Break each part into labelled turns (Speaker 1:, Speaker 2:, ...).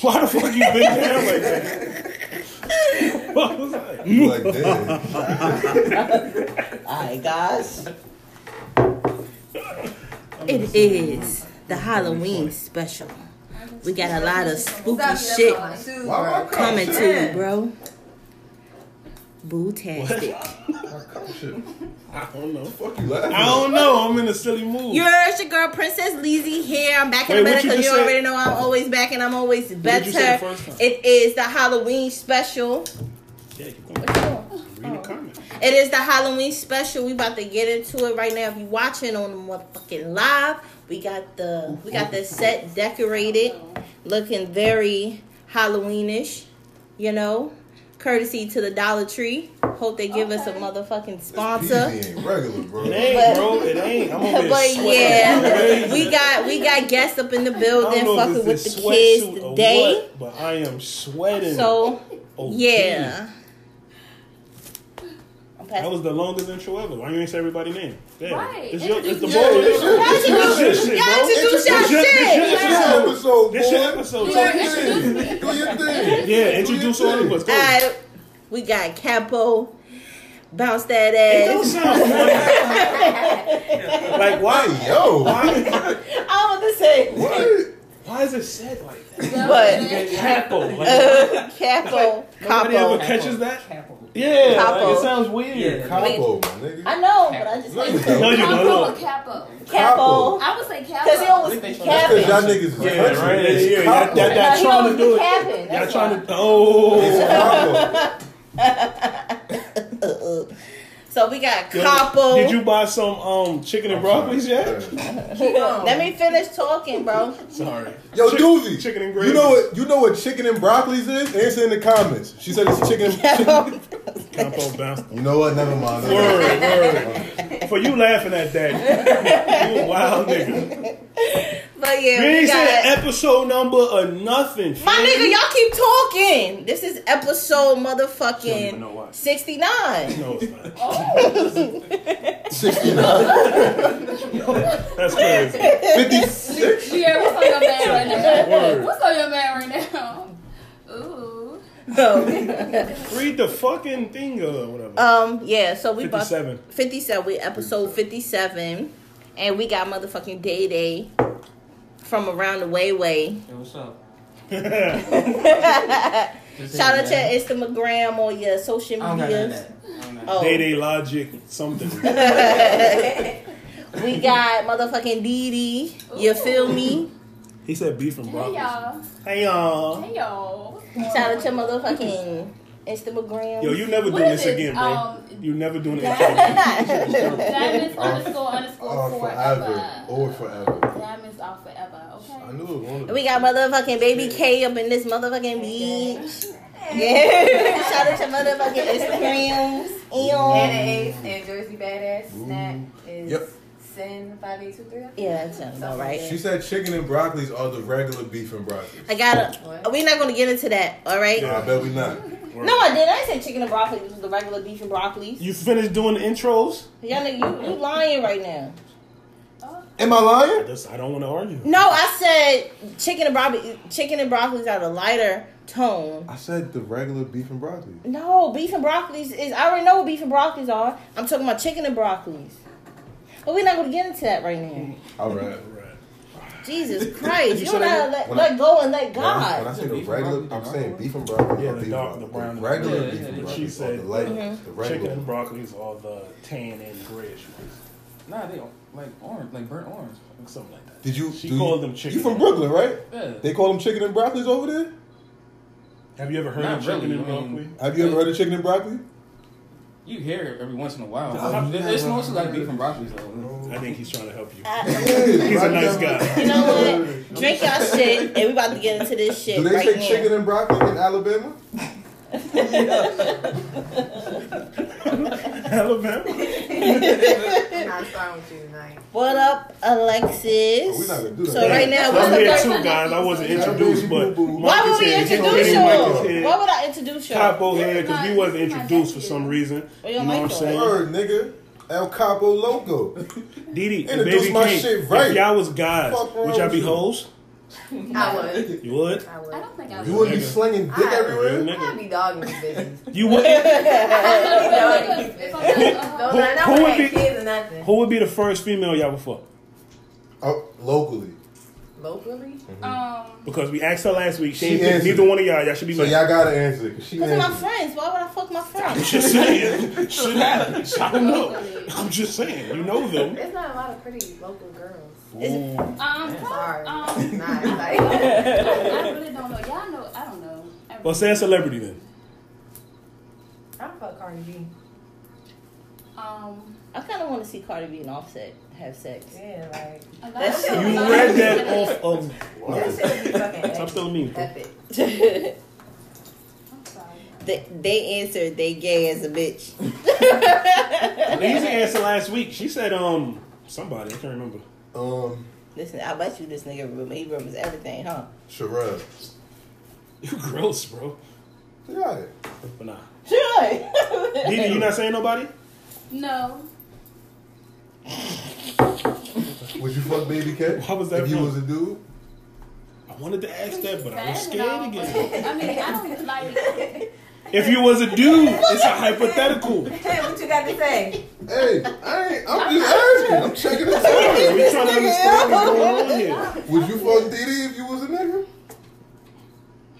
Speaker 1: Why the fuck you bend down like that? What was that?
Speaker 2: You like that?
Speaker 3: Alright, guys.
Speaker 4: It is the Halloween special. We got a lot of spooky
Speaker 5: Stop
Speaker 4: shit
Speaker 5: shit.
Speaker 2: Why my cop
Speaker 4: coming
Speaker 2: shit?
Speaker 4: to you, bro. Bootastic.
Speaker 2: My cop shit.
Speaker 1: I don't know.
Speaker 2: Fuck you laughing?
Speaker 1: I don't know. I'm in a silly mood.
Speaker 4: You're it's your girl, Princess Lizzie here. I'm back in the
Speaker 1: Wait,
Speaker 4: better
Speaker 1: what you
Speaker 4: because you
Speaker 1: just said?
Speaker 4: already know I'm always back and I'm always
Speaker 1: did you say the
Speaker 4: better.
Speaker 1: first time?
Speaker 4: It is the Halloween special.
Speaker 1: Yeah, you can read the comment.
Speaker 4: It is the Halloween special. We about to get into it right now. If you watching on the motherfucking live, we got the we got the set decorated, looking very Halloweenish. You know, courtesy to the Dollar Tree. Hope they give us a motherfucking
Speaker 2: This
Speaker 4: sponsor.
Speaker 2: PZ ain't regular, bro.
Speaker 1: It ain't,
Speaker 4: But-
Speaker 1: bro. It ain't. I'm over here
Speaker 4: But
Speaker 1: sweating.
Speaker 4: yeah, we got we got guests up in the
Speaker 1: I
Speaker 4: building,
Speaker 1: don't know if
Speaker 4: fucking
Speaker 1: it's
Speaker 4: with the
Speaker 1: this
Speaker 4: kids
Speaker 1: sweatsuit or
Speaker 4: today.
Speaker 1: what, but I am sweating.
Speaker 4: So
Speaker 1: Oh,
Speaker 4: yeah, I'm
Speaker 1: That
Speaker 4: passing.
Speaker 1: was the longest intro ever. Why you ain't say everybody's name? Damn.
Speaker 5: Right.
Speaker 1: It's, your, it's the
Speaker 2: Yeah,
Speaker 1: ball.
Speaker 2: this shit.
Speaker 1: It's your shit,
Speaker 4: Y'all
Speaker 1: bro.
Speaker 4: introduce y'all
Speaker 1: It's your- it's
Speaker 4: shit.
Speaker 1: your-
Speaker 2: This your episode,
Speaker 1: This your
Speaker 2: boy.
Speaker 1: episode.
Speaker 2: Do your
Speaker 1: so-
Speaker 2: thing. Do your thing.
Speaker 1: Yeah, introduce all of us. Go.
Speaker 4: All right, we got Capo, bounce that
Speaker 1: It don't
Speaker 4: ass.
Speaker 1: sound funny. like why?
Speaker 2: Hey, yo.
Speaker 1: Why?
Speaker 4: I want to say
Speaker 2: What?
Speaker 1: Why is it said like that?
Speaker 4: But-
Speaker 1: Capo. Like,
Speaker 4: uh, Capo,
Speaker 1: nobody ever
Speaker 4: Capo.
Speaker 1: catches that.
Speaker 6: Capo.
Speaker 1: Yeah, like,
Speaker 4: Capo.
Speaker 1: it sounds weird.
Speaker 6: Yeah.
Speaker 2: Capo, my nigga.
Speaker 4: I know, but I just
Speaker 2: No,
Speaker 4: like
Speaker 2: you don't.
Speaker 1: No, you
Speaker 5: I'm
Speaker 1: don't.
Speaker 5: cool with
Speaker 1: Look.
Speaker 5: capo.
Speaker 4: Capo,
Speaker 5: I would say capo.
Speaker 4: because he always
Speaker 6: That's
Speaker 2: Because y'all
Speaker 4: capping.
Speaker 2: niggas is
Speaker 1: Yeah,
Speaker 2: country.
Speaker 1: right. Yeah,
Speaker 2: It's
Speaker 1: yeah,
Speaker 2: Capo.
Speaker 1: that- that-
Speaker 4: Nah, he
Speaker 1: trying to
Speaker 4: always
Speaker 1: do
Speaker 4: be
Speaker 1: it.
Speaker 4: capping.
Speaker 1: Y'all
Speaker 4: That's
Speaker 1: trying
Speaker 4: why.
Speaker 1: to? Oh,
Speaker 2: It's Capo.
Speaker 4: So we got Capo.
Speaker 1: Did you buy some um chicken and broccoli yet?
Speaker 4: Let me finish talking, bro.
Speaker 1: Sorry.
Speaker 2: Yo,
Speaker 1: Chick-
Speaker 2: doozy.
Speaker 1: Chicken and gravy.
Speaker 2: You know what? You know what chicken and broccolis is? Answer in the comments. She said it's chicken. chicken.
Speaker 1: Capo bounced.
Speaker 2: You know what? Never mind.
Speaker 1: Word, word. For you laughing at that, you a wild nigga.
Speaker 4: But
Speaker 1: You
Speaker 4: yeah, we
Speaker 1: ain't saying
Speaker 4: got.
Speaker 1: episode number or nothing.
Speaker 4: My
Speaker 1: fam.
Speaker 4: nigga, y'all keep talking. This is episode
Speaker 1: Don't even know
Speaker 4: motherfucking
Speaker 1: why.
Speaker 4: 69.
Speaker 1: No, it's not.
Speaker 2: Sixty nine.
Speaker 1: That's crazy.
Speaker 2: Fifty six.
Speaker 5: Yeah, what's on your man right now?
Speaker 1: Word.
Speaker 5: What's on your man right now? Ooh.
Speaker 1: Read the fucking thing or whatever.
Speaker 4: um, yeah, so we bought
Speaker 1: 57.
Speaker 4: 57. We episode 57. And we got motherfucking Day Day from around the way way.
Speaker 6: Yo, what's up?
Speaker 4: Shout out to your Instagram or your social
Speaker 6: I don't got none of that. I don't got none
Speaker 4: media.
Speaker 6: of that.
Speaker 4: Oh,
Speaker 1: Day Day Logic something.
Speaker 4: we got motherfucking Dee Dee. You feel me?
Speaker 1: He said beef and
Speaker 5: Hey
Speaker 1: broccoli.
Speaker 5: y'all.
Speaker 1: Hey y'all.
Speaker 5: Hey y'all.
Speaker 4: Shout out to motherfucking Instagram.
Speaker 1: Yo, you never
Speaker 5: What
Speaker 1: doing
Speaker 5: is
Speaker 1: this
Speaker 5: it?
Speaker 1: again, bro.
Speaker 4: Oh.
Speaker 5: Um,
Speaker 1: you never doing it again.
Speaker 5: Diamonds underscore underscore
Speaker 2: Or forever.
Speaker 5: forever.
Speaker 2: Or forever.
Speaker 5: Diamonds are forever,
Speaker 2: I
Speaker 5: okay?
Speaker 2: knew it was one of them.
Speaker 4: We got motherfucking baby K up in this motherfucking beach. Yeah. Shout out to motherfucking Instagrams. Ew.
Speaker 7: Anna Ace and Jersey Badass snack is
Speaker 2: Yep.
Speaker 7: Sin five eight two three.
Speaker 4: Yeah, that sounds all
Speaker 2: She
Speaker 4: right.
Speaker 2: said chicken and broccolis are the regular beef and broccoli.
Speaker 4: I gotta. We're not gonna get into that, all right?
Speaker 2: I bet we not.
Speaker 4: No, I did. I said chicken and broccoli. This was the regular beef and broccoli.
Speaker 1: You finished doing the intros?
Speaker 4: Y'all, nigga, you, you lying right now.
Speaker 2: Am I lying?
Speaker 1: That's, I don't want to argue.
Speaker 4: No, I said chicken and broccoli. Chicken and broccoli's got a lighter tone.
Speaker 2: I said the regular beef and broccoli.
Speaker 4: No, beef and broccolis is. I already know what beef and broccolis are. I'm talking about chicken and broccolis. But we're not gonna get into that right now.
Speaker 2: All right.
Speaker 1: Right.
Speaker 4: Jesus Christ.
Speaker 1: You
Speaker 4: You
Speaker 1: said
Speaker 4: gotta
Speaker 1: it-
Speaker 4: let,
Speaker 2: when I-
Speaker 4: let go and let
Speaker 2: When I,
Speaker 4: God.
Speaker 2: say the
Speaker 6: Beef and
Speaker 2: regular,
Speaker 6: broccoli,
Speaker 2: I'm
Speaker 6: the
Speaker 2: saying
Speaker 6: dark
Speaker 2: beef and broccoli.
Speaker 1: Yeah,
Speaker 2: not
Speaker 1: the
Speaker 2: beef
Speaker 1: dark-
Speaker 2: and
Speaker 1: the
Speaker 2: broccoli.
Speaker 1: brown-
Speaker 2: regular
Speaker 6: yeah,
Speaker 2: beef
Speaker 6: yeah,
Speaker 2: and
Speaker 6: yeah.
Speaker 2: broccoli.
Speaker 1: She
Speaker 2: She
Speaker 1: said- uh-huh.
Speaker 2: said the light, the
Speaker 1: Chicken
Speaker 2: regular.
Speaker 1: and broccolis are the tan and grayish ones.
Speaker 6: Nah, they like orange, like burnt orange.
Speaker 1: Or Something like that.
Speaker 2: Did you?
Speaker 1: She
Speaker 2: do
Speaker 1: called
Speaker 2: you,
Speaker 1: them chicken.
Speaker 2: You from Brooklyn, right?
Speaker 6: Yeah.
Speaker 2: They call them chicken and broccolis over there.
Speaker 1: Have you ever heard
Speaker 6: Not
Speaker 1: of chicken
Speaker 6: really,
Speaker 1: and
Speaker 6: I mean-
Speaker 1: broccoli?
Speaker 2: Have you ever heard of chicken and broccoli?
Speaker 6: you hear it every once in a while.
Speaker 2: I've
Speaker 6: but it's
Speaker 2: never
Speaker 6: mostly like
Speaker 2: heard
Speaker 6: beef
Speaker 2: it.
Speaker 6: and broccoli though.
Speaker 1: I think he's trying to help you.
Speaker 2: He's
Speaker 1: a nice guy.
Speaker 4: Uh, You know what? Drink y'all shit and we about to get into this shit
Speaker 2: Do they
Speaker 4: right
Speaker 2: say
Speaker 4: now.
Speaker 2: chicken and broccoli in Alabama?
Speaker 1: Alabama.
Speaker 7: I'm not starting with you tonight.
Speaker 4: What up, Alexis?
Speaker 2: Oh, we not gonna do that.
Speaker 4: So right now,
Speaker 1: I'm
Speaker 4: what's
Speaker 1: here
Speaker 4: the
Speaker 1: too, guys. I wasn't introduced, but
Speaker 4: why would we
Speaker 1: Marcus here,
Speaker 4: introduce
Speaker 1: Kenny
Speaker 4: you?
Speaker 1: Mike is here,
Speaker 4: Why would I introduce you?
Speaker 1: Capo here because we wasn't introduced for some reason.
Speaker 4: Where
Speaker 1: You
Speaker 4: your
Speaker 1: know what I'm
Speaker 4: mic at?
Speaker 1: saying?
Speaker 2: Word, nigga. El Capo logo.
Speaker 1: Didi, and
Speaker 2: Introduce
Speaker 1: baby
Speaker 2: my
Speaker 1: King.
Speaker 2: shit right.
Speaker 1: If y'all was guys,
Speaker 2: Fuck wrong
Speaker 1: would y'all
Speaker 2: with
Speaker 1: be
Speaker 2: you?
Speaker 1: hoes?
Speaker 7: I would.
Speaker 1: You would?
Speaker 7: I
Speaker 5: I
Speaker 7: would.
Speaker 5: don't think I
Speaker 2: You
Speaker 1: would.
Speaker 5: would.
Speaker 2: wouldn't be
Speaker 1: Nigga.
Speaker 2: slinging dick
Speaker 7: I-
Speaker 2: everywhere.
Speaker 7: I'd be dogging these bitches.
Speaker 1: You would?
Speaker 5: I would. If I'm like,
Speaker 7: Don't
Speaker 5: uh,
Speaker 1: Who-
Speaker 7: I
Speaker 1: who
Speaker 7: don't
Speaker 1: would
Speaker 7: have
Speaker 1: be-
Speaker 7: kids or nothing.
Speaker 1: Who would be the first female y'all would fuck?
Speaker 2: Oh, locally.
Speaker 7: Locally?
Speaker 5: um,
Speaker 1: Because we asked her last week. She,
Speaker 2: She
Speaker 1: ain't pick
Speaker 2: answered.
Speaker 1: neither one of y'all. Y'all should be
Speaker 2: So
Speaker 1: mad.
Speaker 2: y'all gotta answer. 'cause She
Speaker 4: Cause of my
Speaker 2: answered.
Speaker 4: friends. Why would I fuck my
Speaker 1: I'm
Speaker 4: friends?
Speaker 1: just saying. Shit happens. I don't know. I'm just saying. You know them.
Speaker 7: There's not a lot of pretty local girls.
Speaker 1: Ooh.
Speaker 5: um,
Speaker 7: Sorry.
Speaker 5: um,
Speaker 7: It's not. Like,
Speaker 5: I really don't know. Y'all know. I don't know. I
Speaker 1: Well, say a celebrity then.
Speaker 7: I'm fuck Cardi B.
Speaker 5: um,
Speaker 4: I kind of want to see Cardi B and Offset have sex.
Speaker 7: Yeah, like.
Speaker 5: a lot
Speaker 4: That's-
Speaker 5: of-
Speaker 1: You read that off of.
Speaker 7: That shit would be fucking
Speaker 1: Stop
Speaker 7: epic.
Speaker 1: telling me.
Speaker 7: epic.
Speaker 4: they,
Speaker 5: I'm sorry.
Speaker 4: they answered they gay as a bitch.
Speaker 1: Easy answer last week. She said, um, somebody. I can't remember.
Speaker 2: Um,
Speaker 4: Listen, I bet you this nigga remember, he remembers everything, huh?
Speaker 2: Sherelle.
Speaker 1: You gross, bro.
Speaker 2: Yeah.
Speaker 1: But nah.
Speaker 4: Sure.
Speaker 1: Didi, you not saying nobody?
Speaker 5: No.
Speaker 2: Would you fuck Baby K?
Speaker 1: Why was that
Speaker 2: If you
Speaker 1: from?
Speaker 2: was a dude?
Speaker 1: I wanted to ask that, but I was
Speaker 5: Bad
Speaker 1: scared
Speaker 5: and all,
Speaker 1: again.
Speaker 5: but- I mean, I don't like.
Speaker 1: If you was a dude, it's a hypothetical.
Speaker 7: Hey, what you got to say?
Speaker 2: Hey, I ain't. I'm just asking. I'm checking it out.
Speaker 1: We trying to understand what's going on here.
Speaker 2: Would you fuck Didi if you was a nigga?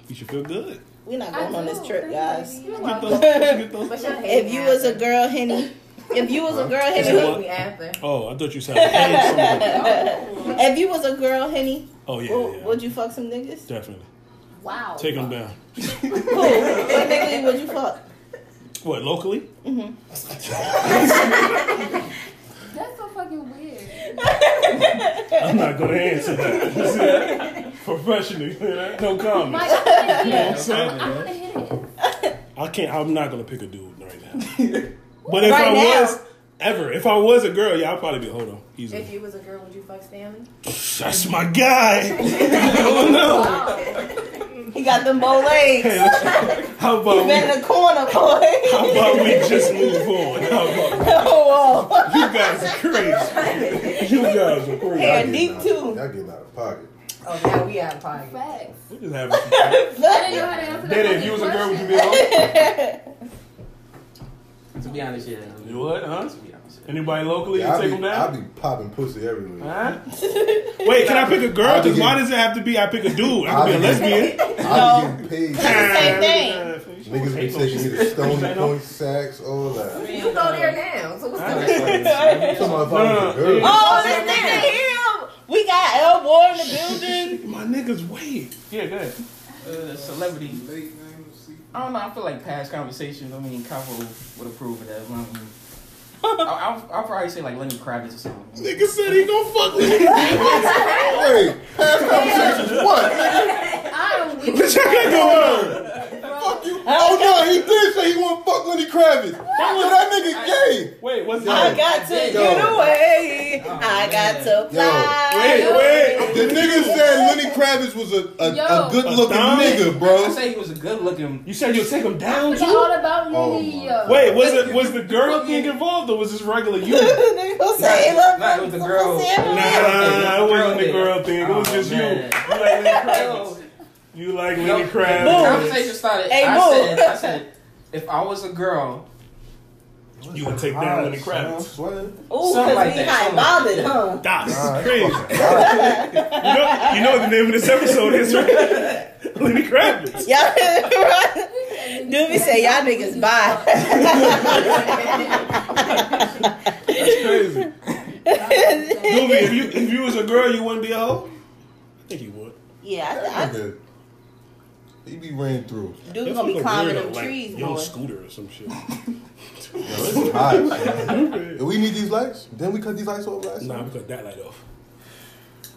Speaker 1: You should feel good.
Speaker 4: We're not
Speaker 5: I
Speaker 4: going on
Speaker 5: do,
Speaker 4: this trip,
Speaker 5: thank
Speaker 4: guys.
Speaker 5: you.
Speaker 1: Get those, get
Speaker 7: What's
Speaker 1: those.
Speaker 7: your hating
Speaker 4: If you was a
Speaker 7: after?
Speaker 4: girl, Henny. If you was a girl,
Speaker 7: What's
Speaker 1: You
Speaker 7: your
Speaker 1: know
Speaker 4: Henny.
Speaker 1: what?
Speaker 7: hating after?
Speaker 1: Oh, I thought you said. I hated somebody.
Speaker 5: Oh,
Speaker 4: If you was a girl, Henny,
Speaker 1: Oh yeah,
Speaker 4: would,
Speaker 1: yeah,
Speaker 4: would you fuck some niggas?
Speaker 1: definitely
Speaker 5: Wow.
Speaker 1: take them down.
Speaker 4: Who? What nigga would you fuck?
Speaker 1: What locally?
Speaker 5: That's so fucking weird.
Speaker 1: I'm not gonna answer that. You see that. Professionally, you see that? no comment.
Speaker 5: Like, I wanna hear it. I
Speaker 1: saying?
Speaker 5: wanna hear it.
Speaker 1: I can't. I'm not gonna pick a dude right now. But if
Speaker 4: Right
Speaker 1: I
Speaker 4: now?
Speaker 1: was ever, if I was a girl, yeah, I'd probably be. Hold on,
Speaker 7: If
Speaker 1: easily.
Speaker 7: you was a girl, would you fuck Stanley?
Speaker 1: That's my guy. oh no.
Speaker 4: He got them bow legs.
Speaker 1: Hey, let's- how about
Speaker 4: Been
Speaker 1: we?
Speaker 4: in the corner, boy.
Speaker 1: How about we just move on? How about
Speaker 4: Oh, whoa.
Speaker 1: you guys are crazy? You guys are crazy.
Speaker 4: Yeah,
Speaker 2: Y'all
Speaker 4: deep
Speaker 2: getting out-
Speaker 4: too.
Speaker 2: Y'all getting out of pocket.
Speaker 7: Oh, now we out of pocket.
Speaker 5: Facts.
Speaker 1: What is happening?
Speaker 5: I didn't know how to answer that.
Speaker 1: Daddy, if you was a girl, would you be alone?
Speaker 6: To be honest, yeah.
Speaker 1: You would, huh?
Speaker 6: To be honest, yeah.
Speaker 1: Anybody locally
Speaker 2: Yeah,
Speaker 1: you take
Speaker 2: I,
Speaker 1: them
Speaker 2: be,
Speaker 1: down?
Speaker 2: I be popping pussy everywhere.
Speaker 1: Huh? Wait, can I pick a girl? Because why does it have to be I pick a dude? I can be a lesbian.
Speaker 2: I be getting paid.
Speaker 4: Same thing.
Speaker 2: Niggas be taking me to Stony Point Sacks, all that.
Speaker 7: You go there now. So what's the
Speaker 1: Huh?
Speaker 2: Talking about if I was a
Speaker 1: No, no,
Speaker 2: girl.
Speaker 4: Oh, this nigga him. We got El Moore in the building.
Speaker 1: My niggas wait. Yeah, good.
Speaker 6: Uh, celebrity. I don't know. I feel like past conversations. I mean, Kavo would approve of that. I mean, I'll, I'll, I'll probably say like Lenny Kravitz or something.
Speaker 1: Nigga said he gonna fuck with me.
Speaker 2: Wait, past conversations, what?
Speaker 5: I don't
Speaker 1: What y'all got going on?
Speaker 2: Oh no, he did say he want to fuck Lenny Kravitz. Yo, that nigga gay.
Speaker 1: Wait, what's
Speaker 4: I
Speaker 1: that?
Speaker 4: got to
Speaker 2: Yo.
Speaker 4: get away.
Speaker 6: Oh,
Speaker 4: I
Speaker 6: man.
Speaker 4: got to fly.
Speaker 1: Wait, wait.
Speaker 2: The nigga said Lenny Kravitz was a, a,
Speaker 5: Yo.
Speaker 2: a good looking
Speaker 1: A thumb?
Speaker 2: nigga,
Speaker 6: I
Speaker 2: bro.
Speaker 6: say he was a good looking.
Speaker 1: You said you'll take him down
Speaker 5: It's
Speaker 1: too?
Speaker 5: all about
Speaker 2: Oh,
Speaker 5: Lenny.
Speaker 2: my.
Speaker 1: Wait, was it was the girl thing involved or was this regular you? Nah,
Speaker 4: They gonna say, look,
Speaker 6: nah, it was the girl.
Speaker 4: pussy everywhere.
Speaker 1: it wasn't the girl thing. It was
Speaker 6: Oh,
Speaker 1: just you. You
Speaker 6: man.
Speaker 1: like Lenny Kravitz.
Speaker 6: Yo,
Speaker 1: You like
Speaker 6: yo,
Speaker 1: Lenny
Speaker 6: the
Speaker 1: Kravitz.
Speaker 6: Conversation started.
Speaker 4: Hey,
Speaker 6: I
Speaker 4: boo.
Speaker 6: said, I said, if I was a girl,
Speaker 1: You would take down Lenny Kravitz.
Speaker 4: Ooh,
Speaker 6: Something
Speaker 4: cause
Speaker 6: like
Speaker 4: we
Speaker 6: that, something like
Speaker 4: high bobbing, huh?
Speaker 1: That's
Speaker 2: Alright,
Speaker 1: crazy.
Speaker 2: fuck it.
Speaker 1: You know, you know what the name of this episode is, right? Lenny Kravitz.
Speaker 4: Y'all, Doobie say y'all niggas bye.
Speaker 1: That's crazy. Doobie, if you if you was a girl, you wouldn't be a hoe. I think you would.
Speaker 4: Yeah,
Speaker 2: That nigga, He be ran through.
Speaker 4: I, I, Doobie gonna be climbing them trees,
Speaker 1: yo,
Speaker 4: boy.
Speaker 1: scooter or some shit.
Speaker 2: Yo, this is hot, son. Do we need these lights? Then we cut these lights off last
Speaker 1: nah,
Speaker 2: time.
Speaker 1: we cut that light off.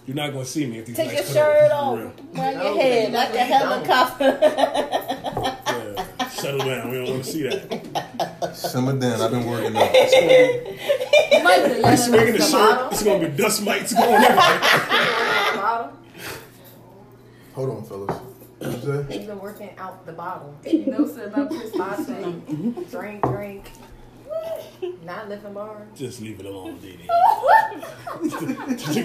Speaker 1: You're not gonna see me if these
Speaker 4: Take your
Speaker 1: lights
Speaker 4: shirt
Speaker 1: cut
Speaker 4: off,
Speaker 1: off.
Speaker 4: run
Speaker 1: This
Speaker 4: your head like a helicopter.
Speaker 1: is real. Yeah. Settle down. We don't want to see that.
Speaker 2: Simmer down. I've been working out. It's
Speaker 5: Michael,
Speaker 1: I'm swinging the
Speaker 5: y'all
Speaker 1: shirt. It's gonna be dust mites going everywhere.
Speaker 7: the bottle?
Speaker 2: Hold on, fellas. What'd you say?
Speaker 7: You've been working out the bottle. You know something about Chris Bosh. Drink, drink. Not living bar.
Speaker 1: Just leave it alone, Didi.
Speaker 4: You've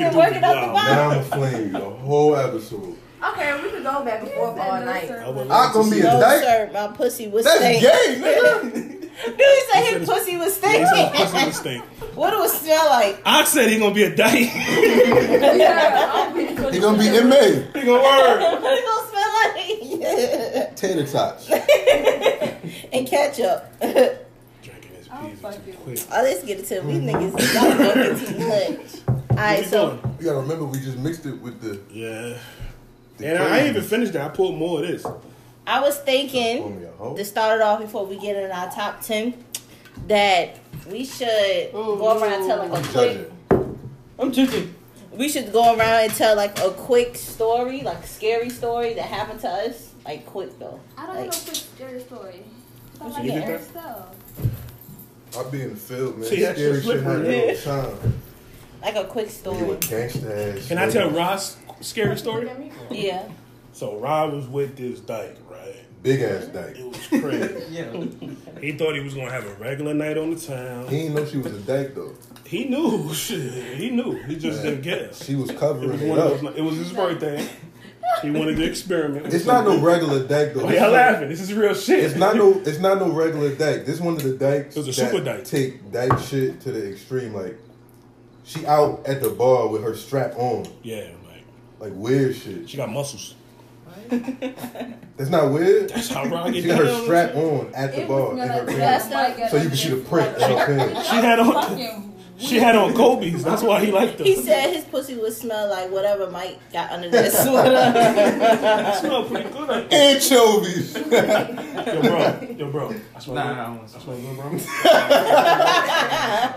Speaker 4: been working out the
Speaker 2: Now I'm gonna flame you the whole episode.
Speaker 7: Okay, we could go back and forth all night.
Speaker 2: I gonna be a
Speaker 4: No,
Speaker 2: dyke.
Speaker 4: sir, my pussy was
Speaker 2: That's
Speaker 4: stinking.
Speaker 2: gay, nigga.
Speaker 4: Dude, he said his pussy was stinking.
Speaker 1: mistake.
Speaker 4: what do it smell like?
Speaker 1: I said he gonna be a dyke.
Speaker 2: He gonna be in May.
Speaker 1: he gonna work.
Speaker 4: What it gonna smell like?
Speaker 2: Tater tots.
Speaker 4: and ketchup.
Speaker 1: Drinking his
Speaker 5: I'll
Speaker 1: pizza
Speaker 5: fuck
Speaker 1: too
Speaker 5: you.
Speaker 1: quick.
Speaker 4: Oh, let's get it to it. We niggas is not fucking too much. All right, so
Speaker 2: You gotta remember, we just mixed it with the.
Speaker 1: yeah.
Speaker 2: the
Speaker 1: And I, I ain't even
Speaker 2: cream.
Speaker 1: finished that. I pulled more of this.
Speaker 4: I was
Speaker 2: Call
Speaker 4: thinking
Speaker 2: me a hoe.
Speaker 4: to start it off before we get in our top ten that we should go around and tell like a
Speaker 2: I'm
Speaker 4: quick.
Speaker 2: judging.
Speaker 6: I'm chicken.
Speaker 4: We should go around and tell like a quick story, like scary story that happened to us, like quick though.
Speaker 5: I don't
Speaker 4: Like,
Speaker 5: know if your story. I
Speaker 1: What
Speaker 5: like
Speaker 1: you get
Speaker 5: your
Speaker 1: that?
Speaker 5: stuff.
Speaker 2: I be in the field, man.
Speaker 1: See, that
Speaker 2: Scary
Speaker 1: shit
Speaker 2: shit
Speaker 1: slippery.
Speaker 2: happening all the time.
Speaker 4: like a quick
Speaker 2: You a
Speaker 4: story.
Speaker 2: gangsta ass.
Speaker 1: Can I tell Rod's scary story?
Speaker 4: Yeah.
Speaker 1: So Rod was with this dyke, right?
Speaker 2: Big ass dyke.
Speaker 1: It was crazy.
Speaker 6: Yeah.
Speaker 1: he thought he was gonna have a regular night on the
Speaker 2: He
Speaker 1: town.
Speaker 2: didn't know she was a dyke though.
Speaker 1: He knew, shit. He knew. He just didn't get us.
Speaker 2: She was
Speaker 1: It was
Speaker 2: covering it
Speaker 1: one of
Speaker 2: up.
Speaker 1: those. It was his birthday. He wanted to experiment. with
Speaker 2: It's not no
Speaker 1: something.
Speaker 2: regular dyke though.
Speaker 1: Why Oh, y'all laughing? This is real shit.
Speaker 2: It's not no. It's not no regular dyke. This one of the dykes.
Speaker 1: It was a
Speaker 2: that
Speaker 1: super dyke.
Speaker 2: Take dyke shit to the extreme. Like she out at the bar with her strap on.
Speaker 1: Yeah, like
Speaker 2: Like weird shit.
Speaker 1: she got muscles.
Speaker 2: That's not weird.
Speaker 1: That's how Rod get
Speaker 2: She
Speaker 1: down.
Speaker 2: got her strap on at the
Speaker 5: It
Speaker 2: bar
Speaker 5: was
Speaker 2: in
Speaker 5: not
Speaker 2: her
Speaker 5: like
Speaker 2: pants.
Speaker 5: that.
Speaker 2: So you can see the prick in her pants.
Speaker 1: She had on.
Speaker 5: Fucking
Speaker 1: She had on Kobe's. That's why he liked them.
Speaker 4: He said his pussy would smell like whatever Mike got under that sweater.
Speaker 1: "That smell pretty good." I think."
Speaker 2: Anchovies.
Speaker 1: Yo, bro. Yo, bro. I smell
Speaker 6: Nah,
Speaker 1: good.
Speaker 6: nah, I don't want
Speaker 1: I
Speaker 6: some.
Speaker 1: smell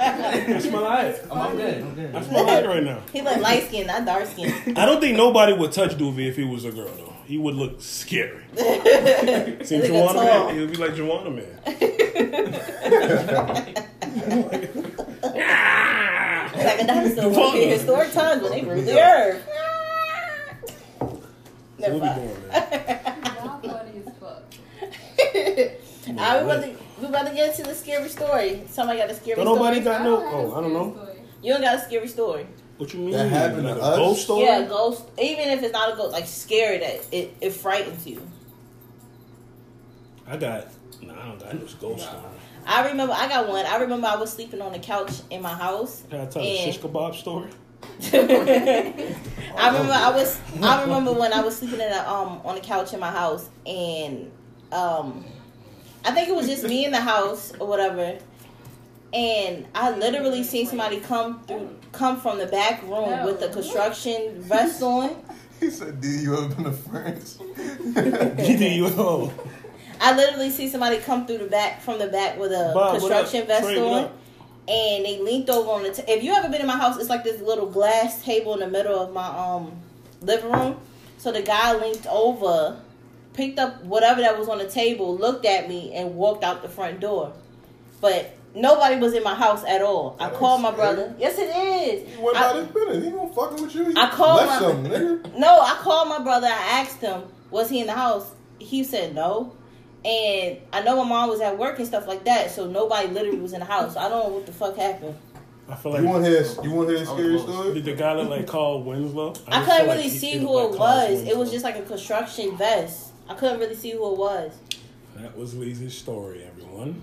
Speaker 1: good, bro. I smell alright.
Speaker 6: I'm, I'm good. I'm good.
Speaker 1: I smell alright right now.
Speaker 4: he look light skinned, not dark skinned.
Speaker 1: I don't think nobody would touch Doovy if he was a girl though. He would look scary. See
Speaker 4: Like a
Speaker 1: Joanna
Speaker 4: tall.
Speaker 1: man, he would be like Joanna man.
Speaker 4: It's like a dinosaur
Speaker 1: Devon.
Speaker 4: walking historic times when they ruled the earth.
Speaker 1: So
Speaker 4: Never
Speaker 1: what we
Speaker 4: mind.
Speaker 1: doing, man?
Speaker 5: y'all funny as fuck.
Speaker 4: I we about to we about to get into the scary story. Somebody got a scary
Speaker 1: Don't nobody
Speaker 4: story.
Speaker 1: got no. Oh, I don't know.
Speaker 4: You don't got a scary story.
Speaker 1: What you mean?
Speaker 2: That happened to
Speaker 1: like a
Speaker 2: us?
Speaker 1: ghost story?
Speaker 4: Yeah, ghost. Even if it's not a ghost, like scary that it, it frightens you.
Speaker 1: I got. Nah, I don't got no ghost story.
Speaker 4: I remember I got one. I remember I was sleeping on the couch in my house.
Speaker 1: Can I tell a
Speaker 4: Yeah.
Speaker 1: shish kebab story?
Speaker 4: I remember I was I remember when I was sleeping in a, um on the couch in my house and um I think it was just me in the house or whatever and I literally seen somebody come through come from the back room with the construction vest on.
Speaker 2: He said, "Did you ever been to France?"
Speaker 1: DDUO.
Speaker 4: I literally see somebody come through the back from the back with a
Speaker 1: Bob, what up?
Speaker 4: construction vest
Speaker 1: Trey, what
Speaker 4: on
Speaker 1: up?
Speaker 4: and they leaned over on the t- if you ever been in my house it's like this little glass table in the middle of my um living room so the guy leaned over picked up whatever that was on the table looked at me and walked out the front door but nobody was in my house at all i
Speaker 2: That
Speaker 4: called
Speaker 2: is
Speaker 4: my
Speaker 2: scary.
Speaker 4: brother yes it is
Speaker 2: He went
Speaker 4: I-
Speaker 2: by this business. He gonna fucking with you. He
Speaker 4: I called
Speaker 2: left
Speaker 4: my-
Speaker 2: something, nigga.
Speaker 4: no, I called my brother. I asked him, was he in the house? He said no. And I know my mom was at work and stuff like that, so nobody literally was in the house. So I don't know what the fuck happened.
Speaker 1: I feel
Speaker 2: You
Speaker 1: like.
Speaker 2: want to hear? You want to hear a scary
Speaker 6: Oh,
Speaker 2: story?
Speaker 1: Did the guy look like Carl Winslow?
Speaker 4: I,
Speaker 1: just
Speaker 4: couldn't
Speaker 1: feel like
Speaker 4: really
Speaker 1: he-
Speaker 4: see
Speaker 1: he
Speaker 4: who
Speaker 1: looked like
Speaker 4: it
Speaker 1: Carl
Speaker 4: was. It
Speaker 1: Winslow.
Speaker 4: was just like a construction vest. I couldn't really see who it was.
Speaker 1: That was Lee's story, everyone.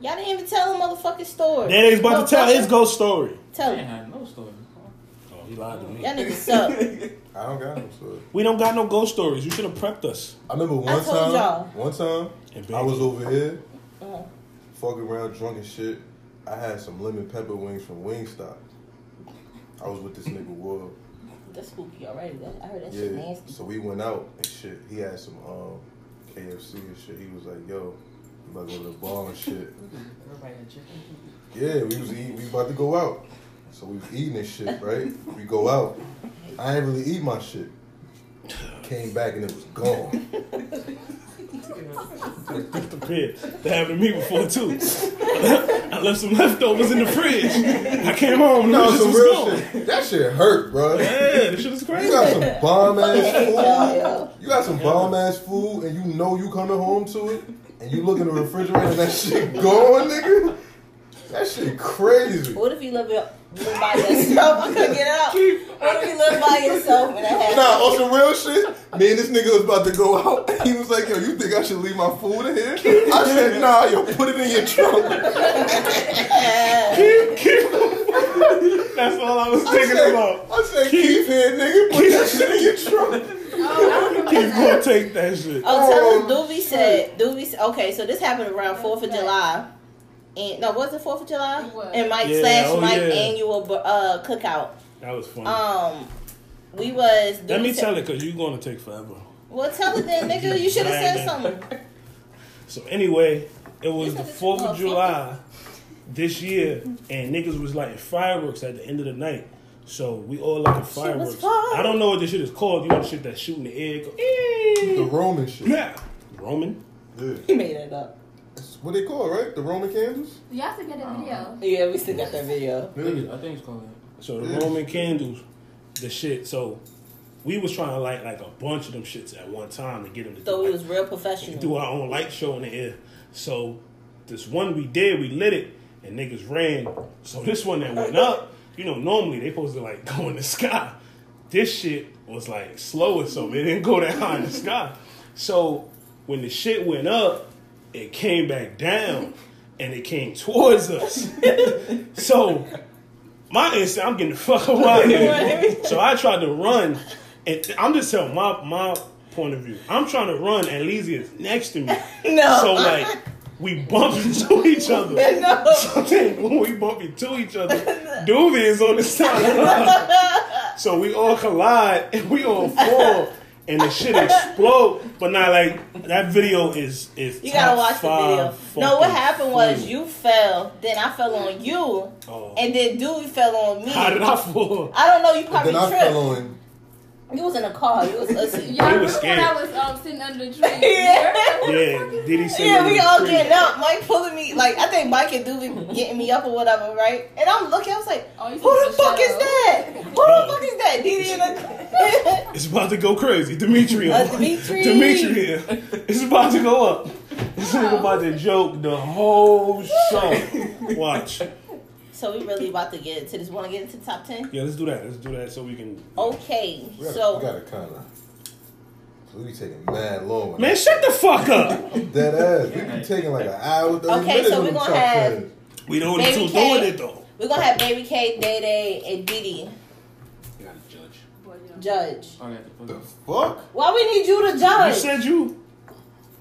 Speaker 4: Y'all didn't even tell the motherfucking story.
Speaker 1: Then he's about to tell
Speaker 4: Motherfucker,
Speaker 1: his ghost story.
Speaker 4: Tell him.
Speaker 6: Yeah, no story.
Speaker 1: Oh, he lied to me.
Speaker 4: Y'all niggas suck.
Speaker 2: I don't got no story.
Speaker 1: We don't got no ghost stories. You should have prepped us.
Speaker 2: I remember one
Speaker 4: told
Speaker 2: time.
Speaker 4: y'all.
Speaker 2: One time,
Speaker 1: And
Speaker 2: I
Speaker 1: baby.
Speaker 2: was over here,
Speaker 4: Uh-huh.
Speaker 2: fucking around, drunk and shit. I had some lemon pepper wings from Wingstop. I was with this nigga Will.
Speaker 4: That's spooky already. That- I heard that shit
Speaker 2: Yeah.
Speaker 4: nasty.
Speaker 2: So we went out and shit. He had some um, KFC and shit. He was like, "Yo, we about to go to the bar and shit."
Speaker 6: Everybody had chicken.
Speaker 2: Yeah, we was eating, we was about to go out. So we was eating this shit, right? We go out. I ain't really eat my shit. Came back and it was gone.
Speaker 1: That's the crib. That happened to me before too. I left some leftovers in the fridge. I came home.
Speaker 2: No,
Speaker 1: No,
Speaker 2: it's
Speaker 1: shit
Speaker 2: some
Speaker 1: was
Speaker 2: real
Speaker 1: gone.
Speaker 2: shit. That shit hurt, bro.
Speaker 1: Yeah, this shit is
Speaker 2: You
Speaker 1: crazy.
Speaker 2: got some bomb
Speaker 4: Hey, y'all,
Speaker 2: ass
Speaker 4: yo.
Speaker 2: food. You got some bomb ass food, and you know you coming home to it, and you look in the refrigerator and that shit gone, nigga. That shit crazy.
Speaker 4: What if you live, your, live by yourself? I couldn't get it out. What if you live by yourself and it happens?
Speaker 2: Nah, on some real shit, me and this nigga was about to go out. He was like, yo, you think I should leave my food in here? I said, nah, yo, put it in your trunk.
Speaker 1: That's all I was
Speaker 2: I
Speaker 1: thinking
Speaker 2: said,
Speaker 1: about.
Speaker 2: I said, keep it, nigga. Put that shit in your trunk.
Speaker 1: Keep gonna take that shit.
Speaker 4: Oh, tell us, Doobie said. Doobie said. Okay, so this happened around Fourth of July. And no, was it Fourth of July?
Speaker 5: It was.
Speaker 4: And Mike
Speaker 1: Yeah,
Speaker 4: slash
Speaker 1: oh,
Speaker 4: Mike
Speaker 1: yeah.
Speaker 4: annual bu- uh, cookout.
Speaker 1: That was funny.
Speaker 4: Um, we was.
Speaker 1: Let
Speaker 4: Doobie
Speaker 1: me
Speaker 4: said-
Speaker 1: tell it because you're gonna take forever.
Speaker 4: Well, tell it then, nigga. You should have said something.
Speaker 1: So anyway, it was
Speaker 4: You
Speaker 1: the
Speaker 4: said this
Speaker 1: Fourth
Speaker 4: was
Speaker 1: of
Speaker 4: a
Speaker 1: July this year, and niggas was lighting fireworks at the end of the night. So we all lighting fireworks.
Speaker 4: fire.
Speaker 1: I don't know what this shit is called. You know the shit that shoot in the air? Go,
Speaker 2: The
Speaker 1: "Eeeh."
Speaker 2: Roman shit.
Speaker 1: yeah, Roman.
Speaker 2: Yeah.
Speaker 4: He made it up.
Speaker 2: That's what they call, it, right? The Roman candles?
Speaker 5: Y'all still get that video.
Speaker 4: Yeah, we still got that video.
Speaker 6: I think, it- I think it's called oh, that.
Speaker 1: So the Roman candles, the shit. So we was trying to light like a bunch of them shits at one time to get them to
Speaker 4: So
Speaker 1: do,
Speaker 4: we
Speaker 1: like,
Speaker 4: was real
Speaker 1: do
Speaker 4: professional.
Speaker 1: our own light show in the air. So this one we did, we lit it, and niggas ran. So this one that went up, you know, normally they supposed to like go in the sky. This shit was like slower, so it didn't go that high in the sky. So when the shit went up, it came back down and it came towards us. so my instinct, I'm getting the fuck away. here. so I tried to run, and I'm just telling my my point of view. I'm trying to run, and Lizzie is next to me.
Speaker 4: No.
Speaker 1: So like we bump into each other.
Speaker 4: No.
Speaker 1: So then when we bump into each other, Doobie is on the side of us. So we all collide and we all fall. And the shit explode, but not like that video is is.
Speaker 4: You
Speaker 1: top
Speaker 4: gotta watch the video.
Speaker 1: five
Speaker 4: No, what
Speaker 1: fucking
Speaker 4: happened was
Speaker 1: food.
Speaker 4: you fell, then I fell on you,
Speaker 1: Oh.
Speaker 4: and then Dewey fell on me.
Speaker 1: How did
Speaker 4: I
Speaker 1: I fall?
Speaker 4: don't know. You probably
Speaker 2: Then I
Speaker 4: tripped.
Speaker 2: fell on.
Speaker 4: You was in a car. You was asleep.
Speaker 5: Y'all
Speaker 1: They
Speaker 5: remember
Speaker 1: was
Speaker 5: when I was um, sitting under the tree? yeah.
Speaker 1: Yeah, did he say?
Speaker 4: Yeah, we all
Speaker 1: get
Speaker 4: getting up. Mike pulling me, like I think Mike and Doobie getting me up or whatever, right? And I'm looking, I was like,
Speaker 5: Oh, you
Speaker 4: "Who the
Speaker 5: supposed to
Speaker 4: fuck
Speaker 5: shut
Speaker 4: is
Speaker 5: up.
Speaker 4: that? Who the fuck is that?" Didi and
Speaker 1: It's about to go crazy, Demetri.
Speaker 4: Uh, Dimitri.
Speaker 1: Demetri here. It's about to go up. This nigga about to joke the whole show. Watch.
Speaker 4: So we really about to get into this. Want to get into the top ten?
Speaker 1: Yeah, let's do that. Let's do that so we can.
Speaker 4: Okay,
Speaker 2: We gotta, we
Speaker 4: so
Speaker 2: gotta kinda. We be taking mad long.
Speaker 1: Man, shut the fuck up.
Speaker 2: Dead ass. We be taking like an hour, 30
Speaker 4: Okay,
Speaker 2: minutes
Speaker 4: so
Speaker 2: on
Speaker 4: we
Speaker 2: them
Speaker 4: gonna
Speaker 2: top
Speaker 4: have-
Speaker 2: tens.
Speaker 1: We the only
Speaker 4: Baby
Speaker 1: two
Speaker 4: K.
Speaker 1: doing it though.
Speaker 4: we're gonna have Baby K, Day Day, and Didi
Speaker 6: You gotta judge.
Speaker 4: judge.
Speaker 6: I got the
Speaker 2: The
Speaker 6: fuck.
Speaker 2: fuck?
Speaker 4: Why we need you to
Speaker 1: You
Speaker 4: judge?
Speaker 1: said you.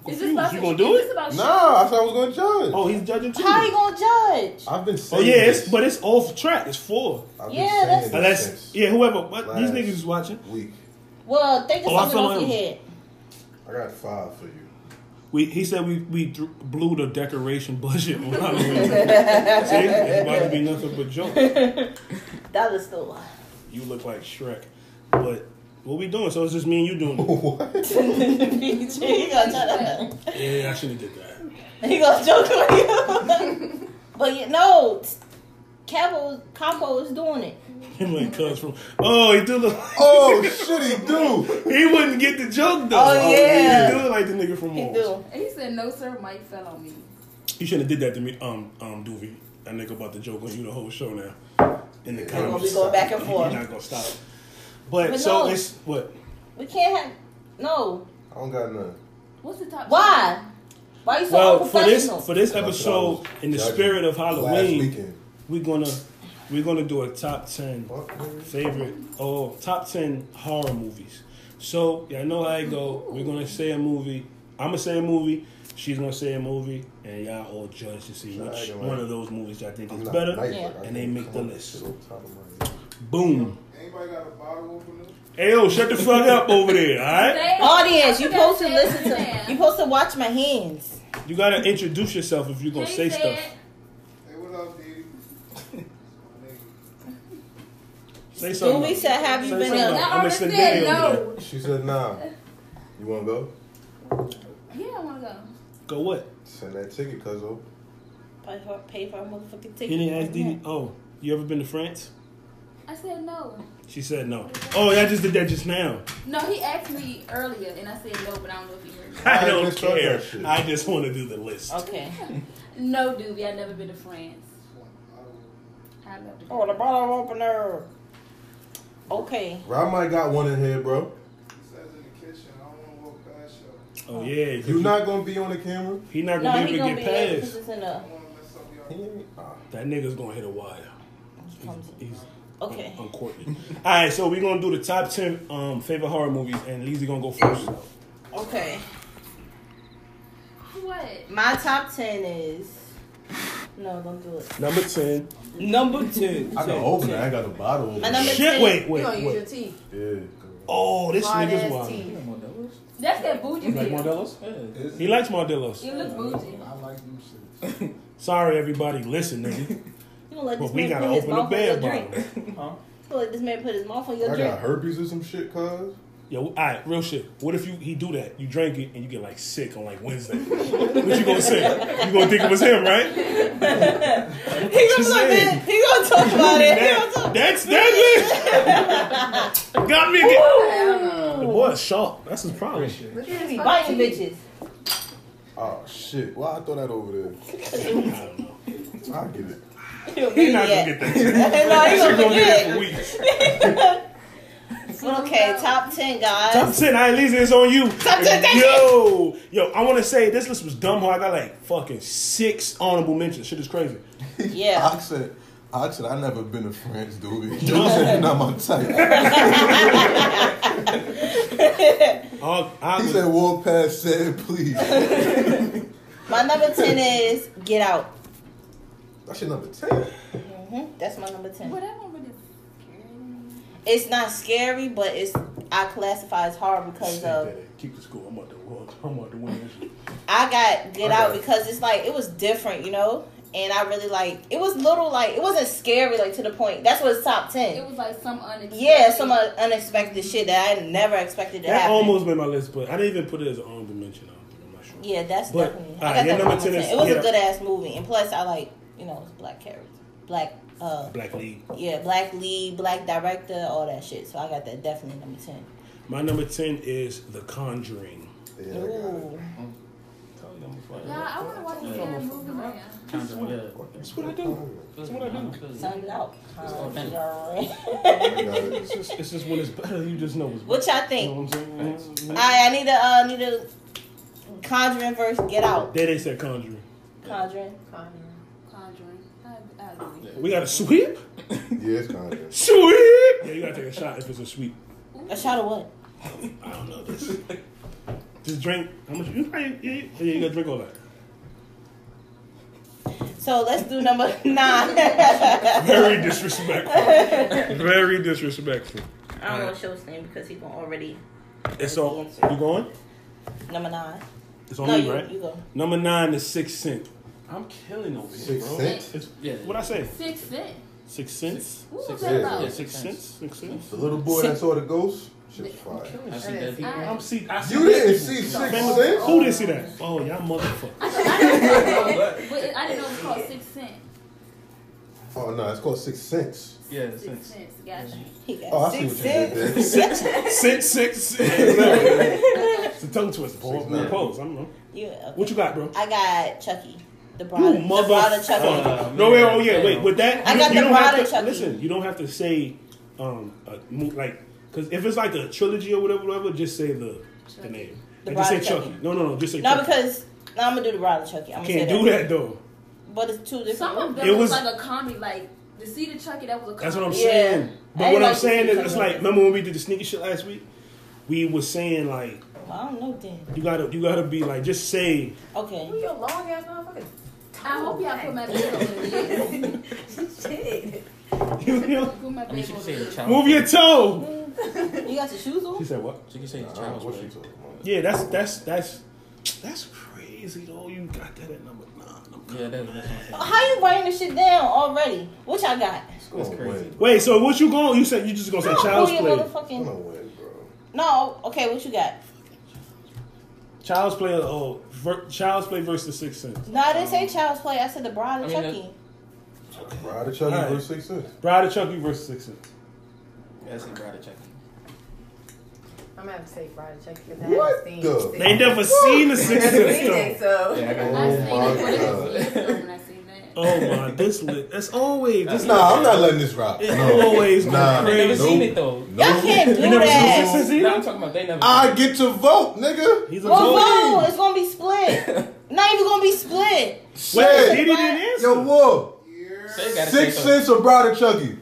Speaker 5: Is
Speaker 1: Confused.
Speaker 5: this about
Speaker 1: You
Speaker 5: to-
Speaker 1: gonna do
Speaker 5: is
Speaker 1: it?
Speaker 5: this about
Speaker 2: Nah, I thought I was gonna judge.
Speaker 1: Oh, he's judging too.
Speaker 4: How you gonna judge?
Speaker 2: I've been
Speaker 1: Oh
Speaker 2: saying.
Speaker 1: yeah, it's,
Speaker 2: this.
Speaker 1: but it's off track. It's four.
Speaker 2: I've
Speaker 4: Yeah,
Speaker 2: been
Speaker 4: that's-
Speaker 2: saying this
Speaker 1: Unless
Speaker 2: since
Speaker 1: yeah, whoever. What, these
Speaker 2: Last-
Speaker 1: niggas is watching.
Speaker 2: week.
Speaker 4: Well, think of
Speaker 1: Oh, I
Speaker 4: something
Speaker 1: fell in.
Speaker 4: off your head.
Speaker 2: I got five for you.
Speaker 1: We he said we we dr- blew the decoration budget on Halloween. See, it's about to be nothing but jokes.
Speaker 4: That was the one.
Speaker 1: You look like Shrek. But what we doing? So it's just me and you doing it.
Speaker 2: What?
Speaker 4: he gonna try to-
Speaker 1: Yeah, I should have did that.
Speaker 4: he gonna joke on you. but you know, Capo Capo is doing it.
Speaker 1: Him like cuz from Oh he do look
Speaker 2: Oh shit, he do.
Speaker 1: he wouldn't get the joke though.
Speaker 4: Oh, yeah.
Speaker 1: He do look like the nigga from
Speaker 4: He
Speaker 1: Mars.
Speaker 4: do.
Speaker 5: He said, no, sir, Mike fell on me.
Speaker 1: You shouldn't have did that to me, um um Doovy. That nigga about to joke on you the whole show now. In the
Speaker 2: Yeah.
Speaker 4: We're gonna
Speaker 1: comments.
Speaker 4: be going back and
Speaker 1: You're
Speaker 4: forth.
Speaker 1: not gonna stop. But,
Speaker 4: But
Speaker 1: so
Speaker 4: no.
Speaker 1: it's what?
Speaker 4: We can't have no.
Speaker 2: I don't got none.
Speaker 5: What's the top?
Speaker 4: Why? Why you so
Speaker 1: Well for this
Speaker 4: unprofessional?
Speaker 1: for this
Speaker 2: That's what I
Speaker 1: episode
Speaker 2: was
Speaker 1: in the
Speaker 2: judging
Speaker 1: spirit of
Speaker 2: Last
Speaker 1: Halloween,
Speaker 2: weekend.
Speaker 1: we're gonna we're gonna do a top ten
Speaker 2: What, nigga?
Speaker 1: favorite oh top 10 horror movies so yeah, I know how I go we're gonna say a movie i'm gonna say a movie she's gonna say a movie and y'all all judge to see
Speaker 2: Sure, I
Speaker 1: which
Speaker 2: don't
Speaker 1: one
Speaker 2: know.
Speaker 1: of those movies i think
Speaker 2: I'm
Speaker 1: is
Speaker 2: not
Speaker 1: better
Speaker 2: nice,
Speaker 4: Yeah.
Speaker 2: but I
Speaker 1: And they
Speaker 2: can
Speaker 1: make
Speaker 2: come
Speaker 1: the
Speaker 2: up with
Speaker 1: list.
Speaker 2: shit on top of my head.
Speaker 1: boom
Speaker 8: Anybody got a bottle opener?
Speaker 1: hey yo shut the fuck up over there all right
Speaker 5: Today,
Speaker 4: Audience, you
Speaker 5: I
Speaker 4: supposed
Speaker 5: forgot
Speaker 4: to
Speaker 5: say
Speaker 4: listen
Speaker 5: it
Speaker 4: to.
Speaker 5: now.
Speaker 4: You supposed to watch my hands.
Speaker 1: you gotta introduce yourself if you're gonna
Speaker 5: Can't
Speaker 1: say
Speaker 5: say
Speaker 1: stuff
Speaker 5: it.
Speaker 8: Hey, what up, Diddy?
Speaker 1: say
Speaker 4: Louis
Speaker 1: something
Speaker 4: said, "Have you
Speaker 1: Say
Speaker 4: been
Speaker 1: something.
Speaker 4: a?"
Speaker 5: Now,
Speaker 1: I'ma
Speaker 5: Armin
Speaker 1: send
Speaker 5: said
Speaker 1: video
Speaker 5: no.
Speaker 1: to
Speaker 2: She said, nah. You wanna go?
Speaker 5: Yeah, I want to go.
Speaker 1: go what
Speaker 2: Send that ticket, cuz oh.
Speaker 4: Pay for- Pay for a motherfucking
Speaker 1: you
Speaker 4: ticket.
Speaker 1: didn't ask D. oh you ever been to france
Speaker 5: I said no.
Speaker 1: she said no oh yeah i just did that just now
Speaker 5: No, he asked me earlier, and I said no, but I don't know if he heard. me.
Speaker 1: i
Speaker 2: I
Speaker 1: don't
Speaker 2: just said
Speaker 1: care
Speaker 2: that shit.
Speaker 1: i just want to do the list
Speaker 4: Okay.
Speaker 5: No, Doobie, I've never been to France. I love to
Speaker 3: Oh, the bottle opener. Okay.
Speaker 2: Rob might got one in here, bro.
Speaker 8: It says in the kitchen. I don't want to walk past y'all.
Speaker 1: Oh yeah, 'cause
Speaker 2: You not gonna be on the camera?
Speaker 1: he not
Speaker 4: No,
Speaker 1: gonna
Speaker 4: he
Speaker 1: be able
Speaker 4: gonna
Speaker 1: to
Speaker 4: be
Speaker 1: get
Speaker 4: late because
Speaker 1: past.
Speaker 4: it's in the.
Speaker 8: I don't want to mess up y'all.
Speaker 2: Ah,
Speaker 1: That nigga's gonna hit a wire.
Speaker 4: comes-
Speaker 1: He's, he's
Speaker 4: Okay.
Speaker 1: uncourtly. All right, so we're gonna do the top ten um, favorite horror movies, and Lizzie gonna go first.
Speaker 4: Okay.
Speaker 5: What?
Speaker 4: My top ten is. No, don't do it.
Speaker 1: Number ten.
Speaker 3: Number two.
Speaker 2: I got open it. I got a bottle
Speaker 4: My
Speaker 2: opener.
Speaker 4: number
Speaker 1: Shit,
Speaker 4: ten.
Speaker 1: wait,
Speaker 7: You
Speaker 1: wait,
Speaker 7: gonna use your
Speaker 1: wait.
Speaker 7: teeth.
Speaker 2: Yeah.
Speaker 1: Oh, this
Speaker 7: Hard
Speaker 1: nigga's
Speaker 7: ass
Speaker 1: wild.
Speaker 7: teeth.
Speaker 5: That's that bougie
Speaker 1: You like
Speaker 5: bill.
Speaker 1: Modelo's?
Speaker 6: Yeah.
Speaker 1: He likes Modelo's.
Speaker 5: You look bougie.
Speaker 8: I like them shits.
Speaker 1: Sorry, everybody, listen, nigga.
Speaker 4: You gonna let
Speaker 1: But
Speaker 4: this
Speaker 1: we
Speaker 4: man
Speaker 1: gotta
Speaker 4: put his
Speaker 1: open the
Speaker 4: mouth on your
Speaker 1: bed
Speaker 4: drink?
Speaker 1: bottle.
Speaker 6: Huh?
Speaker 4: You gonna let this man put his mouth on your
Speaker 2: I got
Speaker 4: drink?
Speaker 2: herpes or some shit, cuz.
Speaker 1: Yo, all right, real shit. What if you he do that? You drink it and you get like sick on like Wednesday. what you gonna say? You gonna think it was him, right?
Speaker 4: He gonna
Speaker 1: Just
Speaker 4: look
Speaker 1: saying.
Speaker 4: at- He gonna talk about it. He gonna
Speaker 1: That,
Speaker 4: talk.
Speaker 1: that's that nigga. Got me again. The boy is sharp. That's his problem.
Speaker 4: He be biting bitches.
Speaker 2: Oh shit. Why I throw that over there?
Speaker 1: I don't know.
Speaker 2: I get it.
Speaker 1: He not gonna get that. shit.
Speaker 4: no, he
Speaker 1: That shit
Speaker 4: gonna
Speaker 1: gonna be there
Speaker 4: forget.
Speaker 1: for weeks.
Speaker 4: But okay, top ten guys.
Speaker 1: Top ten, I Lisa, it's on you.
Speaker 4: Top 10, thank
Speaker 1: yo, yo, I want to say this list was dumb. hard. I got like fucking six honorable mentions. Shit is crazy.
Speaker 4: Yeah.
Speaker 2: I said, I said, I never been to France, dude. You said you're not my type.
Speaker 1: Uh, I
Speaker 2: He
Speaker 1: was-
Speaker 2: said, walk past, said please. That
Speaker 4: My number ten is Get Out.
Speaker 2: shit number ten.
Speaker 4: hmm That's my number ten.
Speaker 5: Well, that one really scared me.
Speaker 4: It's not scary, but it's I classify as horror
Speaker 1: Shit,
Speaker 4: because of
Speaker 1: daddy, keep the score. I'm about to walk. I'm about to win this shit.
Speaker 4: I got Get
Speaker 2: Okay.
Speaker 4: Out because it's like it was different, you know. And I really like it was little like it wasn't scary like to the point. That's what's top
Speaker 5: It
Speaker 4: ten.
Speaker 5: was like some unexpected.
Speaker 4: Yeah, some uh, unexpected shit that I never expected to
Speaker 1: That
Speaker 4: happen.
Speaker 1: almost made my list, but I didn't even put it as an honorable mention. I don't think. I'm not sure.
Speaker 4: yeah, that's
Speaker 1: But,
Speaker 4: definitely.
Speaker 1: alright,
Speaker 4: I got
Speaker 1: your
Speaker 4: that
Speaker 1: number
Speaker 4: number
Speaker 1: 10
Speaker 4: ten.
Speaker 1: is
Speaker 4: It was
Speaker 1: Get
Speaker 4: a
Speaker 1: Out.
Speaker 4: good ass movie, and plus I like you know it's black characters, black uh
Speaker 1: Black League.
Speaker 4: yeah black lead, black director, all that shit. So I got that definitely number ten.
Speaker 1: My number ten is The Conjuring.
Speaker 2: Yeah, I got it.
Speaker 4: Ooh,
Speaker 6: Told you I'm before.
Speaker 5: Yeah, I want to watch the
Speaker 6: Yeah.
Speaker 5: scary movie right now.
Speaker 1: That's what I do. That's what I do.
Speaker 4: sound it out.
Speaker 6: authentic.
Speaker 2: I got it.
Speaker 1: It's just, it's just when it's better, you just know it's better.
Speaker 4: What y'all
Speaker 1: You know
Speaker 4: think?
Speaker 1: what I'm saying?
Speaker 4: I I need to uh need to Conjuring verse Get Out.
Speaker 1: They didn't say Conjuring.
Speaker 4: Conjuring.
Speaker 5: Conjuring. I, I agree.
Speaker 1: We got a sweep.
Speaker 2: Yeah, it's kind of.
Speaker 1: Sweep. Yeah, you gotta take a shot if it's a sweep.
Speaker 4: A shot of what?
Speaker 1: I don't know this. Just drink. How much? You probably yeah, yeah, you gotta drink all that.
Speaker 4: So let's do number nine. I
Speaker 1: Very disrespectful. Very disrespectful.
Speaker 4: don't want to show his name because he gonna already
Speaker 1: It's all. You going?
Speaker 4: number nine.
Speaker 1: It's on
Speaker 4: No,
Speaker 1: me,
Speaker 4: you,
Speaker 1: right?
Speaker 4: you go.
Speaker 1: Number nine is Six Cent. I'm killing over here,
Speaker 2: Six
Speaker 1: bro.
Speaker 2: cents.
Speaker 1: It's,
Speaker 6: Yeah.
Speaker 1: what I say?
Speaker 5: Six Cent.
Speaker 1: Six cents.
Speaker 5: What was
Speaker 6: Six
Speaker 5: that
Speaker 2: Cent.
Speaker 5: about?
Speaker 6: Yeah,
Speaker 1: Six
Speaker 6: Six
Speaker 1: cents. Six cents.
Speaker 2: The little boy that saw the ghost. Shit was fire.
Speaker 6: I see that people.
Speaker 5: I-
Speaker 1: I'm see. I see
Speaker 2: You didn't
Speaker 1: people.
Speaker 2: see six
Speaker 1: Famous-
Speaker 2: cents.
Speaker 1: Who didn't see that? Oh, y'all motherfuckers.
Speaker 5: But it, I didn't know it was called Six Cent.
Speaker 2: Oh no, it's called Six Cents.
Speaker 6: Yeah,
Speaker 5: Six
Speaker 6: since.
Speaker 5: Cents. Gotcha.
Speaker 4: He got
Speaker 2: Oh, I see
Speaker 4: six
Speaker 2: what you did
Speaker 4: cents.
Speaker 2: there.
Speaker 1: Six, six, six, six. It's a tongue twister. Pause.
Speaker 2: Six, nine.
Speaker 1: Pause. I don't know.
Speaker 4: You, okay.
Speaker 1: What you got, bro?
Speaker 4: I got Chucky. The
Speaker 1: You
Speaker 4: brother. the
Speaker 1: mother.
Speaker 4: brother Chucky.
Speaker 1: Uh, no, wait, oh yeah, wait. With that,
Speaker 4: I
Speaker 1: you,
Speaker 4: got
Speaker 1: you
Speaker 4: the
Speaker 1: don't have
Speaker 4: brother
Speaker 1: to
Speaker 4: Chucky.
Speaker 1: listen. You don't have to say, um, a, mo- like, because if it's like a trilogy or whatever, whatever, just say the the name.
Speaker 4: The
Speaker 1: Like, just say
Speaker 4: brother Chucky.
Speaker 1: Chucky. No, no, no. Just say
Speaker 4: no,
Speaker 1: Chucky.
Speaker 4: because no, I'm gonna do the brother Chucky. I'm gonna
Speaker 1: Can't
Speaker 4: say
Speaker 1: do that though.
Speaker 4: But it's two different.
Speaker 5: Some of
Speaker 4: movies.
Speaker 5: them
Speaker 1: It was-
Speaker 5: was, like a comedy, like the Cedar Chucky. That was a comedy.
Speaker 1: That's what I'm
Speaker 4: Yeah.
Speaker 1: saying.
Speaker 4: I
Speaker 1: But what
Speaker 4: like
Speaker 1: I'm
Speaker 4: to
Speaker 1: saying
Speaker 4: see
Speaker 1: is, it's
Speaker 4: something
Speaker 1: like
Speaker 4: like-
Speaker 1: remember when we did the sneaker shit last week? We were saying like
Speaker 4: I don't know then.
Speaker 1: you gotta you gotta be like just say
Speaker 4: Okay.
Speaker 7: You your long ass motherfucker.
Speaker 5: I hope y'all put my bed over the lid.
Speaker 7: Shit.
Speaker 1: you know
Speaker 5: Put my
Speaker 6: I mean,
Speaker 5: bed
Speaker 6: she can
Speaker 5: over
Speaker 6: say
Speaker 5: the
Speaker 6: the
Speaker 5: lid.
Speaker 6: child.
Speaker 1: move your toe.
Speaker 4: You got your shoes
Speaker 1: She
Speaker 4: on?
Speaker 1: said what?
Speaker 6: She can say
Speaker 2: I
Speaker 6: the
Speaker 2: don't know
Speaker 6: child's
Speaker 2: what you
Speaker 6: play.
Speaker 2: talking about.
Speaker 1: Yeah, that's that's that's that's crazy though. You got that at number nine. I'm
Speaker 6: Yeah,
Speaker 1: coming.
Speaker 6: that, that's what I'm saying.
Speaker 4: How you writing this shit down already? What y'all got?
Speaker 2: It's gonna
Speaker 6: That's crazy.
Speaker 2: win.
Speaker 1: Wait, so what you going? You said you just gonna say
Speaker 4: No,
Speaker 1: child's
Speaker 4: who your
Speaker 1: play?
Speaker 2: It's
Speaker 4: motherfucking-
Speaker 2: gonna win, bro.
Speaker 4: No, okay, what you got?
Speaker 1: Child's play. Oh, ver, child's play versus the Sixth Sense.
Speaker 4: No, I didn't say child's play. I said the bride of
Speaker 6: I mean,
Speaker 4: Chucky.
Speaker 2: Ride each other
Speaker 1: Alright.
Speaker 2: versus Six Cents.
Speaker 1: Bride of Chucky versus Sixth Sense.
Speaker 6: That's a brother check.
Speaker 7: I'm gonna have to say Friday check because I
Speaker 2: What
Speaker 7: haven't seen
Speaker 2: the-
Speaker 7: six.
Speaker 1: They never seen the Sixth
Speaker 7: I haven't seen
Speaker 1: Sense
Speaker 7: it, so
Speaker 6: Yeah, I got
Speaker 5: I seen
Speaker 2: Oh
Speaker 5: it
Speaker 2: my
Speaker 5: when it
Speaker 2: God.
Speaker 5: was years ago when I seen that.
Speaker 1: Oh my, this lit. That's always. This
Speaker 2: Nah, I'm not letting this rock.
Speaker 1: It
Speaker 2: No.
Speaker 1: always go
Speaker 2: Nah.
Speaker 6: They never
Speaker 1: crazy.
Speaker 6: seen it though.
Speaker 2: No.
Speaker 4: Y'all can't do that.
Speaker 1: Since he-
Speaker 6: No, I'm talking about they never.
Speaker 2: I get to vote, nigga.
Speaker 1: He's a
Speaker 4: Well,
Speaker 1: total.
Speaker 4: no, it's gonna be split. Not even gonna be split.
Speaker 1: Wait,
Speaker 2: Shit.
Speaker 1: Diddy didn't answer.
Speaker 2: Yo, war.
Speaker 8: Yeah,
Speaker 6: They gotta
Speaker 2: Six
Speaker 6: say
Speaker 2: cents or Browder Chucky?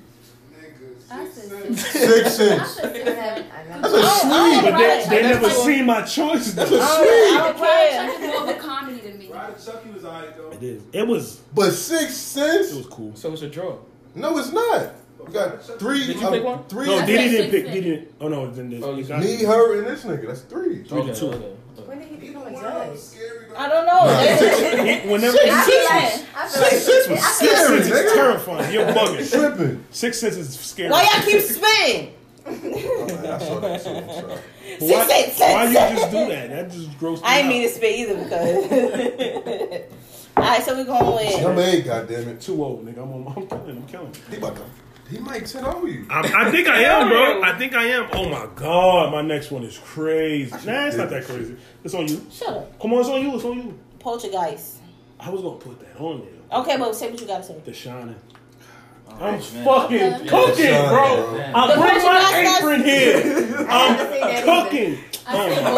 Speaker 5: I
Speaker 8: nigga. Six
Speaker 5: said
Speaker 8: cents.
Speaker 2: Six cents. That's a
Speaker 4: I
Speaker 2: sweet.
Speaker 1: But they, they
Speaker 4: That's
Speaker 1: never
Speaker 4: like-
Speaker 1: seen my choice.
Speaker 2: That's
Speaker 1: Though.
Speaker 2: a sweet.
Speaker 4: I don't care.
Speaker 5: Chuck is more of a comedy than me.
Speaker 8: Ryder Chucky was alright though.
Speaker 1: It is. It was.
Speaker 2: But six
Speaker 1: It was
Speaker 2: cents?
Speaker 1: cool.
Speaker 6: So it's a draw.
Speaker 2: No, it's not. We got three. uh,
Speaker 6: Did you pick one?
Speaker 2: Three.
Speaker 1: No,
Speaker 5: I
Speaker 1: Diddy
Speaker 5: said
Speaker 1: didn't pick.
Speaker 5: six
Speaker 1: Diddy didn't. Oh no, then this.
Speaker 6: Oh, you-
Speaker 2: Me, her, and this nigga. That's three.
Speaker 1: Three to
Speaker 6: Okay,
Speaker 1: two.
Speaker 6: okay, okay.
Speaker 7: When did he become a
Speaker 8: One of
Speaker 7: judge?
Speaker 8: them scary though.
Speaker 4: I don't know.
Speaker 1: He- Whenever
Speaker 4: Six cents.
Speaker 7: I feel
Speaker 2: Six cents was
Speaker 1: six
Speaker 2: scary,
Speaker 1: cents is
Speaker 2: nigga.
Speaker 1: terrifying. You're bugging.
Speaker 2: Tripping.
Speaker 1: Six cents is scary.
Speaker 4: Why y'all keep spitting?
Speaker 2: Alright, Oh, I saw that too. I'm sorry.
Speaker 1: But why,
Speaker 4: Six, six,
Speaker 1: why
Speaker 4: six,
Speaker 1: you
Speaker 4: six.
Speaker 1: just do that? That just gross.
Speaker 4: I
Speaker 1: me
Speaker 4: didn't mean to
Speaker 1: out.
Speaker 4: spit either because. All right, so we're going
Speaker 2: Number
Speaker 4: with.
Speaker 2: eight, goddammit.
Speaker 1: Too old, nigga. I'm, I'm killing. I'm killing.
Speaker 2: He about to. He might ten over you.
Speaker 1: I, I think I am, bro. I think I am. Oh my god, my next one is crazy. Nah, it's not that crazy. It's on you.
Speaker 4: Shut up.
Speaker 1: Come on, it's on you. It's on you.
Speaker 4: Poltergeist.
Speaker 1: I was gonna put that on there.
Speaker 4: Okay, but say what you gotta say.
Speaker 1: The Shining.
Speaker 6: Oh,
Speaker 1: I'm
Speaker 6: man.
Speaker 1: fucking
Speaker 2: The
Speaker 1: cooking,
Speaker 2: Shining,
Speaker 1: bro.
Speaker 2: bro.
Speaker 1: I
Speaker 4: The
Speaker 1: bring
Speaker 4: person
Speaker 1: my
Speaker 4: that's-
Speaker 1: apron here. I'm
Speaker 7: that
Speaker 1: cooking. Oh,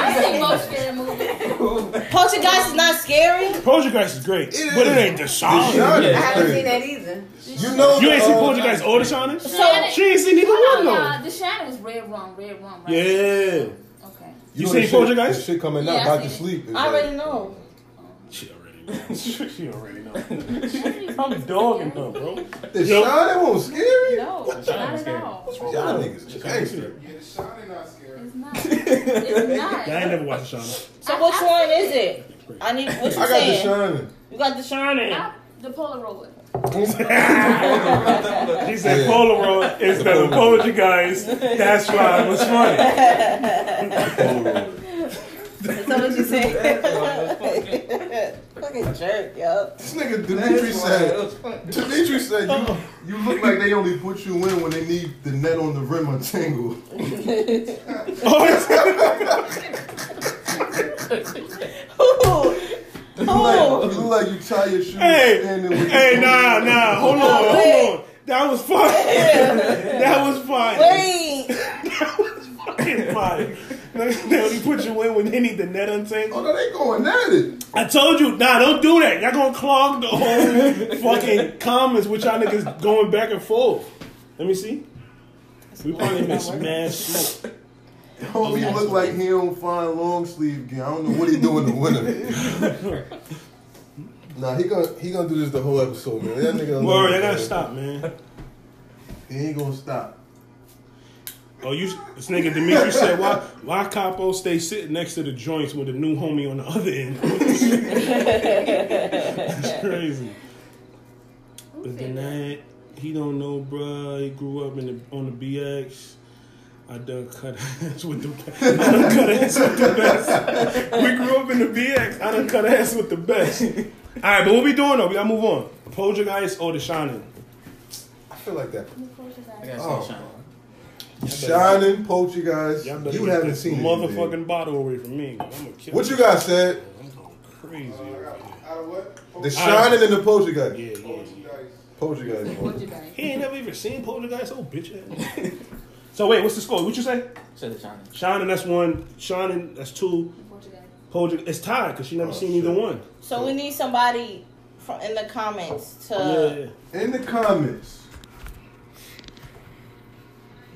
Speaker 5: I said most scary movie.
Speaker 4: Poltergeist is not scary.
Speaker 1: Poltergeist is great,
Speaker 2: It
Speaker 1: but it
Speaker 2: is.
Speaker 1: ain't The Shining.
Speaker 2: Shining.
Speaker 7: I
Speaker 6: Yeah.
Speaker 7: haven't seen that either.
Speaker 2: You know.
Speaker 1: You ain't seen
Speaker 2: uh,
Speaker 1: Poltergeist or The Shining?
Speaker 4: So
Speaker 1: She ain't seen either
Speaker 5: Hold
Speaker 1: one
Speaker 5: on,
Speaker 1: though.
Speaker 5: y'all. The Shining was red wrong, red wrong, right?
Speaker 1: Yeah.
Speaker 5: Okay.
Speaker 1: You
Speaker 2: know
Speaker 1: seen
Speaker 2: the shit-
Speaker 1: Poltergeist?
Speaker 2: the Shit coming out
Speaker 5: Yeah, I
Speaker 2: about to
Speaker 5: seen it.
Speaker 2: sleep. is
Speaker 4: I
Speaker 2: like-
Speaker 4: already know.
Speaker 1: She already knows. she already knows. I'm dogging her, bro.
Speaker 2: The
Speaker 1: Yo.
Speaker 2: Shining that one was scary.
Speaker 5: No, not
Speaker 6: Shining was
Speaker 5: at
Speaker 6: scary.
Speaker 5: all.
Speaker 2: Y'all niggas gangster.
Speaker 8: Yeah, the Shining not scary.
Speaker 5: It's not. It's not.
Speaker 1: I ain't never watched The Shining.
Speaker 4: So which one is it? I need. What you
Speaker 2: I got the
Speaker 4: saying?
Speaker 2: Shining.
Speaker 4: you got the Shining.
Speaker 5: I- the Polaroid.
Speaker 1: She said
Speaker 2: Yeah.
Speaker 1: Polaroid instead of Poltergeist. That's why it was funny.
Speaker 4: Is that what you saying? Fucking jerk, yo.
Speaker 2: This nigga Dimitri said. Dimitri said you, you look like they only put you in when they need the net on the rim untangled.
Speaker 1: Oh, it's-
Speaker 2: You look like you, look like you tie your shoes
Speaker 1: Hey.
Speaker 2: standing with
Speaker 1: hey,
Speaker 2: your-
Speaker 1: nah, nah. Hold on, hold on. That was fun. That was fun.
Speaker 4: Wait.
Speaker 1: Fucking fun. They only put you in when they need the net untangled.
Speaker 2: Oh no, they going at it.
Speaker 1: I told you, nah, don't do that. Y'all gonna clog the whole fucking comments with y'all niggas going back and forth. Let me see. We probably missed mad smoke.
Speaker 2: Homie look like he don't find long sleeve gear. I don't know what he do in the winter. nah, he gonna he gonna do this the whole episode, man. That nigga.
Speaker 1: Word,
Speaker 2: alone,
Speaker 1: I gotta
Speaker 2: man.
Speaker 1: stop, man.
Speaker 2: He ain't gonna stop.
Speaker 1: Oh, you this nigga Dimitri said why why Capo stay sitting next to the joints with a new homie on the other end? That's crazy.
Speaker 5: Who
Speaker 1: But then
Speaker 5: said that?
Speaker 1: that he don't know, bruh. He grew up in the on the BX. I done cut ass with the I done cut ass with the best. We grew up in the BX. I done cut ass with the best. All right, but what we doing though? We gotta move on. Poltergeist or The Shining?
Speaker 2: I feel like that.
Speaker 6: I got
Speaker 2: Oh.
Speaker 6: sunshine.
Speaker 2: Shining poacher guys.
Speaker 1: Y'all better
Speaker 2: You
Speaker 1: get
Speaker 2: haven't
Speaker 1: this
Speaker 2: seen it,
Speaker 1: motherfucking
Speaker 2: man.
Speaker 1: bottle away from me. I'm gonna kill
Speaker 2: What you guys said?
Speaker 1: I'm going crazy.
Speaker 8: Uh, out of what?
Speaker 2: The Shining and the poacher guys.
Speaker 1: Yeah, yeah, yeah.
Speaker 2: Poacher guys.
Speaker 5: What
Speaker 2: man.
Speaker 5: you think?
Speaker 1: He ain't never even seen Poltergeist. Oh, bitch ass. so wait, what's the score? What you say?
Speaker 6: Said the shining.
Speaker 1: Shining, that's one. Shining, that's two.
Speaker 5: What you think?
Speaker 1: Poltergeist, it's tied because she never
Speaker 2: Oh,
Speaker 1: seen
Speaker 2: shit.
Speaker 1: either one.
Speaker 4: So we need somebody from in the comments
Speaker 2: Uh,
Speaker 4: to
Speaker 1: yeah.
Speaker 2: In the comments,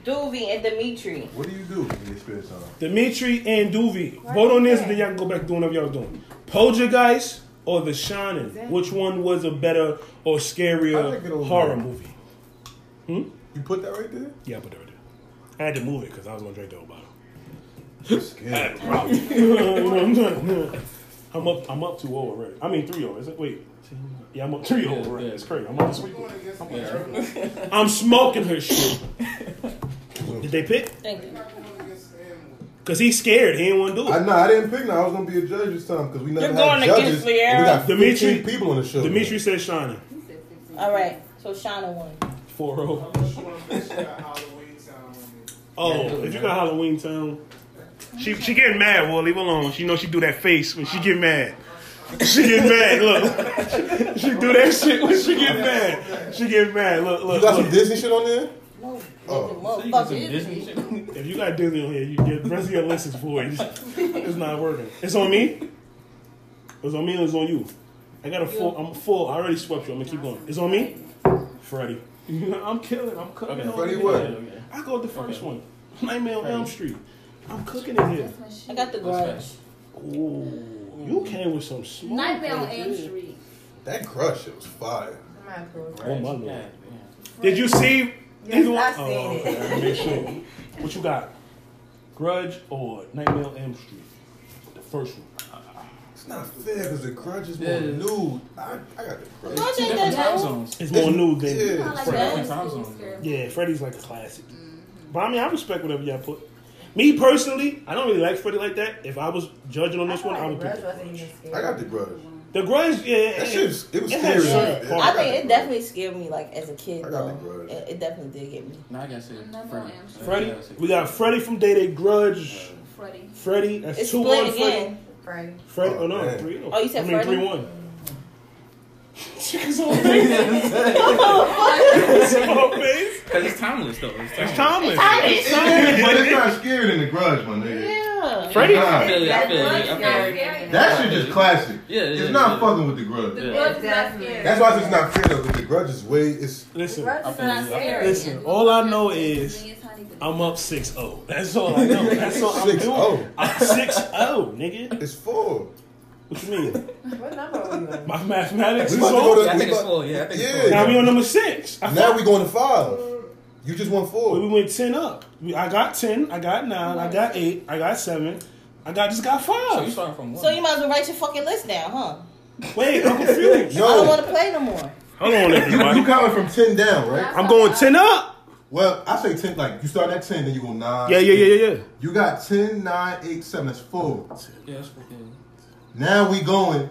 Speaker 4: Doovy and Dimitri.
Speaker 2: what do you do in your spare time?
Speaker 1: Dimitri and Duvi. Vote on this, and then y'all can go back to doing whatever y'all was doing. Poltergeist or The Shining? Which one was a better or
Speaker 2: I think it'll
Speaker 1: scarier
Speaker 2: be-
Speaker 1: horror movie?
Speaker 2: You put that right there?
Speaker 1: Yeah, but there it is. I had to move it because I was gonna drink the whole bottle.
Speaker 2: That's scary.
Speaker 1: You know what I'm saying? I'm up. I'm up two zero already. I mean three zero. Is it? Wait. Yeah, I'm up three zero already. It's crazy. I'm up this
Speaker 8: We
Speaker 1: week.
Speaker 8: going against the Arabs.
Speaker 1: I'm smoking her shit. Did they pick?
Speaker 4: Thank
Speaker 8: We
Speaker 4: you.
Speaker 8: not going against the animals.
Speaker 1: Cause he's scared. He didn't want to do
Speaker 2: I
Speaker 1: it.
Speaker 2: know I didn't pick now. I was gonna be a judge this time because we never
Speaker 4: You're
Speaker 2: had
Speaker 4: going
Speaker 2: judges.
Speaker 4: against
Speaker 2: and we got
Speaker 1: Dimitri-
Speaker 2: 15 people on the show.
Speaker 1: Dimitri said Shining.
Speaker 5: He said 15.
Speaker 4: All right. So Shauna won.
Speaker 1: 4 0.
Speaker 8: I'm just want to got Halloween time on it.
Speaker 1: Oh, if you got Halloween Town. She she getting mad, well leave her alone. She know she do that face when she get mad. She get mad. Look, she do that shit when she get mad. She get mad. Look,
Speaker 2: You
Speaker 1: look,
Speaker 2: got some
Speaker 1: look.
Speaker 2: Disney shit on there?
Speaker 3: No,
Speaker 2: Oh.
Speaker 6: So you got some
Speaker 3: motherfucker.
Speaker 6: Disney shit.
Speaker 1: If you got Disney on here, you get the rest of your list is void. It's not working. It's on me. It's on me. Or it's on you. I got a full. I'm full. I already swept you. I'm gonna keep going. It's on me, Freddie. I'm killing. I'm cooking.
Speaker 6: Okay.
Speaker 1: over
Speaker 2: Freddie
Speaker 1: here.
Speaker 2: what?
Speaker 6: Okay.
Speaker 1: I go with the first
Speaker 6: Okay.
Speaker 1: one. Nightmare on Elm
Speaker 6: Freddie.
Speaker 1: Street. I'm cooking in here.
Speaker 4: I got the grudge.
Speaker 1: Ooh, you came with some smoke.
Speaker 5: Nightmare on
Speaker 1: right
Speaker 5: Elm
Speaker 1: there.
Speaker 5: Street.
Speaker 2: That crush shit was fire.
Speaker 7: I'm gonna have to go.
Speaker 1: Oh, my lord.
Speaker 6: Yeah,
Speaker 1: Did you see?
Speaker 7: Yes,
Speaker 1: either one?
Speaker 7: I
Speaker 1: oh,
Speaker 7: seen it.
Speaker 1: okay. I gotta Make sure. What you got? Grudge or Nightmare on Elm Street? The first one.
Speaker 2: It's not fair because the grudge is more
Speaker 6: Yeah.
Speaker 2: nude. I, I got the grudge.
Speaker 4: Grudge
Speaker 6: Two
Speaker 4: ain't
Speaker 6: different
Speaker 4: that
Speaker 6: time
Speaker 4: old.
Speaker 6: zones.
Speaker 1: It's more new than
Speaker 2: Yeah.
Speaker 5: I like
Speaker 1: Freddy.
Speaker 5: that.
Speaker 6: Different time
Speaker 5: School
Speaker 6: zones.
Speaker 5: scare.
Speaker 1: Yeah, Freddy's like a classic.
Speaker 7: Mm-hmm.
Speaker 1: But I mean, I respect whatever y'all put. Me personally, I don't really like Freddy like that. If I was judging on this one, I would pick
Speaker 7: Grudge
Speaker 1: the
Speaker 7: wasn't
Speaker 1: Grudge.
Speaker 7: even
Speaker 2: I
Speaker 7: scary.
Speaker 2: got the grudge.
Speaker 1: The Grudge, yeah,
Speaker 2: That shit was, it was
Speaker 1: It
Speaker 2: scary.
Speaker 1: had
Speaker 2: as
Speaker 1: shit.
Speaker 2: hell.
Speaker 4: I
Speaker 2: got
Speaker 4: think
Speaker 2: the
Speaker 4: it definitely scared me, like as a kid.
Speaker 2: I got the
Speaker 4: though.
Speaker 2: grudge.
Speaker 4: It, it definitely did get me.
Speaker 6: No, I gotta say
Speaker 5: Another
Speaker 6: Freddy.
Speaker 5: one.
Speaker 1: Freddy.
Speaker 6: Yeah, I said
Speaker 1: We got Freddy from Day Day Grudge.
Speaker 5: Freddy.
Speaker 1: Freddy, that's
Speaker 4: It's
Speaker 1: two
Speaker 4: split
Speaker 1: one Freddy.
Speaker 4: again.
Speaker 7: Friday.
Speaker 1: Freddy, oh
Speaker 2: Oh,
Speaker 1: no,
Speaker 2: man.
Speaker 1: three. no.
Speaker 4: Oh, you said
Speaker 1: I mean,
Speaker 4: Freddy?
Speaker 1: three one.
Speaker 6: Cause it's timeless though. It's timeless.
Speaker 1: It's Thomas.
Speaker 4: Thomas.
Speaker 2: But it's not scarier than the grudge, my nigga.
Speaker 4: Yeah.
Speaker 1: Freddy.
Speaker 6: I feel
Speaker 2: Nah,
Speaker 6: you. I feel you. I feel you.
Speaker 2: that shit just classic.
Speaker 6: Yeah, yeah,
Speaker 2: It's not
Speaker 6: yeah.
Speaker 2: fucking with the grudge.
Speaker 5: The
Speaker 6: Yeah.
Speaker 5: blood's not
Speaker 7: Definitely.
Speaker 5: scary.
Speaker 2: That's why it's not fair though. 'cause The grudge is way. It's
Speaker 1: Listen,
Speaker 7: Grudge is not
Speaker 6: feel you.
Speaker 7: scary.
Speaker 1: Listen, all I know is I'm up 6-0. That's all I know. That's all I'm doing.
Speaker 2: 6-0.
Speaker 1: I'm 6-0, nigga.
Speaker 2: it's four.
Speaker 1: What you mean?
Speaker 7: What number are we on?
Speaker 1: My mathematics
Speaker 2: We
Speaker 1: is
Speaker 2: about to
Speaker 1: off.
Speaker 2: go to-
Speaker 6: Yeah, I think
Speaker 2: we
Speaker 6: it's
Speaker 2: about-
Speaker 6: full. Yeah, I think
Speaker 2: Yeah.
Speaker 6: it's full.
Speaker 1: Now we on number 6. I
Speaker 2: Now
Speaker 1: thought
Speaker 2: we going to five. You just won
Speaker 1: we
Speaker 2: four.
Speaker 1: went 10 up. We- I got 10, I got 9, I got 8, I got 7. I got just got
Speaker 6: So you
Speaker 1: five.
Speaker 6: starting from one.
Speaker 4: So you might as well write your fucking list down, huh?
Speaker 1: Wait, I'm confused.
Speaker 4: I don't
Speaker 2: No,
Speaker 4: want to play no more.
Speaker 1: Hold on,
Speaker 2: you, you counting from ten down, right?
Speaker 1: I'm going ten up.
Speaker 2: Well, I say ten. Like you start at ten, then you go nine.
Speaker 1: Yeah, yeah, yeah, yeah, yeah.
Speaker 2: You got 10, 9, 8, 7. That's four.
Speaker 6: yeah, that's okay.
Speaker 2: Now we going to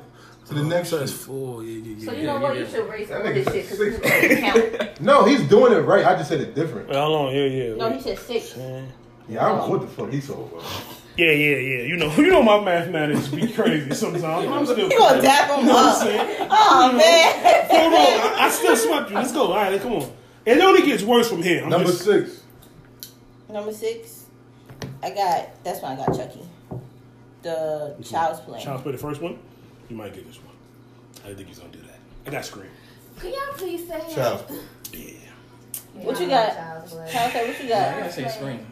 Speaker 1: Oh,
Speaker 2: the next. shit.
Speaker 1: four. Yeah, yeah,
Speaker 5: So you know what? You should raise up this shit because you
Speaker 2: Six.
Speaker 5: can't count.
Speaker 2: No, he's doing it right. I just said it different.
Speaker 1: How long? Yeah, yeah.
Speaker 5: No,
Speaker 1: wait.
Speaker 5: he said six.
Speaker 2: Yeah, I don't know what the fuck he told. bro.
Speaker 1: Yeah, yeah, yeah. You know, you know my mathematics be crazy sometimes. I'm still.
Speaker 4: You gonna dap him up? Oh man.
Speaker 1: Hold on, I, I still swept you. Let's go. All right, come on. It only gets worse from here. I'm
Speaker 2: Number
Speaker 1: just-
Speaker 2: six.
Speaker 4: Number six, I got. That's when I got Chucky. The child's play.
Speaker 1: Child's play the first one. You might get this one. I didn't think he's gonna do that. I got scream.
Speaker 5: Can y'all please say it?
Speaker 2: Child's play.
Speaker 1: Yeah.
Speaker 4: What you
Speaker 7: Nah,
Speaker 4: got?
Speaker 7: Child's play.
Speaker 4: Child's play. What you
Speaker 6: I gotta
Speaker 4: got?
Speaker 6: say Scream.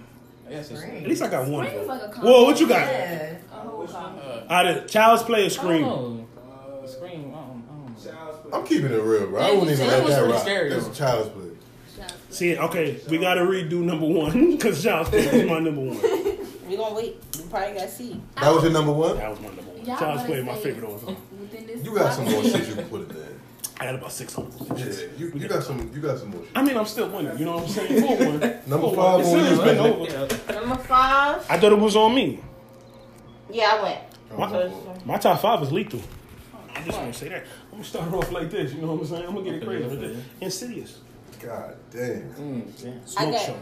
Speaker 6: I gotta say Scream.
Speaker 1: At least I got one.
Speaker 5: Scream is
Speaker 1: vote.
Speaker 5: like a comedy.
Speaker 1: Whoa, what you got?
Speaker 7: Yeah.
Speaker 5: A Oh. whole comedy.
Speaker 6: Uh,
Speaker 1: Out of Child's play or
Speaker 6: I don't
Speaker 1: scream.
Speaker 6: know.
Speaker 8: Uh,
Speaker 6: Oh, Scream. I don't, I don't know.
Speaker 8: Child's play.
Speaker 2: I'm keeping it real, bro. I
Speaker 6: Yeah,
Speaker 2: wouldn't
Speaker 6: you
Speaker 2: even
Speaker 6: said it
Speaker 2: let
Speaker 6: was
Speaker 2: that
Speaker 6: pretty
Speaker 2: rock.
Speaker 6: scary,
Speaker 2: That's
Speaker 6: though.
Speaker 2: child's play.
Speaker 1: See, okay, we gotta redo number one because Child's play is my number one.
Speaker 4: We gonna wait. We probably got C.
Speaker 2: That was your number one.
Speaker 1: That was my number one.
Speaker 5: Y'all
Speaker 1: Child's play,
Speaker 5: gotta
Speaker 1: is my
Speaker 5: say
Speaker 1: favorite all time.
Speaker 5: Within this
Speaker 2: You got some more
Speaker 5: box.
Speaker 2: shit you can put in there.
Speaker 1: I had about six hundred.
Speaker 2: Yeah, you, you got some. You got some more shit.
Speaker 1: I mean, I'm still winning. You know what I'm saying? Four one.
Speaker 2: Number
Speaker 1: Four One. The
Speaker 2: five on
Speaker 1: series
Speaker 2: you,
Speaker 1: been
Speaker 2: right?
Speaker 1: over.
Speaker 6: Yeah.
Speaker 4: Number five.
Speaker 1: I thought it was on me.
Speaker 4: Yeah, I went.
Speaker 1: What? My top five is lethal. I just want to say that. I'm gonna start off like this. You know what I'm saying? I'm gonna get it crazy. with it. Insidious.
Speaker 2: God damn.
Speaker 6: Mm, yeah.
Speaker 1: Smoke
Speaker 4: I got-
Speaker 1: show.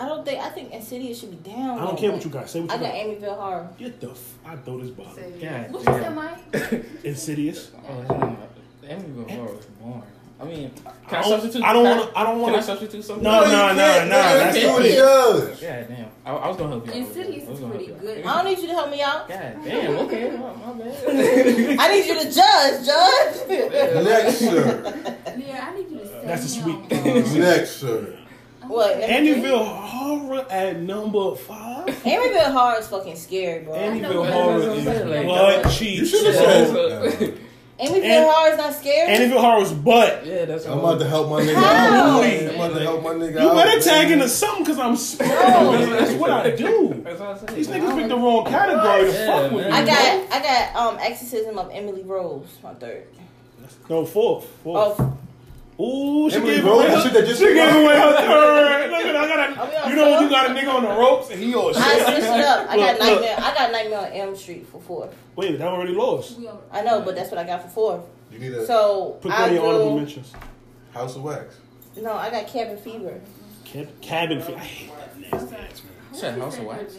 Speaker 4: I don't think. I think Insidious should be down.
Speaker 1: I don't care what you got. Say what
Speaker 4: I
Speaker 1: you
Speaker 4: got
Speaker 1: got.
Speaker 4: Amityville Horror.
Speaker 1: Get the. F- I throw this bottle.
Speaker 6: God
Speaker 5: What
Speaker 6: damn.
Speaker 5: you said, Mike?
Speaker 1: Insidious.
Speaker 6: Oh, no. Amityville Horror was born. I mean, can I,
Speaker 1: I don't-
Speaker 6: substitute?
Speaker 1: I don't
Speaker 6: can
Speaker 1: wanna- I don't wanna-
Speaker 6: Can I substitute something?
Speaker 1: No, no, no, no. That's
Speaker 2: you
Speaker 1: not
Speaker 2: the
Speaker 1: it.
Speaker 2: judge.
Speaker 6: God damn. I, I was gonna help you. out with that.
Speaker 5: Insidious
Speaker 6: I was
Speaker 5: is
Speaker 6: gonna
Speaker 5: pretty
Speaker 6: help you out.
Speaker 5: good.
Speaker 4: I don't need you to help me out.
Speaker 6: God damn. Okay, my, my bad.
Speaker 4: I need you to judge, judge.
Speaker 2: Next, sir.
Speaker 5: Yeah, I need you to say
Speaker 1: That's a
Speaker 5: him,
Speaker 1: sweet-
Speaker 5: bro.
Speaker 2: Next, sir.
Speaker 4: what?
Speaker 1: Amityville horror at number five.
Speaker 4: Amityville Horror is fucking scary, bro.
Speaker 1: Amityville
Speaker 6: what
Speaker 1: horror
Speaker 6: I'm
Speaker 1: is
Speaker 6: saying, like, uh,
Speaker 1: butt
Speaker 6: that-
Speaker 2: You
Speaker 1: cheeks.
Speaker 2: should have
Speaker 1: yo.
Speaker 2: said.
Speaker 4: Amityville
Speaker 1: And-
Speaker 4: Horror is not scary.
Speaker 1: Amityville horror is butt.
Speaker 6: yeah, that's
Speaker 2: I'm
Speaker 6: all.
Speaker 2: about to help my nigga
Speaker 4: How?
Speaker 2: out. I'm about to help my nigga
Speaker 1: You
Speaker 2: out.
Speaker 1: better
Speaker 2: man.
Speaker 1: tag into something because I'm spoiled. That's what I do.
Speaker 6: That's what I'm saying.
Speaker 1: These niggas picked the wrong category to fuck with.
Speaker 4: I got I got um Exorcism of Emily Rose, my third.
Speaker 1: No, fourth. Fourth.
Speaker 4: Oh,
Speaker 1: Ooh, she
Speaker 2: Emily
Speaker 1: gave
Speaker 2: Rose,
Speaker 1: away
Speaker 2: the
Speaker 1: her,
Speaker 2: shit that just
Speaker 1: she
Speaker 2: came
Speaker 1: gave
Speaker 2: out.
Speaker 1: away her third. Look at I
Speaker 4: Oh, yeah,
Speaker 1: got a, you know when you got a nigga on the ropes and he all shit.
Speaker 4: I switched it up. I got
Speaker 1: Look, look.
Speaker 4: Nightmare. I got Nightmare on Elm Street for fourth.
Speaker 1: Wait, that already lost.
Speaker 5: We are-
Speaker 4: I know, but that's what I got for fourth.
Speaker 2: You need a
Speaker 4: So
Speaker 1: Put
Speaker 4: I
Speaker 1: that in your honorable
Speaker 4: do.
Speaker 1: mentions.
Speaker 2: house of wax.
Speaker 4: No, I got Cabin Fever.
Speaker 1: Cab- Cabin fever. I hate that nasty ass, man.
Speaker 6: Shit, House of Wax.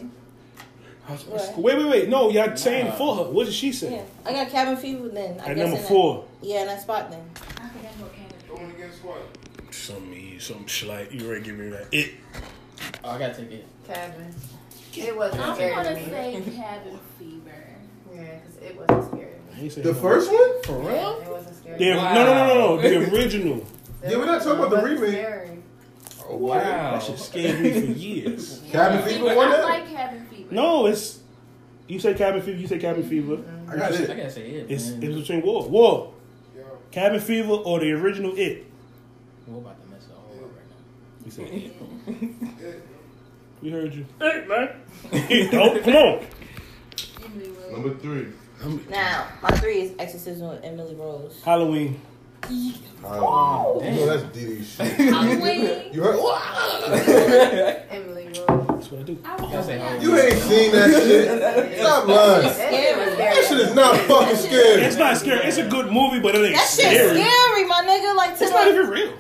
Speaker 4: What?
Speaker 1: Wait, wait, wait. No, y'all saying for her. What did she say?
Speaker 4: Yeah, I got cabin fever then. I
Speaker 1: At
Speaker 4: guess
Speaker 1: number
Speaker 4: in that-
Speaker 1: four.
Speaker 4: yeah, in that spot then.
Speaker 5: I forgot what Canada.
Speaker 8: Going against what?
Speaker 1: Some me, some slight. You ready to give me that? It.
Speaker 6: Oh, I gotta take it.
Speaker 7: Cabin. It wasn't
Speaker 5: I'm
Speaker 7: scary to
Speaker 5: gonna
Speaker 7: me.
Speaker 5: say cabin fever.
Speaker 7: Yeah, because it wasn't scary to me.
Speaker 1: I ain't saying
Speaker 2: The
Speaker 1: no.
Speaker 2: first one?
Speaker 6: For
Speaker 7: Yeah,
Speaker 6: real?
Speaker 7: it wasn't scary.
Speaker 1: Yeah,
Speaker 6: Wow.
Speaker 1: No, no, no, no, no. The original.
Speaker 2: Yeah, we're not talking about the
Speaker 7: It wasn't
Speaker 2: remake.
Speaker 7: scary.
Speaker 2: Oh,
Speaker 1: That shit scared me for years.
Speaker 2: Cabin
Speaker 5: See,
Speaker 2: Fever
Speaker 5: I
Speaker 2: won that?
Speaker 5: like cabin fever.
Speaker 1: No, it's. You say cabin fever. You say cabin fever.
Speaker 2: I got
Speaker 6: I
Speaker 2: it.
Speaker 6: gotta say it.
Speaker 1: It's
Speaker 6: man.
Speaker 1: it's between war, war,
Speaker 8: Yo,
Speaker 1: cabin fever, or the original it.
Speaker 6: We're about to mess it all up right
Speaker 1: You said it.
Speaker 8: it,
Speaker 1: We heard you. Hey man. Don't come on.
Speaker 5: Anyway, well,
Speaker 2: Number three.
Speaker 4: Now my three is Exorcism with Emily Rose.
Speaker 1: Halloween.
Speaker 2: Oh, you
Speaker 6: damn.
Speaker 2: know that's DD shit.
Speaker 5: Halloween.
Speaker 2: You heard?
Speaker 7: Emily Rose.
Speaker 1: That's what I do.
Speaker 5: I was
Speaker 6: Y'all say
Speaker 5: gonna-
Speaker 2: You ain't seen that shit. Stop lying.
Speaker 7: That shit was scary.
Speaker 2: That shit is not fucking
Speaker 1: It's
Speaker 2: scary.
Speaker 1: not scary. It's a good movie, but it ain't
Speaker 4: That shit's
Speaker 1: scary.
Speaker 4: scary, my nigga. Like to
Speaker 1: It's not
Speaker 4: the,
Speaker 1: even real.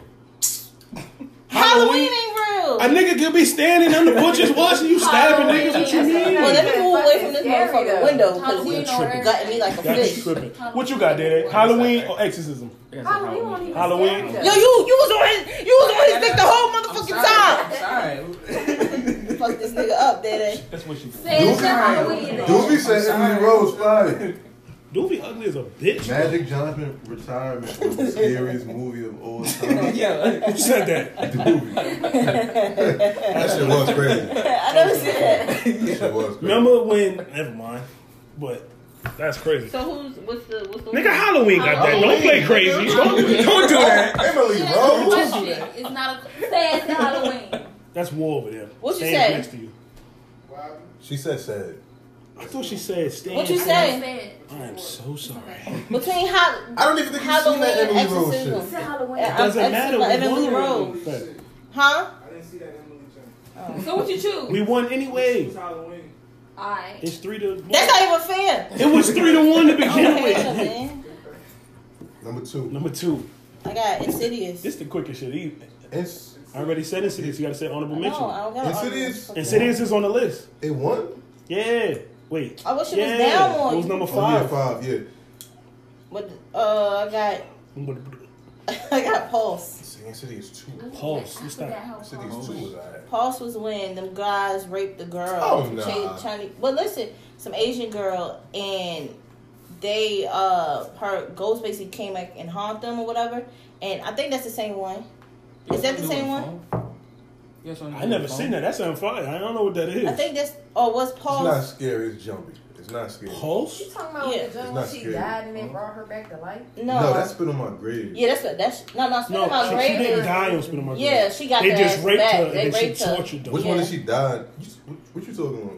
Speaker 4: Halloween ain't real.
Speaker 1: A nigga could be standing on the butcher's watching you stabbing niggas. What you mean?
Speaker 4: well, let me move away from this
Speaker 7: Scary,
Speaker 4: motherfucking
Speaker 7: though.
Speaker 4: window because
Speaker 5: Halloween
Speaker 4: you
Speaker 5: on Earth.
Speaker 4: gutting me like a
Speaker 1: Y'all
Speaker 4: fish.
Speaker 1: just
Speaker 4: Yo,
Speaker 1: tripping. What you got, Daddy? Halloween or exorcism?
Speaker 6: now.
Speaker 7: Halloween won't even
Speaker 1: Halloween.
Speaker 7: scare
Speaker 4: you
Speaker 7: us.
Speaker 4: you was on his you was on his dick the whole motherfucking time.
Speaker 6: I'm sorry.
Speaker 4: Fuck this nigga up, daddy.
Speaker 6: That's what you do.
Speaker 5: Say
Speaker 2: Dude,
Speaker 5: it's just Halloween.
Speaker 2: Doobie said Emily Rose fire.
Speaker 1: Doobie Ugly is a bitch.
Speaker 2: Magic Johnson retirement was the scariest movie of all time.
Speaker 6: Yeah.
Speaker 1: Who said that?
Speaker 2: Doobie. that shit was crazy.
Speaker 4: I never seen that.
Speaker 2: That shit was crazy.
Speaker 1: Remember when? Never mind. But that's crazy.
Speaker 4: So who's what's the what's the
Speaker 1: Nigga, Halloween got that. Don't play crazy. Don't, don't do that.
Speaker 2: Emily Rose.
Speaker 5: Question. It's not a say it's Halloween.
Speaker 1: That's war over there.
Speaker 4: What you
Speaker 1: Stand
Speaker 4: say?
Speaker 1: Next to you.
Speaker 8: what happened?
Speaker 2: She said sad.
Speaker 1: I thought she said stand.
Speaker 4: What you
Speaker 5: I
Speaker 4: say?
Speaker 5: just said it.
Speaker 1: I am so sorry.
Speaker 4: between Hall-
Speaker 2: I don't even think you've seen
Speaker 4: Halloween
Speaker 2: that Emily Rose
Speaker 4: exorcism?
Speaker 5: It's
Speaker 2: shit.
Speaker 5: Halloween.
Speaker 1: Doesn't
Speaker 4: I'm-
Speaker 1: matter.
Speaker 4: I'm
Speaker 1: We
Speaker 4: Emily
Speaker 1: won.
Speaker 4: Rose.
Speaker 8: Holy shit.
Speaker 4: huh?
Speaker 8: I didn't see that Emily Johnson.
Speaker 5: So what you choose?
Speaker 1: We won anyway.
Speaker 8: It's Halloween.
Speaker 5: Alright.
Speaker 1: It's three to. One.
Speaker 4: That's not even fair.
Speaker 1: it was three to one to begin
Speaker 4: Okay,
Speaker 1: with.
Speaker 4: man.
Speaker 2: Number two.
Speaker 1: Number two.
Speaker 4: I got Insidious.
Speaker 1: This the quickest shit. Even.
Speaker 2: It's,
Speaker 1: I already said Insidious. You gotta say honorable
Speaker 4: No,
Speaker 1: mention.
Speaker 4: I don't got all
Speaker 2: Insidious?
Speaker 4: this.
Speaker 1: Insidious is on the list.
Speaker 2: it won?
Speaker 1: Yeah. Wait.
Speaker 4: I wish it was
Speaker 1: yeah.
Speaker 4: down one.
Speaker 1: It was number
Speaker 2: Oh, yeah,
Speaker 1: five.
Speaker 2: five, yeah.
Speaker 4: But uh, I got I got Pulse.
Speaker 2: Singing City is two.
Speaker 1: Pause.
Speaker 5: I
Speaker 1: You stop.
Speaker 5: forgot how
Speaker 2: City
Speaker 5: pause.
Speaker 2: is two was alright.
Speaker 4: Pulse was when them guys raped the girl.
Speaker 2: Oh, nah.
Speaker 4: Chi- Chinese. But listen, some Asian girl and they uh her ghost basically came back and haunted them or whatever. And I think that's the same one. Is that the same one?
Speaker 6: Yes,
Speaker 1: I never seen that. That sounds fire. I don't know what that is.
Speaker 4: I think that's or was
Speaker 2: It's not
Speaker 4: Pulse?
Speaker 2: scary, it's jumpy. It's not scary.
Speaker 1: Pulse.
Speaker 7: You talking
Speaker 4: Yeah.
Speaker 7: about the
Speaker 2: It's
Speaker 7: joint
Speaker 2: not
Speaker 7: when she
Speaker 2: scary.
Speaker 7: died and they
Speaker 2: Uh-huh.
Speaker 7: brought her back to life?
Speaker 4: No.
Speaker 2: No, that's been on my grave.
Speaker 4: yeah, that's what that's no no. Spinning
Speaker 1: No,
Speaker 4: my
Speaker 1: she,
Speaker 4: grave.
Speaker 1: she didn't die on Spinning My Grave.
Speaker 4: Yeah, she got
Speaker 1: They
Speaker 4: their
Speaker 1: just
Speaker 4: ass
Speaker 1: raped
Speaker 4: back.
Speaker 1: her
Speaker 4: They
Speaker 1: and then
Speaker 4: raped
Speaker 1: she
Speaker 4: her.
Speaker 1: tortured them.
Speaker 2: Which
Speaker 4: Yeah.
Speaker 2: one did she die? You- What, what you talking about?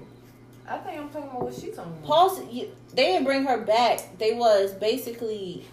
Speaker 7: I think I'm talking about what she talking about.
Speaker 4: Pulse, you- they didn't bring her back. They was basically,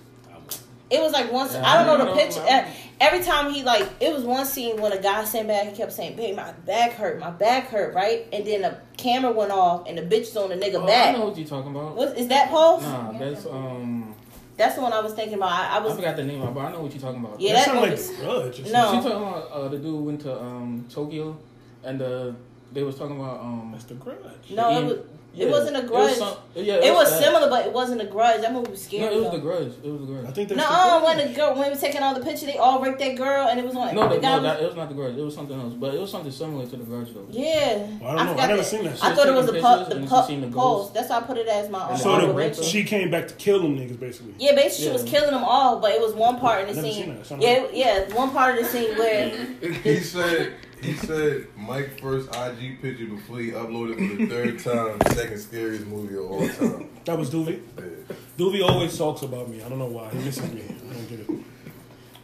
Speaker 4: it was like once I don't know the picture. eh, Every time he like, it was one scene when a guy sent back. He kept saying, "Babe, my back hurt, my back hurt," right? And then the camera went off, and the bitch was on the nigga
Speaker 6: Oh, I know
Speaker 4: back.
Speaker 6: what you're talking about.
Speaker 4: What is that, Pulse?
Speaker 6: Nah, that's um.
Speaker 4: That's the one I was thinking about. I, I
Speaker 6: I
Speaker 4: was
Speaker 6: forgot the name of it, but I know what you're talking about.
Speaker 1: That
Speaker 4: Yeah, that
Speaker 1: sound
Speaker 4: one
Speaker 1: like
Speaker 4: was-
Speaker 1: Grudge. or
Speaker 4: No.
Speaker 1: something.
Speaker 6: She talking about uh, the dude went to um Tokyo, and uh, they was talking about um.
Speaker 1: That's the Grudge.
Speaker 4: no, it was. It wasn't a grudge. It was,
Speaker 6: some- yeah, it, that.
Speaker 4: similar, but it wasn't a grudge. That movie was scary.
Speaker 6: No, it was
Speaker 4: though.
Speaker 6: the grudge. It was the
Speaker 1: I
Speaker 6: grudge.
Speaker 1: think that's
Speaker 4: No,
Speaker 1: the
Speaker 4: when
Speaker 1: Grudge.
Speaker 4: the girl, when we taking all the picture, they all raped that girl, and it was on.
Speaker 6: No,
Speaker 4: the
Speaker 6: the,
Speaker 4: guy
Speaker 6: no,
Speaker 4: was-
Speaker 6: that, it was not the grudge. It was something else, but it was something similar to the grudge though.
Speaker 4: Yeah,
Speaker 1: Well, I don't know. I
Speaker 4: forgot
Speaker 1: never seen that
Speaker 4: I
Speaker 6: shit.
Speaker 4: thought it was the
Speaker 6: Taking
Speaker 4: pu-
Speaker 6: pictures
Speaker 4: the
Speaker 6: and
Speaker 4: pu-
Speaker 6: she seen the
Speaker 4: pulse.
Speaker 6: ghost.
Speaker 4: That's why I put it as my.
Speaker 6: And
Speaker 4: own.
Speaker 6: I
Speaker 1: So
Speaker 6: remember.
Speaker 1: the, she came back to kill them niggas, basically.
Speaker 4: yeah, basically she
Speaker 6: Yeah.
Speaker 4: was killing them all, but it was one part in the
Speaker 1: Never seen
Speaker 4: scene.
Speaker 1: that. Sound
Speaker 4: Yeah,
Speaker 1: like-
Speaker 4: yeah, one part of the scene where
Speaker 2: He said he said Mike first IG picture before he uploaded for the third time, second scariest movie of all time.
Speaker 1: That was Doovie.
Speaker 2: Yeah.
Speaker 1: Doovie always talks about me. I don't know why. He misses me. I don't get it.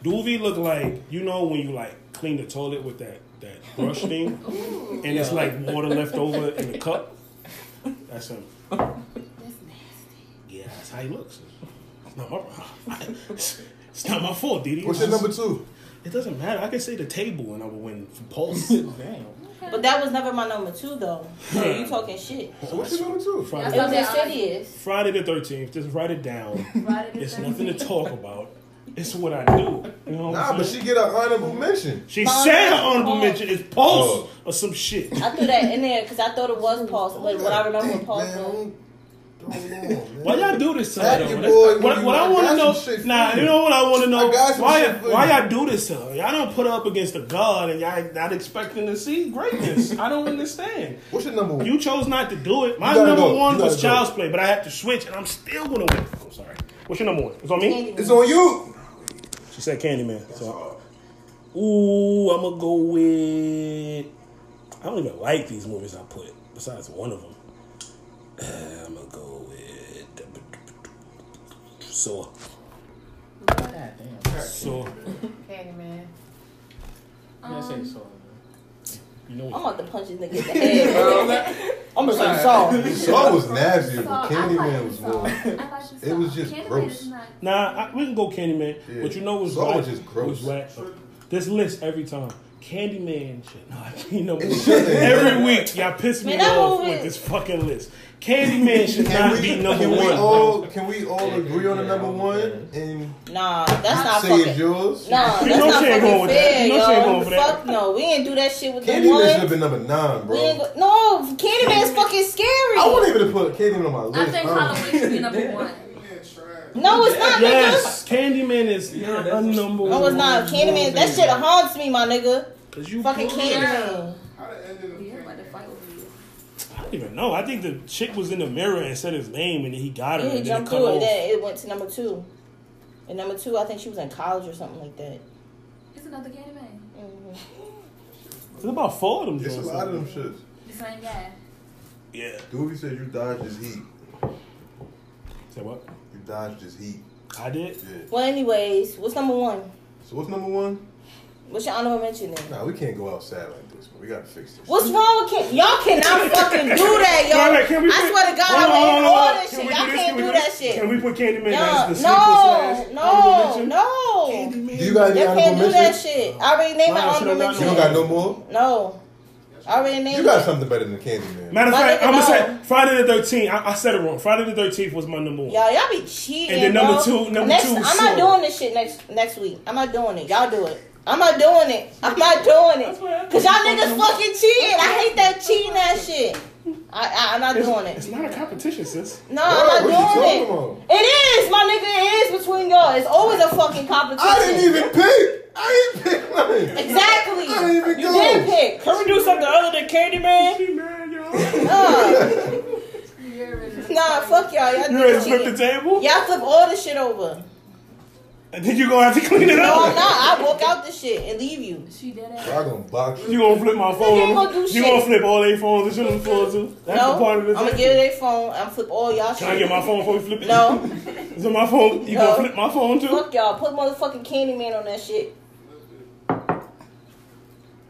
Speaker 1: Doovie look like you know when you like clean the toilet with that that brush thing, and it's
Speaker 6: Yeah.
Speaker 1: like water left over in the cup. That's him.
Speaker 5: That's nasty.
Speaker 1: Yeah, that's how he looks. It's not my problem. It's not my fault, Didi.
Speaker 2: What's your number two?
Speaker 1: It doesn't matter. I can say the table and I will win for Pulse.
Speaker 6: Damn.
Speaker 4: but that was never my number two though. So you talking shit?
Speaker 2: So what's your number two?
Speaker 4: It
Speaker 1: Friday,
Speaker 4: was Insidious.
Speaker 1: Friday the thirteenth. Just write it down.
Speaker 5: Friday the
Speaker 1: It's nothing to
Speaker 5: 13th.
Speaker 1: talk about. It's what I do. You know what
Speaker 2: Nah,
Speaker 1: I'm
Speaker 2: but
Speaker 1: saying?
Speaker 2: she get an honorable mention.
Speaker 1: she
Speaker 4: Mom,
Speaker 1: said
Speaker 4: that's
Speaker 1: her honorable
Speaker 4: Paul.
Speaker 1: mention is pulse
Speaker 2: Oh.
Speaker 1: or some shit.
Speaker 4: I threw that in there because I thought it was pause, but what I remember
Speaker 2: Think,
Speaker 4: was pause.
Speaker 2: man,
Speaker 4: was-
Speaker 2: don't- don't go on, man.
Speaker 1: Why y'all do this to
Speaker 2: Act
Speaker 1: her?
Speaker 2: your
Speaker 1: Though?
Speaker 2: boy
Speaker 1: That's- What,
Speaker 2: when
Speaker 1: what
Speaker 2: you-
Speaker 1: I
Speaker 2: I
Speaker 1: want to
Speaker 2: got some
Speaker 1: know,
Speaker 2: shit for
Speaker 1: nah,
Speaker 2: you.
Speaker 1: you know what I want to know?
Speaker 2: I got some
Speaker 1: Why,
Speaker 2: shit for
Speaker 1: why
Speaker 2: you.
Speaker 1: y'all do this to her? Y'all don't put her up against the God, and y'all not expecting to see greatness. I don't understand.
Speaker 2: What's your number one?
Speaker 1: You chose not to do it. My
Speaker 2: gotta
Speaker 1: number
Speaker 2: go. You
Speaker 1: one was
Speaker 2: gotta go.
Speaker 1: Child's Play, but I had to switch, and I'm still gonna win. I'm sorry. What's your number one? It's on me.
Speaker 2: It's on you.
Speaker 1: She said Candyman. So, ooh, I'm gonna go with. I don't even like these movies I put. Besides one of them, uh, I'm gonna go with. So,
Speaker 6: Goddamn.
Speaker 1: so
Speaker 7: Candyman.
Speaker 6: I'm gonna
Speaker 5: Um,
Speaker 6: say so.
Speaker 1: you know
Speaker 4: I'm
Speaker 1: what?
Speaker 4: about to punch this nigga in the head. I'm gonna say sorry.
Speaker 2: Saw was nasty,
Speaker 5: So, I
Speaker 2: but
Speaker 5: thought
Speaker 2: Candyman
Speaker 5: you
Speaker 2: was
Speaker 5: saw.
Speaker 2: more.
Speaker 5: I thought you
Speaker 2: It
Speaker 5: saw.
Speaker 2: was just
Speaker 5: Candyman
Speaker 2: gross.
Speaker 5: is not-
Speaker 1: Nah, I, we can go Candyman,
Speaker 2: Yeah.
Speaker 1: but you know what's
Speaker 2: Saw
Speaker 1: whack?
Speaker 2: was just gross.
Speaker 1: What's whack? This list every time. Candyman shit. No, I can't no
Speaker 2: It
Speaker 1: more.
Speaker 2: shouldn't.
Speaker 1: Every week, y'all piss me
Speaker 4: Man, that
Speaker 1: off
Speaker 4: movie-
Speaker 1: with this fucking list. Candyman should
Speaker 2: Can
Speaker 1: not
Speaker 2: we,
Speaker 1: be number
Speaker 2: can we
Speaker 1: one.
Speaker 2: all can we all agree on the
Speaker 6: yeah,
Speaker 2: number
Speaker 6: yeah.
Speaker 2: one and
Speaker 4: Nah, that's not
Speaker 2: say
Speaker 4: fucking.
Speaker 2: it's yours?
Speaker 4: Nah,
Speaker 1: You
Speaker 4: that's
Speaker 1: know
Speaker 4: not
Speaker 1: she ain't going
Speaker 4: fucking
Speaker 1: with that.
Speaker 4: fair,
Speaker 1: You know she ain't going
Speaker 4: yo.
Speaker 1: with that.
Speaker 4: Fuck no, we ain't do that shit with the
Speaker 2: Candyman should have
Speaker 4: one.
Speaker 2: been number nine,
Speaker 4: We ain't
Speaker 2: bro.
Speaker 4: go- no, Candyman's fucking scary.
Speaker 2: I wouldn't even put Candyman on my
Speaker 5: I
Speaker 2: list.
Speaker 5: think
Speaker 2: honestly.
Speaker 5: Halloween should be number one.
Speaker 8: Yeah, trash.
Speaker 4: No, it's not.
Speaker 1: Yes, Candyman is
Speaker 6: Yeah,
Speaker 1: a
Speaker 6: that's-
Speaker 1: number
Speaker 4: Nigga. No, it's not. Candyman, that shit haunts me, my nigga.
Speaker 1: Cause you
Speaker 4: Fucking
Speaker 1: put-
Speaker 4: Candyman.
Speaker 8: I'd have ended up
Speaker 5: Yeah, I'm about to
Speaker 8: Candyman.
Speaker 5: fight with you.
Speaker 1: I don't even know. I think the chick was in the mirror and said his name, and then he got her.
Speaker 4: Yeah, he
Speaker 1: and then it
Speaker 4: jumped
Speaker 1: cut
Speaker 4: through it.
Speaker 1: off.
Speaker 4: Then it went to number two. And number two, I think she was in college or something like that.
Speaker 5: It's another Candyman.
Speaker 4: Mhm.
Speaker 1: There's about four of them.
Speaker 2: It's a
Speaker 1: joints
Speaker 2: lot
Speaker 1: out
Speaker 2: of
Speaker 1: there.
Speaker 2: them shits.
Speaker 5: The same guy.
Speaker 1: Yeah.
Speaker 2: Doobie said you dodged his heat.
Speaker 1: Say what?
Speaker 2: You dodged his heat.
Speaker 1: I did.
Speaker 2: Yeah.
Speaker 4: Well, anyways, what's number one?
Speaker 2: So what's number one?
Speaker 4: What's your honorable mention then?
Speaker 2: Nah, we can't go outside like this, man. We gotta fix this.
Speaker 4: What's wrong with Can- y'all cannot fucking do that, yo?
Speaker 1: Wait, wait, can we
Speaker 4: I
Speaker 1: put-
Speaker 4: swear to God,
Speaker 1: Hold on,
Speaker 4: I'm in
Speaker 1: hold on,
Speaker 4: all
Speaker 1: hold on.
Speaker 4: this
Speaker 1: Can
Speaker 4: shit.
Speaker 1: we
Speaker 4: Y'all
Speaker 1: do this?
Speaker 4: can't do
Speaker 1: Can we
Speaker 4: that shit.
Speaker 1: Can we put Candyman
Speaker 4: Y'all,
Speaker 1: as the
Speaker 4: no,
Speaker 1: sleeper slash
Speaker 4: no,
Speaker 1: honorable
Speaker 4: no.
Speaker 1: mention?
Speaker 2: Do you got any
Speaker 4: They can't
Speaker 2: honorable
Speaker 4: do that
Speaker 2: mentions?
Speaker 4: shit. I already named my
Speaker 1: Nah, she
Speaker 4: honorable
Speaker 1: don't got
Speaker 2: You don't got
Speaker 4: mention.
Speaker 2: no more?
Speaker 4: No, I already named.
Speaker 2: You got
Speaker 4: it.
Speaker 2: something better than Candyman.
Speaker 1: Matter of
Speaker 4: My
Speaker 1: fact,
Speaker 4: nigga,
Speaker 1: I'm gonna
Speaker 4: no.
Speaker 1: say Friday the 13th. I, I said it wrong. Friday the 13th was my number one.
Speaker 4: Y'all, y'all be cheating.
Speaker 1: And then number
Speaker 4: bro.
Speaker 1: two- number
Speaker 4: next,
Speaker 1: two
Speaker 4: I'm
Speaker 1: was
Speaker 4: not
Speaker 1: Saw.
Speaker 4: doing this shit next next week. I'm not doing it. Y'all do it. I'm not doing it. I'm not doing it. Cause y'all niggas fucking cheating. I hate that cheating ass shit. I, I I'm not
Speaker 1: It's,
Speaker 4: doing
Speaker 1: it's
Speaker 4: it.
Speaker 1: not a competition, sis.
Speaker 4: No,
Speaker 2: Bro,
Speaker 4: I'm
Speaker 2: what you
Speaker 4: not doing it.
Speaker 2: talking about?
Speaker 4: It is, my nigga. It is between y'all. It's always a fucking competition.
Speaker 2: I didn't even pick. I didn't pick nothing. I
Speaker 4: Exactly.
Speaker 2: didn't even
Speaker 4: you
Speaker 2: go.
Speaker 4: did pick. Can we do something other than Candyman?
Speaker 1: She mad, y'all.
Speaker 4: Nah,
Speaker 5: You're original.
Speaker 4: nah, fuck y'all. Y'all
Speaker 1: You ready to
Speaker 4: niggas
Speaker 1: flip the
Speaker 4: cheating.
Speaker 1: table?
Speaker 4: Y'all flip all this shit over.
Speaker 1: And then you gonna have to clean it
Speaker 4: No, I'm
Speaker 1: up.
Speaker 4: not. I walk out this shit and leave you.
Speaker 5: She did it.
Speaker 2: Y'all gonna box you.
Speaker 1: You gonna flip my phone?
Speaker 4: ain't gonna do
Speaker 1: you
Speaker 4: shit.
Speaker 1: gonna flip all their phones and shit on the floor too? That's
Speaker 4: no,
Speaker 1: the part of the
Speaker 4: I'm gonna
Speaker 1: thing.
Speaker 4: give their phone. I'm flip all y'all shit.
Speaker 1: Can I get my phone before we flip it?
Speaker 4: No,
Speaker 1: Is it my phone? You
Speaker 4: No.
Speaker 1: gonna flip my phone too?
Speaker 4: fuck y'all. Put motherfucking Candyman on that shit.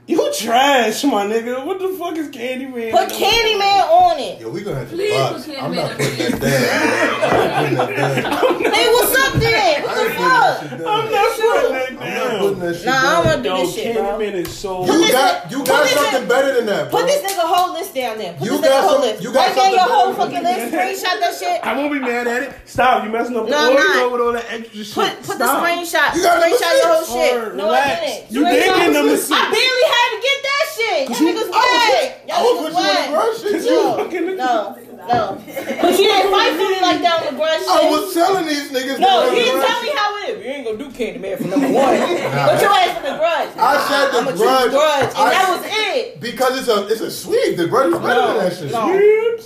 Speaker 1: You trash, my nigga. What the fuck is Candyman?
Speaker 4: Put Candyman on it.
Speaker 2: Yo, we gonna have to
Speaker 5: Please
Speaker 2: box.
Speaker 5: put
Speaker 2: I'm not
Speaker 5: Candyman
Speaker 2: putting
Speaker 5: on
Speaker 2: that down. bro. I'm not putting that down.
Speaker 4: Hey, what's up then?
Speaker 2: I ain't
Speaker 4: What the
Speaker 2: putting that
Speaker 4: fuck?
Speaker 2: shit
Speaker 1: I'm
Speaker 2: down.
Speaker 1: not putting that
Speaker 2: I'm not
Speaker 1: down.
Speaker 2: putting that shit
Speaker 4: Nah, I
Speaker 2: down.
Speaker 4: don't wanna do
Speaker 1: Yo,
Speaker 4: this shit, bro.
Speaker 1: Candyman is so.
Speaker 4: Put
Speaker 2: You
Speaker 4: this
Speaker 2: got you
Speaker 4: in-
Speaker 2: got
Speaker 4: put this in-
Speaker 2: something better than that, bro.
Speaker 4: Put this nigga whole list down there. Put
Speaker 2: You
Speaker 4: this
Speaker 2: got
Speaker 4: nigga whole
Speaker 2: some-
Speaker 4: list.
Speaker 2: you got
Speaker 4: Write down your
Speaker 2: something
Speaker 4: whole
Speaker 2: better
Speaker 4: fucking list. Screenshot that shit.
Speaker 1: I won't be mad at it. Stop. You messing up the
Speaker 4: No, I'm
Speaker 1: audio
Speaker 4: not.
Speaker 1: with all that extra shit.
Speaker 4: Put put the
Speaker 1: Stop.
Speaker 4: screenshot.
Speaker 2: You got number
Speaker 4: screenshot your whole
Speaker 2: six?
Speaker 4: shit.
Speaker 1: Or
Speaker 4: no,
Speaker 1: relax.
Speaker 4: I didn't.
Speaker 1: You did
Speaker 4: Screenshot-
Speaker 1: get number
Speaker 4: I
Speaker 1: six.
Speaker 4: barely had to get that shit. Y'all niggas whack.
Speaker 2: I
Speaker 4: Y'all
Speaker 2: was with you on
Speaker 4: niggas
Speaker 2: the
Speaker 4: whack.
Speaker 2: ground shit.
Speaker 1: you
Speaker 4: No,
Speaker 1: fucking-
Speaker 4: no, no. But you didn't fight for me like that on the ground shit.
Speaker 2: I was telling these niggas.
Speaker 4: No,
Speaker 2: that
Speaker 4: you didn't
Speaker 2: grudge.
Speaker 4: tell me how it is. You ain't gonna do Candyman for number one. but your ass for the grudge.
Speaker 2: I said the
Speaker 4: I'ma choose
Speaker 2: grudge.
Speaker 4: grudge, and
Speaker 2: I-
Speaker 4: that was it.
Speaker 2: Because it's a it's a sweep. The grudge is better
Speaker 4: No,
Speaker 2: than that shit.
Speaker 4: no.
Speaker 1: Weird.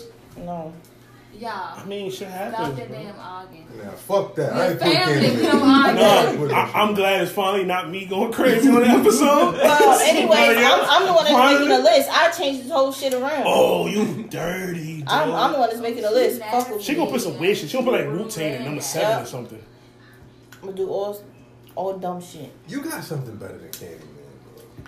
Speaker 4: No.
Speaker 1: I
Speaker 5: Y'all.
Speaker 1: mean, shit
Speaker 5: Stop
Speaker 1: happens.
Speaker 5: that
Speaker 1: bro.
Speaker 5: damn arguing.
Speaker 2: Nah, fuck that. I
Speaker 5: Your
Speaker 2: ain't putting
Speaker 5: family
Speaker 2: Candyman.
Speaker 5: come on.
Speaker 1: No, I, I'm glad it's finally not me going crazy on the episode.
Speaker 4: Well, anyways, I'm, I'm the one that's
Speaker 1: Finally.
Speaker 4: making the list. I changed this whole shit around.
Speaker 1: Oh, you dirty. Dog.
Speaker 4: I'm, I'm the one that's making the list. Fuck with
Speaker 1: she
Speaker 4: me.
Speaker 1: gonna put some weird shit. She gonna put like Wu Tang at number seven
Speaker 4: Yeah.
Speaker 1: or something.
Speaker 4: I'm gonna do all, all dumb shit.
Speaker 2: You got something better than Candyman.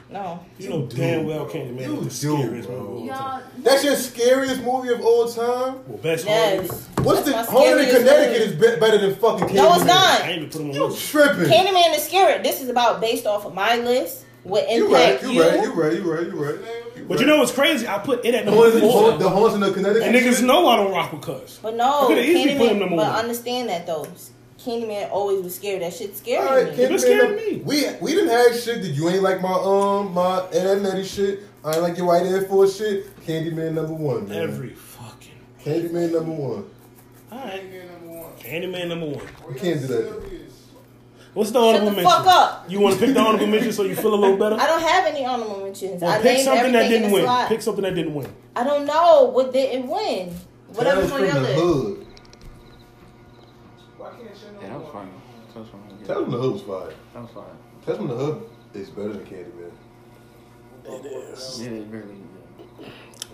Speaker 2: Bro.
Speaker 4: No.
Speaker 1: You know damn well Candyman
Speaker 2: You
Speaker 1: is the
Speaker 2: do,
Speaker 1: scariest
Speaker 2: bro.
Speaker 1: movie of all time.
Speaker 5: Y'all.
Speaker 2: That's your scariest movie of all time.
Speaker 1: Well, best horror.
Speaker 4: Yes.
Speaker 2: What's
Speaker 4: That's
Speaker 2: the
Speaker 4: my
Speaker 2: Home in
Speaker 4: scariest
Speaker 2: Connecticut
Speaker 4: movie.
Speaker 2: is be- better than fucking Candyman?
Speaker 4: No, it's not.
Speaker 1: I ain't even put him on the
Speaker 2: You
Speaker 1: list.
Speaker 2: tripping?
Speaker 4: Candyman is scary. This is about based off of my list. What
Speaker 2: you right.
Speaker 4: impact
Speaker 2: You right. You right. You right. You right. You
Speaker 1: But
Speaker 2: right.
Speaker 1: you know what's crazy? I put it at
Speaker 2: the
Speaker 1: number
Speaker 2: haunts,
Speaker 1: four.
Speaker 2: the haunts in the Connecticut.
Speaker 1: And niggas
Speaker 2: shit?
Speaker 1: know I don't rock with cuz.
Speaker 4: But
Speaker 1: I
Speaker 4: no,
Speaker 1: could've easily put him
Speaker 4: Candyman.
Speaker 1: number
Speaker 4: But
Speaker 1: one.
Speaker 4: understand that though, Candyman always was scary. That shit
Speaker 2: All
Speaker 4: scary
Speaker 2: right,
Speaker 4: to me.
Speaker 2: Candyman,
Speaker 1: was scared of me.
Speaker 2: We we didn't have shit. Did you ain't like my um my Ed Netty shit? I ain't like your white Air Force shit. Candyman number one, man.
Speaker 1: Every fucking.
Speaker 2: Candyman number one.
Speaker 1: All
Speaker 8: Big
Speaker 1: right.
Speaker 8: man number one.
Speaker 1: Candyman number one.
Speaker 8: We
Speaker 2: can't do that.
Speaker 8: serious.
Speaker 1: What's the honorable
Speaker 4: the
Speaker 1: mention?
Speaker 4: fuck up.
Speaker 1: You want to pick the honorable mention so you feel a little better?
Speaker 4: I don't have any honorable mentions.
Speaker 1: Or
Speaker 4: I
Speaker 1: pick
Speaker 4: named
Speaker 1: something that
Speaker 4: everything in
Speaker 1: didn't
Speaker 4: the
Speaker 1: win.
Speaker 4: slot.
Speaker 1: Pick something that didn't win.
Speaker 4: I don't know what didn't win. Whatever's
Speaker 2: Tales
Speaker 4: on
Speaker 2: from
Speaker 4: your
Speaker 2: the
Speaker 4: list.
Speaker 2: hood.
Speaker 8: Why can't you know
Speaker 6: Yeah, that was
Speaker 8: more?
Speaker 6: fine. That was fine. Yeah,
Speaker 2: Tales from the hood was fire.
Speaker 6: That was fine.
Speaker 2: Tales from the hood is better than Candyman.
Speaker 6: Yeah, it really. yeah.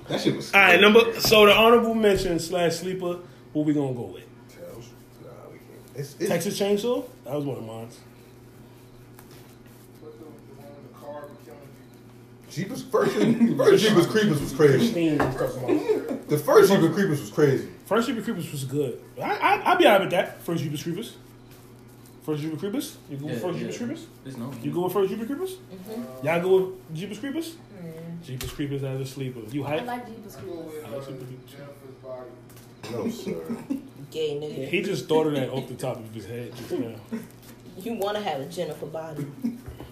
Speaker 2: That shit was.
Speaker 1: All
Speaker 2: scary.
Speaker 1: right, number. So the honorable mention slash sleeper. Who we gonna go with?
Speaker 2: Tales. Nah, we can't. It's, it's,
Speaker 1: Texas Chainsaw. That was one of mine.
Speaker 8: What the, the one with the car be killing people.
Speaker 2: Jeepers first. First Jeepers Creepers was crazy.
Speaker 1: Christine was talking about.
Speaker 2: The first Jeepers Creepers was crazy.
Speaker 1: First Jeepers Creepers was good. I, I, I'll be alright with that. First Jeepers Creepers. First Jeepers Creepers. You go
Speaker 6: Yeah,
Speaker 1: with First
Speaker 6: yeah.
Speaker 1: Jeepers Creepers?
Speaker 6: There's no.
Speaker 1: You go with First Jeepers Creepers?
Speaker 4: Mm-hmm.
Speaker 1: Y'all go with Jeepers Creepers?
Speaker 4: Mm.
Speaker 1: Jeepers Creepers as a sleeper. You
Speaker 5: I
Speaker 1: hype?
Speaker 5: like Jeepers
Speaker 8: I go
Speaker 5: Creepers.
Speaker 8: with
Speaker 1: I like
Speaker 8: uh,
Speaker 1: super people.
Speaker 8: Jennifer's body.
Speaker 2: No sir.
Speaker 4: Gay nigga.
Speaker 1: He just thought of that off the top of his head just now.
Speaker 4: You want to have a Jennifer body.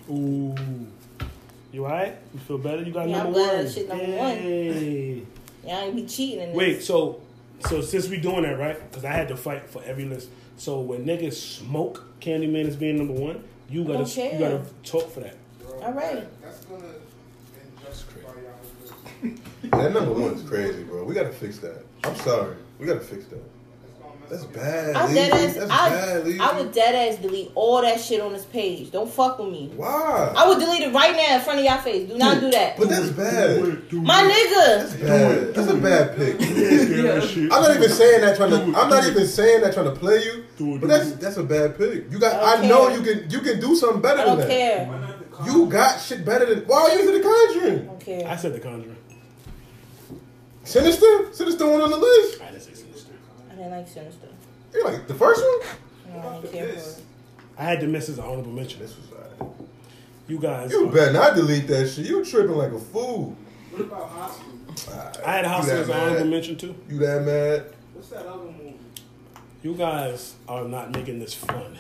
Speaker 1: Ooh. You alright? You feel better? You got
Speaker 4: Yeah,
Speaker 1: number
Speaker 4: I'm glad
Speaker 1: one.
Speaker 4: that shit number one.
Speaker 1: Yay.
Speaker 4: Y'all ain't be cheating in this.
Speaker 1: Wait, so so since we doing that, right? Because I had to fight for every list. So when niggas smoke Candyman as being number one, you gotta
Speaker 4: don't care.
Speaker 1: you gotta talk for that.
Speaker 8: Bro,
Speaker 4: All right.
Speaker 8: That's gonna injustify y'all's list.
Speaker 2: That number one is crazy, bro. We gotta fix that. I'm sorry. We gotta fix that.
Speaker 8: That's gonna mess
Speaker 2: That's bad.
Speaker 8: up
Speaker 4: I'm
Speaker 2: Lee.
Speaker 4: dead ass.
Speaker 2: That's
Speaker 4: I,
Speaker 2: bad. Lee.
Speaker 4: I would dead ass delete all that shit on this page. Don't fuck with me.
Speaker 2: Why?
Speaker 4: I would delete it right now in front of y'all face. Do not do that.
Speaker 2: but that's bad.
Speaker 4: My nigga.
Speaker 2: That's bad. That's a bad pick.
Speaker 1: shit.
Speaker 2: I'm not even saying that trying to. I'm not even saying that trying to play you.
Speaker 1: Dude,
Speaker 2: But that's that's a bad pick. You got.
Speaker 4: I
Speaker 2: I,
Speaker 4: don't
Speaker 2: know
Speaker 4: care.
Speaker 2: you can. You can do something
Speaker 4: I
Speaker 2: better
Speaker 4: don't
Speaker 2: than that.
Speaker 4: care. I
Speaker 2: You got shit better than. Why are you using the Conjuring?
Speaker 1: I
Speaker 4: don't care.
Speaker 1: said the conjuring.
Speaker 2: Sinister. Sinister one on the list.
Speaker 1: I didn't say sinister.
Speaker 4: I didn't like Sinister.
Speaker 2: You like the first one?
Speaker 4: No, I didn't care for it.
Speaker 1: I had to miss as an honorable mention.
Speaker 2: This was. Alright.
Speaker 1: You guys,
Speaker 2: You better not delete that shit. You tripping like a fool.
Speaker 8: What about Hospital?
Speaker 1: I had house
Speaker 2: You
Speaker 1: as
Speaker 2: that
Speaker 1: an honorable
Speaker 2: mad?
Speaker 1: mention too.
Speaker 2: You that mad?
Speaker 8: What's that other movie?
Speaker 1: You guys are not making this fun.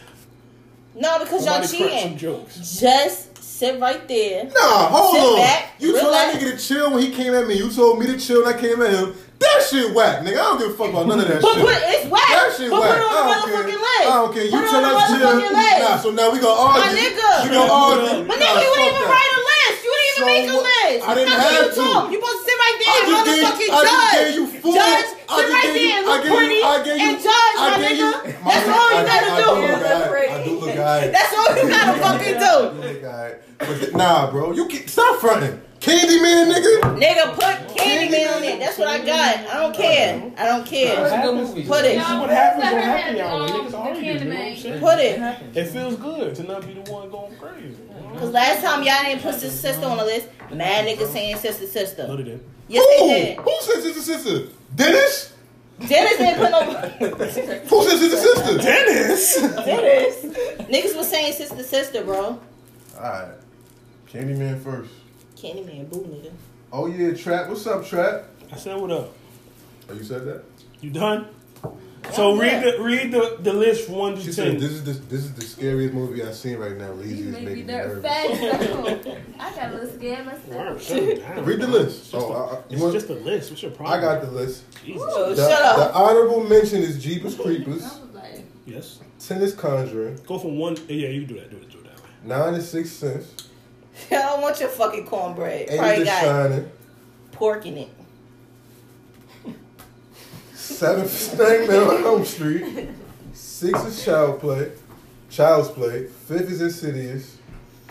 Speaker 4: No, because
Speaker 1: Somebody
Speaker 4: y'all
Speaker 1: crack some
Speaker 4: cheating.
Speaker 1: jokes.
Speaker 4: Just sit right there.
Speaker 2: Nah, hold
Speaker 4: Sit
Speaker 2: on.
Speaker 4: back,
Speaker 2: you told
Speaker 4: relax.
Speaker 2: that nigga to chill when he came at me. You told me to chill when I came at him. That shit whack, nigga. I don't give a fuck about none of that
Speaker 4: But
Speaker 2: shit.
Speaker 4: put it's whack.
Speaker 2: that shit
Speaker 4: but
Speaker 2: whack. I
Speaker 4: put it on
Speaker 2: don't care.
Speaker 4: the motherfucking list.
Speaker 2: I don't care. You
Speaker 4: put it
Speaker 2: tell us
Speaker 4: on the
Speaker 2: chill.
Speaker 4: motherfucking list.
Speaker 2: Nah, so now we gonna argue.
Speaker 4: My nigga.
Speaker 2: We gonna argue.
Speaker 1: My
Speaker 2: Nah,
Speaker 4: My nigga, you
Speaker 2: fuck
Speaker 4: didn't even
Speaker 2: that.
Speaker 4: write a list. You didn't even
Speaker 2: So
Speaker 4: make a
Speaker 2: what-
Speaker 4: list.
Speaker 2: I didn't
Speaker 4: How can
Speaker 2: have
Speaker 4: you
Speaker 2: to.
Speaker 4: talk? You supposed to sit right there
Speaker 2: I
Speaker 4: and
Speaker 2: just
Speaker 4: motherfucking
Speaker 2: gave, I
Speaker 4: judge.
Speaker 2: just gave you four.
Speaker 4: Judge,
Speaker 2: I just
Speaker 4: sit right
Speaker 2: gave you-
Speaker 4: there and
Speaker 2: I
Speaker 4: look
Speaker 2: gave you-
Speaker 4: pretty
Speaker 2: I gave you,
Speaker 4: and judge,
Speaker 2: I
Speaker 4: my
Speaker 2: gave
Speaker 4: nigga.
Speaker 2: You,
Speaker 4: That's all
Speaker 2: I-
Speaker 4: you gotta
Speaker 2: I, I
Speaker 4: do.
Speaker 2: do look alright. I do look alright.
Speaker 4: That's all you gotta fucking do.
Speaker 2: Alright, but th- Nah, bro, you can, stop fronting. Candyman, nigga.
Speaker 4: Nigga, put Candyman on it. That's what I got. I don't care. I don't
Speaker 6: It's a
Speaker 4: care.
Speaker 6: good movie.
Speaker 4: Put it.
Speaker 1: This is what happens on Happy Hour. when Niggas argue. You know what I'm saying?
Speaker 4: Put it.
Speaker 1: It feels good to not be the one going crazy.
Speaker 4: Cause last time y'all didn't put sister sister on the list. Mad niggas saying sister
Speaker 1: No, they
Speaker 4: sister.
Speaker 1: didn't.
Speaker 4: Yes they
Speaker 2: Who? Who says it's a sister? Dennis?
Speaker 4: did. Dennis didn't put no
Speaker 2: Who says it's a sister? Dennis?
Speaker 4: Dennis. Niggas was saying sister sister, bro.
Speaker 2: Alright. Candyman first.
Speaker 4: Candyman, boo nigga.
Speaker 2: Oh yeah, Trap. What's up, Trap?
Speaker 1: I said what up.
Speaker 2: Oh, you said that?
Speaker 1: You done? So read the read the, the list from one
Speaker 2: She
Speaker 1: to
Speaker 2: said
Speaker 1: ten.
Speaker 2: this is the, this is the scariest movie I've seen right now. Lazy
Speaker 5: You
Speaker 2: is
Speaker 5: make me
Speaker 2: making me
Speaker 5: nervous.
Speaker 2: nervous.
Speaker 5: I got a little scared myself.
Speaker 1: Word, shut it down.
Speaker 2: Read the list.
Speaker 1: It's, just, a,
Speaker 2: Oh, I- I- you
Speaker 1: it's
Speaker 2: want-
Speaker 1: just a list. What's your problem?
Speaker 2: I got the list.
Speaker 1: Jesus.
Speaker 4: Oh,
Speaker 2: The,
Speaker 4: shut
Speaker 2: the
Speaker 4: up.
Speaker 2: honorable mention is Jeepers Creepers.
Speaker 5: I was like,
Speaker 1: Yes.
Speaker 2: Ten is Conjuring.
Speaker 1: Go from one. Yeah, you can do that. Do it. Do it that way.
Speaker 2: Nine is Sixth Sense.
Speaker 4: I don't want your fucking cornbread.
Speaker 2: Eight
Speaker 4: Probably
Speaker 2: is The
Speaker 4: got
Speaker 2: Shining.
Speaker 4: pork in it.
Speaker 2: Seven is Nightmare on Elm Street. Six is Child Play. Child's Play. Fifth is Insidious.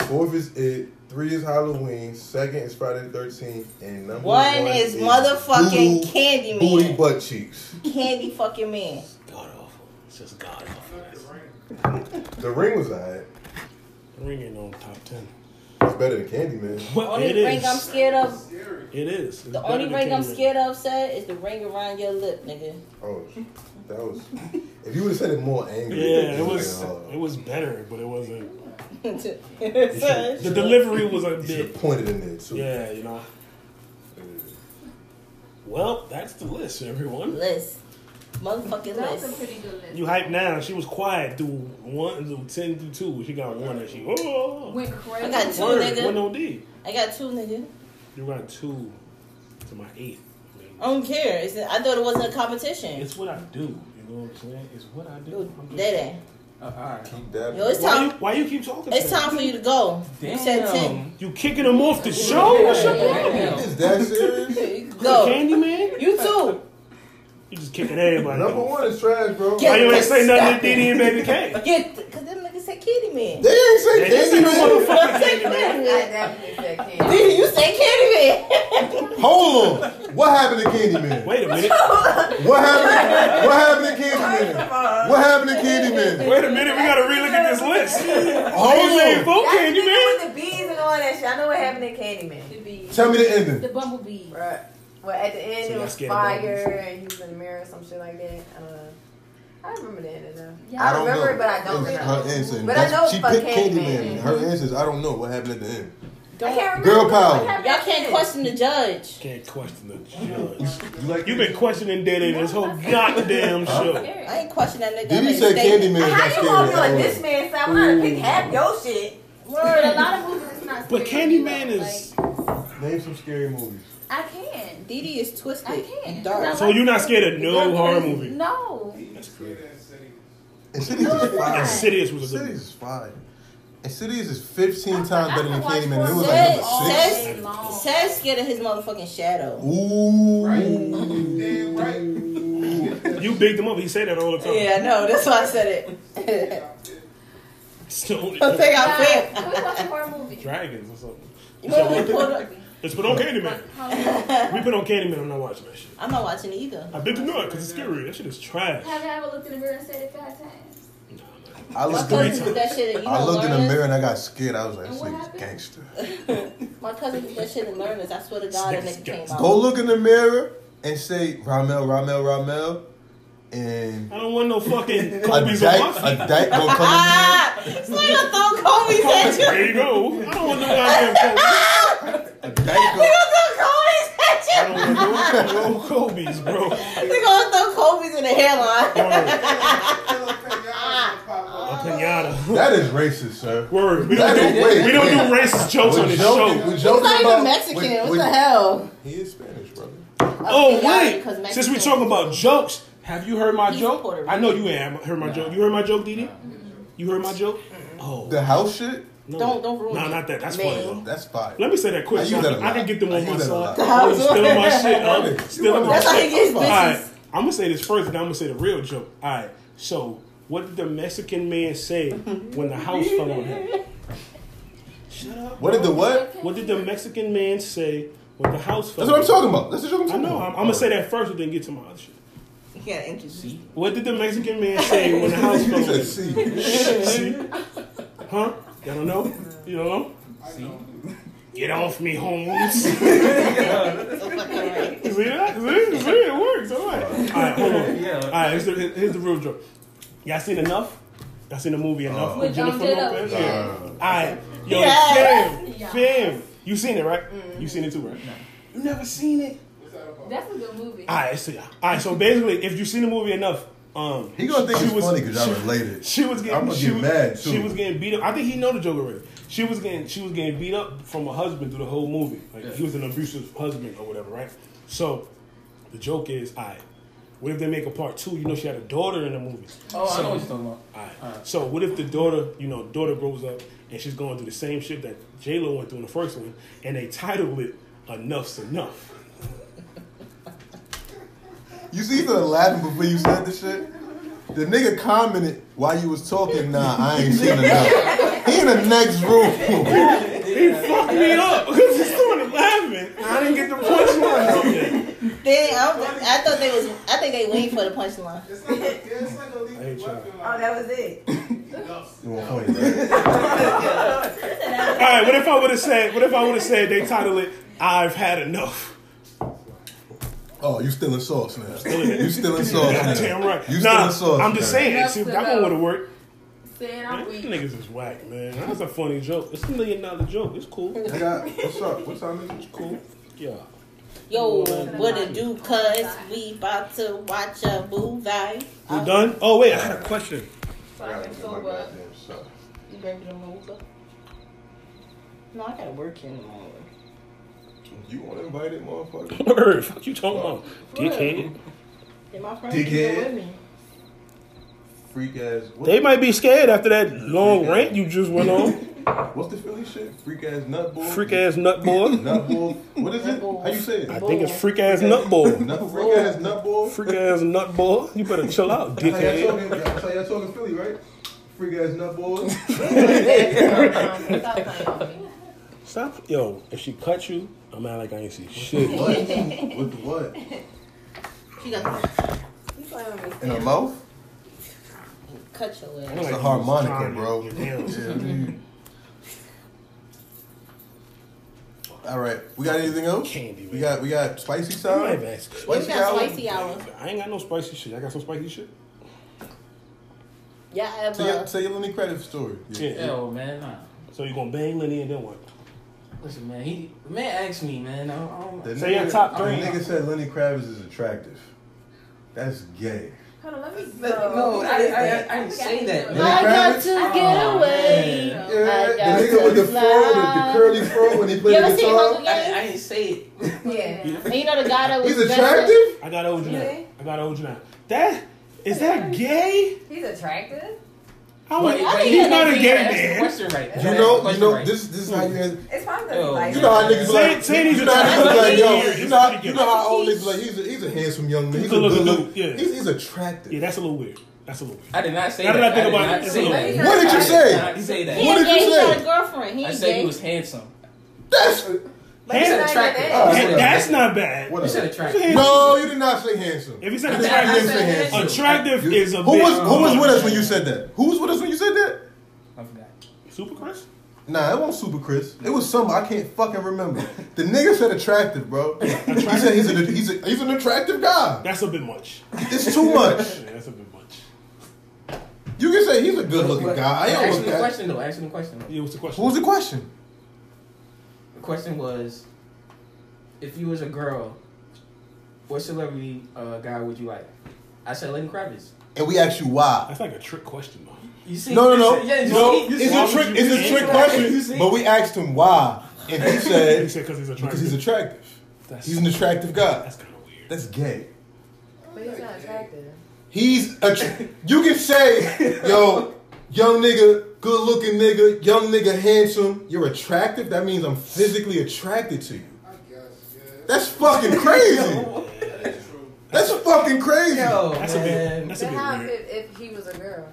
Speaker 2: Fourth is It. Three is Halloween. Second is Friday the Thirteenth. And number one,
Speaker 4: One is motherfucking
Speaker 2: Voodoo
Speaker 4: Candyman.
Speaker 2: Booty butt cheeks.
Speaker 4: Candy fucking man.
Speaker 1: God awful. It's just god awful.
Speaker 2: The ring was alright.
Speaker 1: Ring ain't on top ten.
Speaker 2: It's better than Candyman.
Speaker 1: But
Speaker 4: Only
Speaker 1: it
Speaker 4: ring
Speaker 1: is.
Speaker 4: I'm scared of.
Speaker 1: It is. It's
Speaker 4: The
Speaker 1: better
Speaker 4: only
Speaker 1: than
Speaker 4: ring I'm
Speaker 1: Candyman.
Speaker 4: scared of, said, is the ring around your lip, nigga.
Speaker 2: Oh, that was. If you would have said it more angry,
Speaker 1: Yeah, it
Speaker 2: would've
Speaker 1: was.
Speaker 2: been, uh,
Speaker 1: It was better, but it wasn't.
Speaker 4: Son,
Speaker 1: The delivery was a
Speaker 2: oh, You should have
Speaker 1: bit.
Speaker 2: pointed in there too.
Speaker 1: Yeah, you know. Well, that's the list, everyone.
Speaker 4: List. motherfucking
Speaker 5: That was a
Speaker 4: list.
Speaker 5: pretty good list.
Speaker 1: You hype now. She was quiet through one, through ten, through two. She got one, and she oh.
Speaker 5: Went crazy.
Speaker 4: I got two,
Speaker 1: Word,
Speaker 4: nigga.
Speaker 1: one on D.
Speaker 4: I got two, nigga.
Speaker 1: You got two to my eight. I mean,
Speaker 4: I don't care. It's, I thought it wasn't a competition.
Speaker 1: It's what I do. You know what I'm saying? It's what I do.
Speaker 4: Yo,
Speaker 1: I'm just-
Speaker 4: Dede.
Speaker 6: Uh, all right.
Speaker 2: Keep
Speaker 4: Yo,
Speaker 2: that.
Speaker 4: it's
Speaker 1: why, you,
Speaker 4: time.
Speaker 1: why you keep talking?
Speaker 4: It's
Speaker 1: to them?
Speaker 4: time for you to go. You said ten.
Speaker 6: Damn.
Speaker 1: You kicking them off the show? What's your problem?
Speaker 6: Damn.
Speaker 2: Is that serious?
Speaker 4: Go.
Speaker 1: Candyman?
Speaker 4: You too.
Speaker 1: You just kicking everybody.
Speaker 2: Number
Speaker 1: off.
Speaker 2: one is trash, bro.
Speaker 1: Why
Speaker 4: Get-
Speaker 1: you ain't say nothing
Speaker 4: Stop
Speaker 1: to DD and Baby K?
Speaker 4: Get, cause them niggas said kitty man.
Speaker 2: They ain't say
Speaker 1: They just said
Speaker 2: Candyman.
Speaker 1: motherfucking Candyman.
Speaker 4: Did
Speaker 7: definitely said candy.
Speaker 4: you say kitty man?
Speaker 2: Hold on. What happened to Candyman?
Speaker 1: Wait a minute.
Speaker 2: What happened? What happened to Candyman? What happened to Candyman?
Speaker 1: Wait a minute. We gotta relook at this list. Jose
Speaker 2: Hold on.
Speaker 1: Bo Candyman.
Speaker 7: With the bees and all that shit. I know what happened to Candyman.
Speaker 5: The bee.
Speaker 2: Tell me the ending.
Speaker 5: The bumblebee.
Speaker 7: Right. Well, at the end,
Speaker 1: So
Speaker 7: it
Speaker 1: y'all
Speaker 7: was
Speaker 1: scared of bugs?
Speaker 7: fire, and he was in the mirror or some shit like that. I don't know. I remember the end of that.
Speaker 5: Yeah.
Speaker 7: I don't remember it, but I don't
Speaker 2: It was
Speaker 7: remember.
Speaker 2: Her answer.
Speaker 7: But I know
Speaker 2: she
Speaker 7: it's
Speaker 2: picked
Speaker 7: fucking
Speaker 2: Candyman.
Speaker 7: Candyman.
Speaker 2: Her answers. I don't know what happened at the end.
Speaker 7: I can't remember.
Speaker 2: Girl
Speaker 7: what
Speaker 2: power.
Speaker 7: happened
Speaker 4: Y'all
Speaker 7: at the
Speaker 4: can't
Speaker 7: end.
Speaker 4: question the judge.
Speaker 1: Can't question the judge.
Speaker 2: You like?
Speaker 1: You've been questioning Diddy this whole goddamn show.
Speaker 4: I ain't question that nigga.
Speaker 2: Did he
Speaker 4: That
Speaker 2: say
Speaker 4: statement.
Speaker 2: Candyman?
Speaker 7: How
Speaker 2: got
Speaker 7: you
Speaker 2: scared
Speaker 7: gonna be
Speaker 2: at
Speaker 7: on
Speaker 2: all?
Speaker 7: this man's side? I'm gonna pick half your shit.
Speaker 5: But a lot of movies it's not.
Speaker 1: But
Speaker 5: scary,
Speaker 1: Candyman
Speaker 5: though.
Speaker 1: is.
Speaker 5: Like,
Speaker 2: Name some scary movies.
Speaker 5: I can.
Speaker 4: Didi is twisted
Speaker 5: I can't.
Speaker 4: and
Speaker 5: Cause
Speaker 4: dark.
Speaker 5: I
Speaker 1: So
Speaker 5: like-
Speaker 1: you're not scared of no
Speaker 5: Because-
Speaker 1: horror movie?
Speaker 5: No.
Speaker 8: That's crazy. That city.
Speaker 2: And Cities is fire.
Speaker 1: Insidious was a good
Speaker 2: Cities
Speaker 1: movie.
Speaker 2: is fire. And Cities is 15 times
Speaker 5: I
Speaker 2: better than
Speaker 5: can watch
Speaker 2: Candyman. It was
Speaker 4: Says,
Speaker 2: like number six.
Speaker 4: says,
Speaker 5: Says-
Speaker 4: says scared of his motherfucking shadow.
Speaker 2: Ooh.
Speaker 8: Right? Damn right.
Speaker 1: You bigged him up. He said that all the time.
Speaker 4: Yeah, I know. That's why I said it.
Speaker 1: So,
Speaker 4: Don't think
Speaker 5: Nah,
Speaker 4: I'm fair.
Speaker 5: can we watch a horror movie?
Speaker 1: dragons or something.
Speaker 4: You know what we pulled up?
Speaker 1: Let's put on Candyman.
Speaker 5: Have you
Speaker 1: We put on Candyman. I'm not watching that shit.
Speaker 4: I'm not watching it either.
Speaker 1: I bet you not because it's scary. That shit is trash.
Speaker 5: ever looked in the mirror and said it five times?
Speaker 2: I
Speaker 4: My
Speaker 2: looked,
Speaker 4: cousin
Speaker 2: in,
Speaker 4: did that shit. And you know,
Speaker 2: I looked in the
Speaker 4: learners-
Speaker 2: mirror and I got scared. I was like,
Speaker 5: And
Speaker 2: this
Speaker 5: what
Speaker 2: nigga's
Speaker 5: happened?
Speaker 2: gangster.
Speaker 4: My cousin did that shit in learners. I swear to God, that
Speaker 1: Snakes
Speaker 4: nigga
Speaker 1: got-
Speaker 4: came out.
Speaker 2: Go look in the mirror and say, Ramel, Ramel, Ramel. And
Speaker 1: I don't want no fucking
Speaker 2: a dyke,
Speaker 1: Kobe's on my feet.
Speaker 2: a dyke gonna come in
Speaker 4: Ah! Slayer throw Kobe's at you.
Speaker 1: There you go. I don't want no goddamn Kobe's.
Speaker 2: here. A dyke
Speaker 4: They
Speaker 2: gonna...
Speaker 4: gonna throw Kobe's at
Speaker 1: I
Speaker 4: you.
Speaker 1: don't want no, no Kobe's, bro.
Speaker 4: They gonna throw Kobe's in the hairline.
Speaker 1: Word. A
Speaker 8: Ah.
Speaker 1: pinata.
Speaker 2: That is racist, sir.
Speaker 1: Word. We don't
Speaker 2: That
Speaker 1: do,
Speaker 2: is wait,
Speaker 1: we don't
Speaker 2: wait.
Speaker 1: do racist jokes on
Speaker 2: We're
Speaker 1: this
Speaker 2: joking-
Speaker 1: show.
Speaker 2: we're
Speaker 4: He's
Speaker 2: joking
Speaker 4: not
Speaker 2: about-
Speaker 4: even Mexican.
Speaker 2: we're-
Speaker 4: what
Speaker 2: we're-
Speaker 4: the hell?
Speaker 2: He is Spanish, brother.
Speaker 1: Oh,
Speaker 4: Yeah, because
Speaker 1: wait.
Speaker 4: Mexican-
Speaker 1: Since we talking about jokes, have you heard my
Speaker 4: He's
Speaker 1: joke?
Speaker 4: Puerto
Speaker 1: I know you ain't heard my joke. You heard my joke, Didi? You heard my joke? Oh.
Speaker 2: The house shit?
Speaker 1: No.
Speaker 4: Don't- don't ruin
Speaker 1: No,
Speaker 4: it.
Speaker 1: not that. That's
Speaker 4: Man.
Speaker 1: funny, though.
Speaker 2: That's fire.
Speaker 1: Let me say that quick.
Speaker 2: I
Speaker 1: I,
Speaker 2: use
Speaker 1: so I,
Speaker 2: that a
Speaker 1: can-
Speaker 2: lot.
Speaker 1: I can get them
Speaker 2: I
Speaker 1: on
Speaker 2: use
Speaker 1: my
Speaker 2: that a
Speaker 1: side.
Speaker 2: lot.
Speaker 1: Oh, you stealing my shit.
Speaker 2: You
Speaker 1: Huh? Stealing my
Speaker 4: That's how
Speaker 1: shit.
Speaker 4: he gets
Speaker 1: All right,
Speaker 4: bitches.
Speaker 1: I'm gonna say this first, and I'm gonna say the real joke. All right, so what did the Mexican man say when the house fell on him? Shut up.
Speaker 2: What did the what?
Speaker 1: What did the Mexican man say when the house fell?
Speaker 2: That's what
Speaker 1: on
Speaker 2: I'm
Speaker 1: him?
Speaker 2: talking about. That's the joke I'm
Speaker 1: I
Speaker 2: talking
Speaker 1: know.
Speaker 2: about.
Speaker 1: I'm, I'm gonna say that first, and then get to my other shit.
Speaker 4: You gotta introduce.
Speaker 6: See?
Speaker 1: What did the Mexican man say when the house fell
Speaker 2: He
Speaker 1: on him?
Speaker 2: said,
Speaker 1: See?
Speaker 2: see.
Speaker 1: Huh? Y'all don't know? You don't know?
Speaker 6: See?
Speaker 1: Get off me, homes.
Speaker 4: So fucking right.
Speaker 1: See that? See? See? It works. All right. All right, hold on.
Speaker 6: Yeah.
Speaker 1: All right, here's the, here's the real joke. Y'all seen enough? Y'all seen the movie enough
Speaker 2: Oh.
Speaker 1: Uh, with
Speaker 5: With John
Speaker 1: Jennifer
Speaker 5: Ditto.
Speaker 1: Lopez? Yeah.
Speaker 2: Uh,
Speaker 1: All right, yo,
Speaker 4: Yeah.
Speaker 1: fam,
Speaker 5: Yeah.
Speaker 1: fam, you seen it right? You seen it too, right? You never seen it?
Speaker 5: That's a good movie.
Speaker 1: All right, so yeah. All right, so basically, if you seen the movie enough, um,
Speaker 2: he gonna think
Speaker 1: she
Speaker 2: it's
Speaker 1: was-
Speaker 2: funny because
Speaker 1: she-
Speaker 2: y'all related.
Speaker 1: She was getting.
Speaker 2: I'm gonna
Speaker 1: she
Speaker 2: get
Speaker 1: was,
Speaker 2: mad,
Speaker 1: She
Speaker 2: too.
Speaker 1: was getting beat up. I think he know the joke already. She was getting. She was getting beat up from her husband through the whole movie. Like he was an abusive husband or whatever, right? So, the joke is, I. what if they make a part two? You know, she had a daughter in the movie.
Speaker 6: Oh, I
Speaker 1: So-
Speaker 6: know what you're talking about.
Speaker 1: all right.
Speaker 6: All right.
Speaker 1: So what if the daughter, you know, daughter grows up and she's going through the same shit that J Lo went through in the first one, and they titled it "Enough's Enough."
Speaker 2: You see, you started laughing before you said the shit. The nigga commented while you was talking. Nah, I ain't seen enough. He in the next room.
Speaker 1: He fucked me up because he started laughing. and I didn't get the punchline. out there.
Speaker 4: They, I, don't- I thought they was. I think they waiting for the punchline.
Speaker 8: It's like a, it's like a
Speaker 1: I ain't
Speaker 8: lethal
Speaker 1: trying.
Speaker 8: weapon.
Speaker 7: Oh,
Speaker 8: Like,
Speaker 7: that was it.
Speaker 2: You want funny, right?
Speaker 1: All right. What if I would have said? What if I would have said they titled it "I've Had Enough"?
Speaker 2: Oh, you still in sauce now. You still in sauce now.
Speaker 1: Damn right.
Speaker 2: Oh, You
Speaker 1: nah,
Speaker 2: still in sauce.
Speaker 1: I'm just
Speaker 2: now.
Speaker 1: saying. See, that one would have worked.
Speaker 5: Saying
Speaker 1: Man,
Speaker 5: I'm
Speaker 1: these
Speaker 5: weak.
Speaker 1: niggas is whack, man. That's a funny joke. It's a million dollar joke. It's cool.
Speaker 2: Nigga, what's up? What's up, nigga?
Speaker 1: Cool. Yeah.
Speaker 4: Yo, what it do? Cause we about to watch a movie.
Speaker 1: You done? Oh wait, I had a question.
Speaker 7: So I can sober up.
Speaker 4: You drinking a mimosa? No, I gotta work here tomorrow.
Speaker 2: You want invited, motherfucker?
Speaker 1: Word, fuck you talking about, dickhead.
Speaker 4: Did my friends
Speaker 2: Dickhead.
Speaker 4: get with me?
Speaker 2: Freak ass. What
Speaker 1: They might be scared after that long rant you just went on.
Speaker 2: What's the Philly shit? Freak ass nut bull.
Speaker 1: Freak ass nut boy.
Speaker 2: nut bull. What is it? How you say
Speaker 1: I
Speaker 2: it?
Speaker 1: think it's freak ass nut boy.
Speaker 2: Nut, freak ass nut bull.
Speaker 1: Freak ass nut boy. You better chill out,
Speaker 2: That's how y'all
Speaker 1: dickhead.
Speaker 2: talking. That's how y'all talking Philly, right? Freak ass nut bull.
Speaker 7: Stop playing with me.
Speaker 1: Stop, yo. If she cut you, I'm out like I ain't see shit.
Speaker 2: what? With what?
Speaker 4: She got to
Speaker 7: You playing with me.
Speaker 2: In her mouth?
Speaker 4: cut your ass.
Speaker 2: It's a harmonica, bro.
Speaker 1: Yeah.
Speaker 2: All right, we got anything else?
Speaker 1: Candy,
Speaker 2: We
Speaker 1: man.
Speaker 2: got we got spicy
Speaker 1: I might have
Speaker 2: sour.
Speaker 1: asked.
Speaker 4: You
Speaker 2: Spicy
Speaker 4: got
Speaker 2: sour?
Speaker 4: spicy hour.
Speaker 1: I ain't got no spicy shit. I got some spicy shit.
Speaker 4: Y'all
Speaker 2: Tell your,
Speaker 4: ever?
Speaker 2: tell your little credit story.
Speaker 1: Yeah.
Speaker 6: Yo, oh, man, nah.
Speaker 1: So you gonna bang Lenny and then what?
Speaker 6: Listen, man, he man asked me, man. I, I don't,
Speaker 2: The
Speaker 1: Say your
Speaker 2: nigga-
Speaker 1: top
Speaker 2: the
Speaker 1: three.
Speaker 2: nigga said Lenny Kravitz is attractive. That's gay.
Speaker 7: Hold on, let me
Speaker 6: Let-
Speaker 7: go.
Speaker 6: no, I, I, I, I didn't say that.
Speaker 2: Lenny
Speaker 6: Man.
Speaker 4: I got
Speaker 2: Kravitz?
Speaker 4: to get
Speaker 6: Oh,
Speaker 4: away.
Speaker 6: man.
Speaker 4: I
Speaker 2: the
Speaker 4: got
Speaker 2: nigga with
Speaker 4: to
Speaker 2: the fro, the, the
Speaker 4: fly.
Speaker 2: curly fro when he
Speaker 4: uh, You
Speaker 2: played
Speaker 4: ever
Speaker 2: the
Speaker 4: seen Hunger
Speaker 2: guitar.
Speaker 6: I, I
Speaker 4: Games?
Speaker 6: didn't say it.
Speaker 7: Yeah.
Speaker 4: And you know the guy that was
Speaker 2: He's
Speaker 4: dressed up-
Speaker 2: attractive.
Speaker 1: I got old now.
Speaker 7: Really?
Speaker 1: I got old now. That is that gay?
Speaker 7: He's attractive.
Speaker 1: I would,
Speaker 6: But- but-
Speaker 1: he's not a gay
Speaker 6: That's the
Speaker 1: man.
Speaker 6: question, right?
Speaker 2: You
Speaker 6: That's the
Speaker 2: know, you
Speaker 6: question
Speaker 2: know.
Speaker 6: right.
Speaker 2: This this is how you. Answer.
Speaker 7: It's fine.
Speaker 6: Yo,
Speaker 7: Like,
Speaker 2: You know how niggas be like,
Speaker 1: Say- say these
Speaker 2: you know how
Speaker 1: guys-
Speaker 2: niggas be like,
Speaker 1: Yeah,
Speaker 2: yo, you know, how-
Speaker 1: it's
Speaker 2: you know how old niggas be like, he's a, he's a handsome young man. He's, a
Speaker 1: a
Speaker 2: good
Speaker 1: looking
Speaker 2: look.
Speaker 1: dude, yeah.
Speaker 2: He's, he's attractive.
Speaker 1: Yeah, that's a little weird. That's a little weird.
Speaker 6: I did not say
Speaker 1: Now
Speaker 6: that.
Speaker 1: that I think about it,
Speaker 6: I did
Speaker 1: it's
Speaker 6: not
Speaker 1: a
Speaker 6: say
Speaker 1: little-
Speaker 6: that.
Speaker 2: What did you say?
Speaker 6: I did not say
Speaker 4: He
Speaker 6: that.
Speaker 2: What did
Speaker 4: ain't
Speaker 2: you
Speaker 4: gay. He got
Speaker 2: say?
Speaker 4: a girlfriend. He
Speaker 6: I
Speaker 4: ain't
Speaker 6: said he
Speaker 4: gay.
Speaker 6: was handsome.
Speaker 2: That's
Speaker 6: You said
Speaker 1: Handsome.
Speaker 6: attractive.
Speaker 7: All
Speaker 1: Hey, that's not bad.
Speaker 2: What
Speaker 6: You said
Speaker 2: up?
Speaker 6: attractive.
Speaker 1: If
Speaker 2: No, you did not say handsome.
Speaker 1: he said
Speaker 2: You didn't
Speaker 1: attractive,
Speaker 2: say handsome.
Speaker 1: attractive
Speaker 2: You-
Speaker 1: is a
Speaker 2: who
Speaker 1: bit-
Speaker 2: was who was with us when you said that? Who was with us when you said that?
Speaker 6: I forgot.
Speaker 1: Super Chris?
Speaker 2: Nah, it wasn't Super Chris. It was some I can't fucking remember. The nigga said attractive, bro. He said he's an he's, a, he's an attractive guy.
Speaker 1: That's a bit much.
Speaker 2: It's too much.
Speaker 1: Yeah, that's a bit much.
Speaker 2: You can say he's a good looking
Speaker 6: But-
Speaker 2: guy. I
Speaker 6: but
Speaker 2: don't
Speaker 6: Ask
Speaker 2: look
Speaker 6: me the
Speaker 2: at-
Speaker 6: question though. Ask me the question. though.
Speaker 1: Yeah, what's the
Speaker 2: What
Speaker 1: question?
Speaker 2: was the question?
Speaker 6: The question was, if you was a girl, what celebrity uh, guy would you like? I said Lenny Kravitz.
Speaker 2: And we asked you why.
Speaker 1: That's like a trick question, though.
Speaker 6: You see?
Speaker 2: No, no, no.
Speaker 6: Yeah, you
Speaker 2: no,
Speaker 6: see? You
Speaker 2: it's
Speaker 6: see?
Speaker 1: Why
Speaker 2: a
Speaker 1: would
Speaker 2: trick.
Speaker 1: you
Speaker 2: It's a
Speaker 1: answer
Speaker 2: trick
Speaker 1: that?
Speaker 6: You
Speaker 2: question.
Speaker 6: see?
Speaker 2: But we asked him why, and he
Speaker 1: He
Speaker 2: said
Speaker 1: said because he's attractive.
Speaker 2: because he's attractive.
Speaker 1: That's,
Speaker 2: He's an attractive guy.
Speaker 1: that's kind of weird.
Speaker 2: That's gay.
Speaker 7: But he's not attractive.
Speaker 2: He's a. You can say, yo, young nigga, good looking nigga, young nigga, handsome. You're attractive. That means I'm physically attracted to you.
Speaker 8: I guess, yeah.
Speaker 2: That's fucking crazy.
Speaker 8: That's true.
Speaker 2: That's fucking crazy.
Speaker 6: Yo,
Speaker 1: That's a
Speaker 6: Oh, man.
Speaker 1: bit. That's a
Speaker 7: But how
Speaker 1: bit
Speaker 7: if,
Speaker 1: weird.
Speaker 7: it- if he was a girl?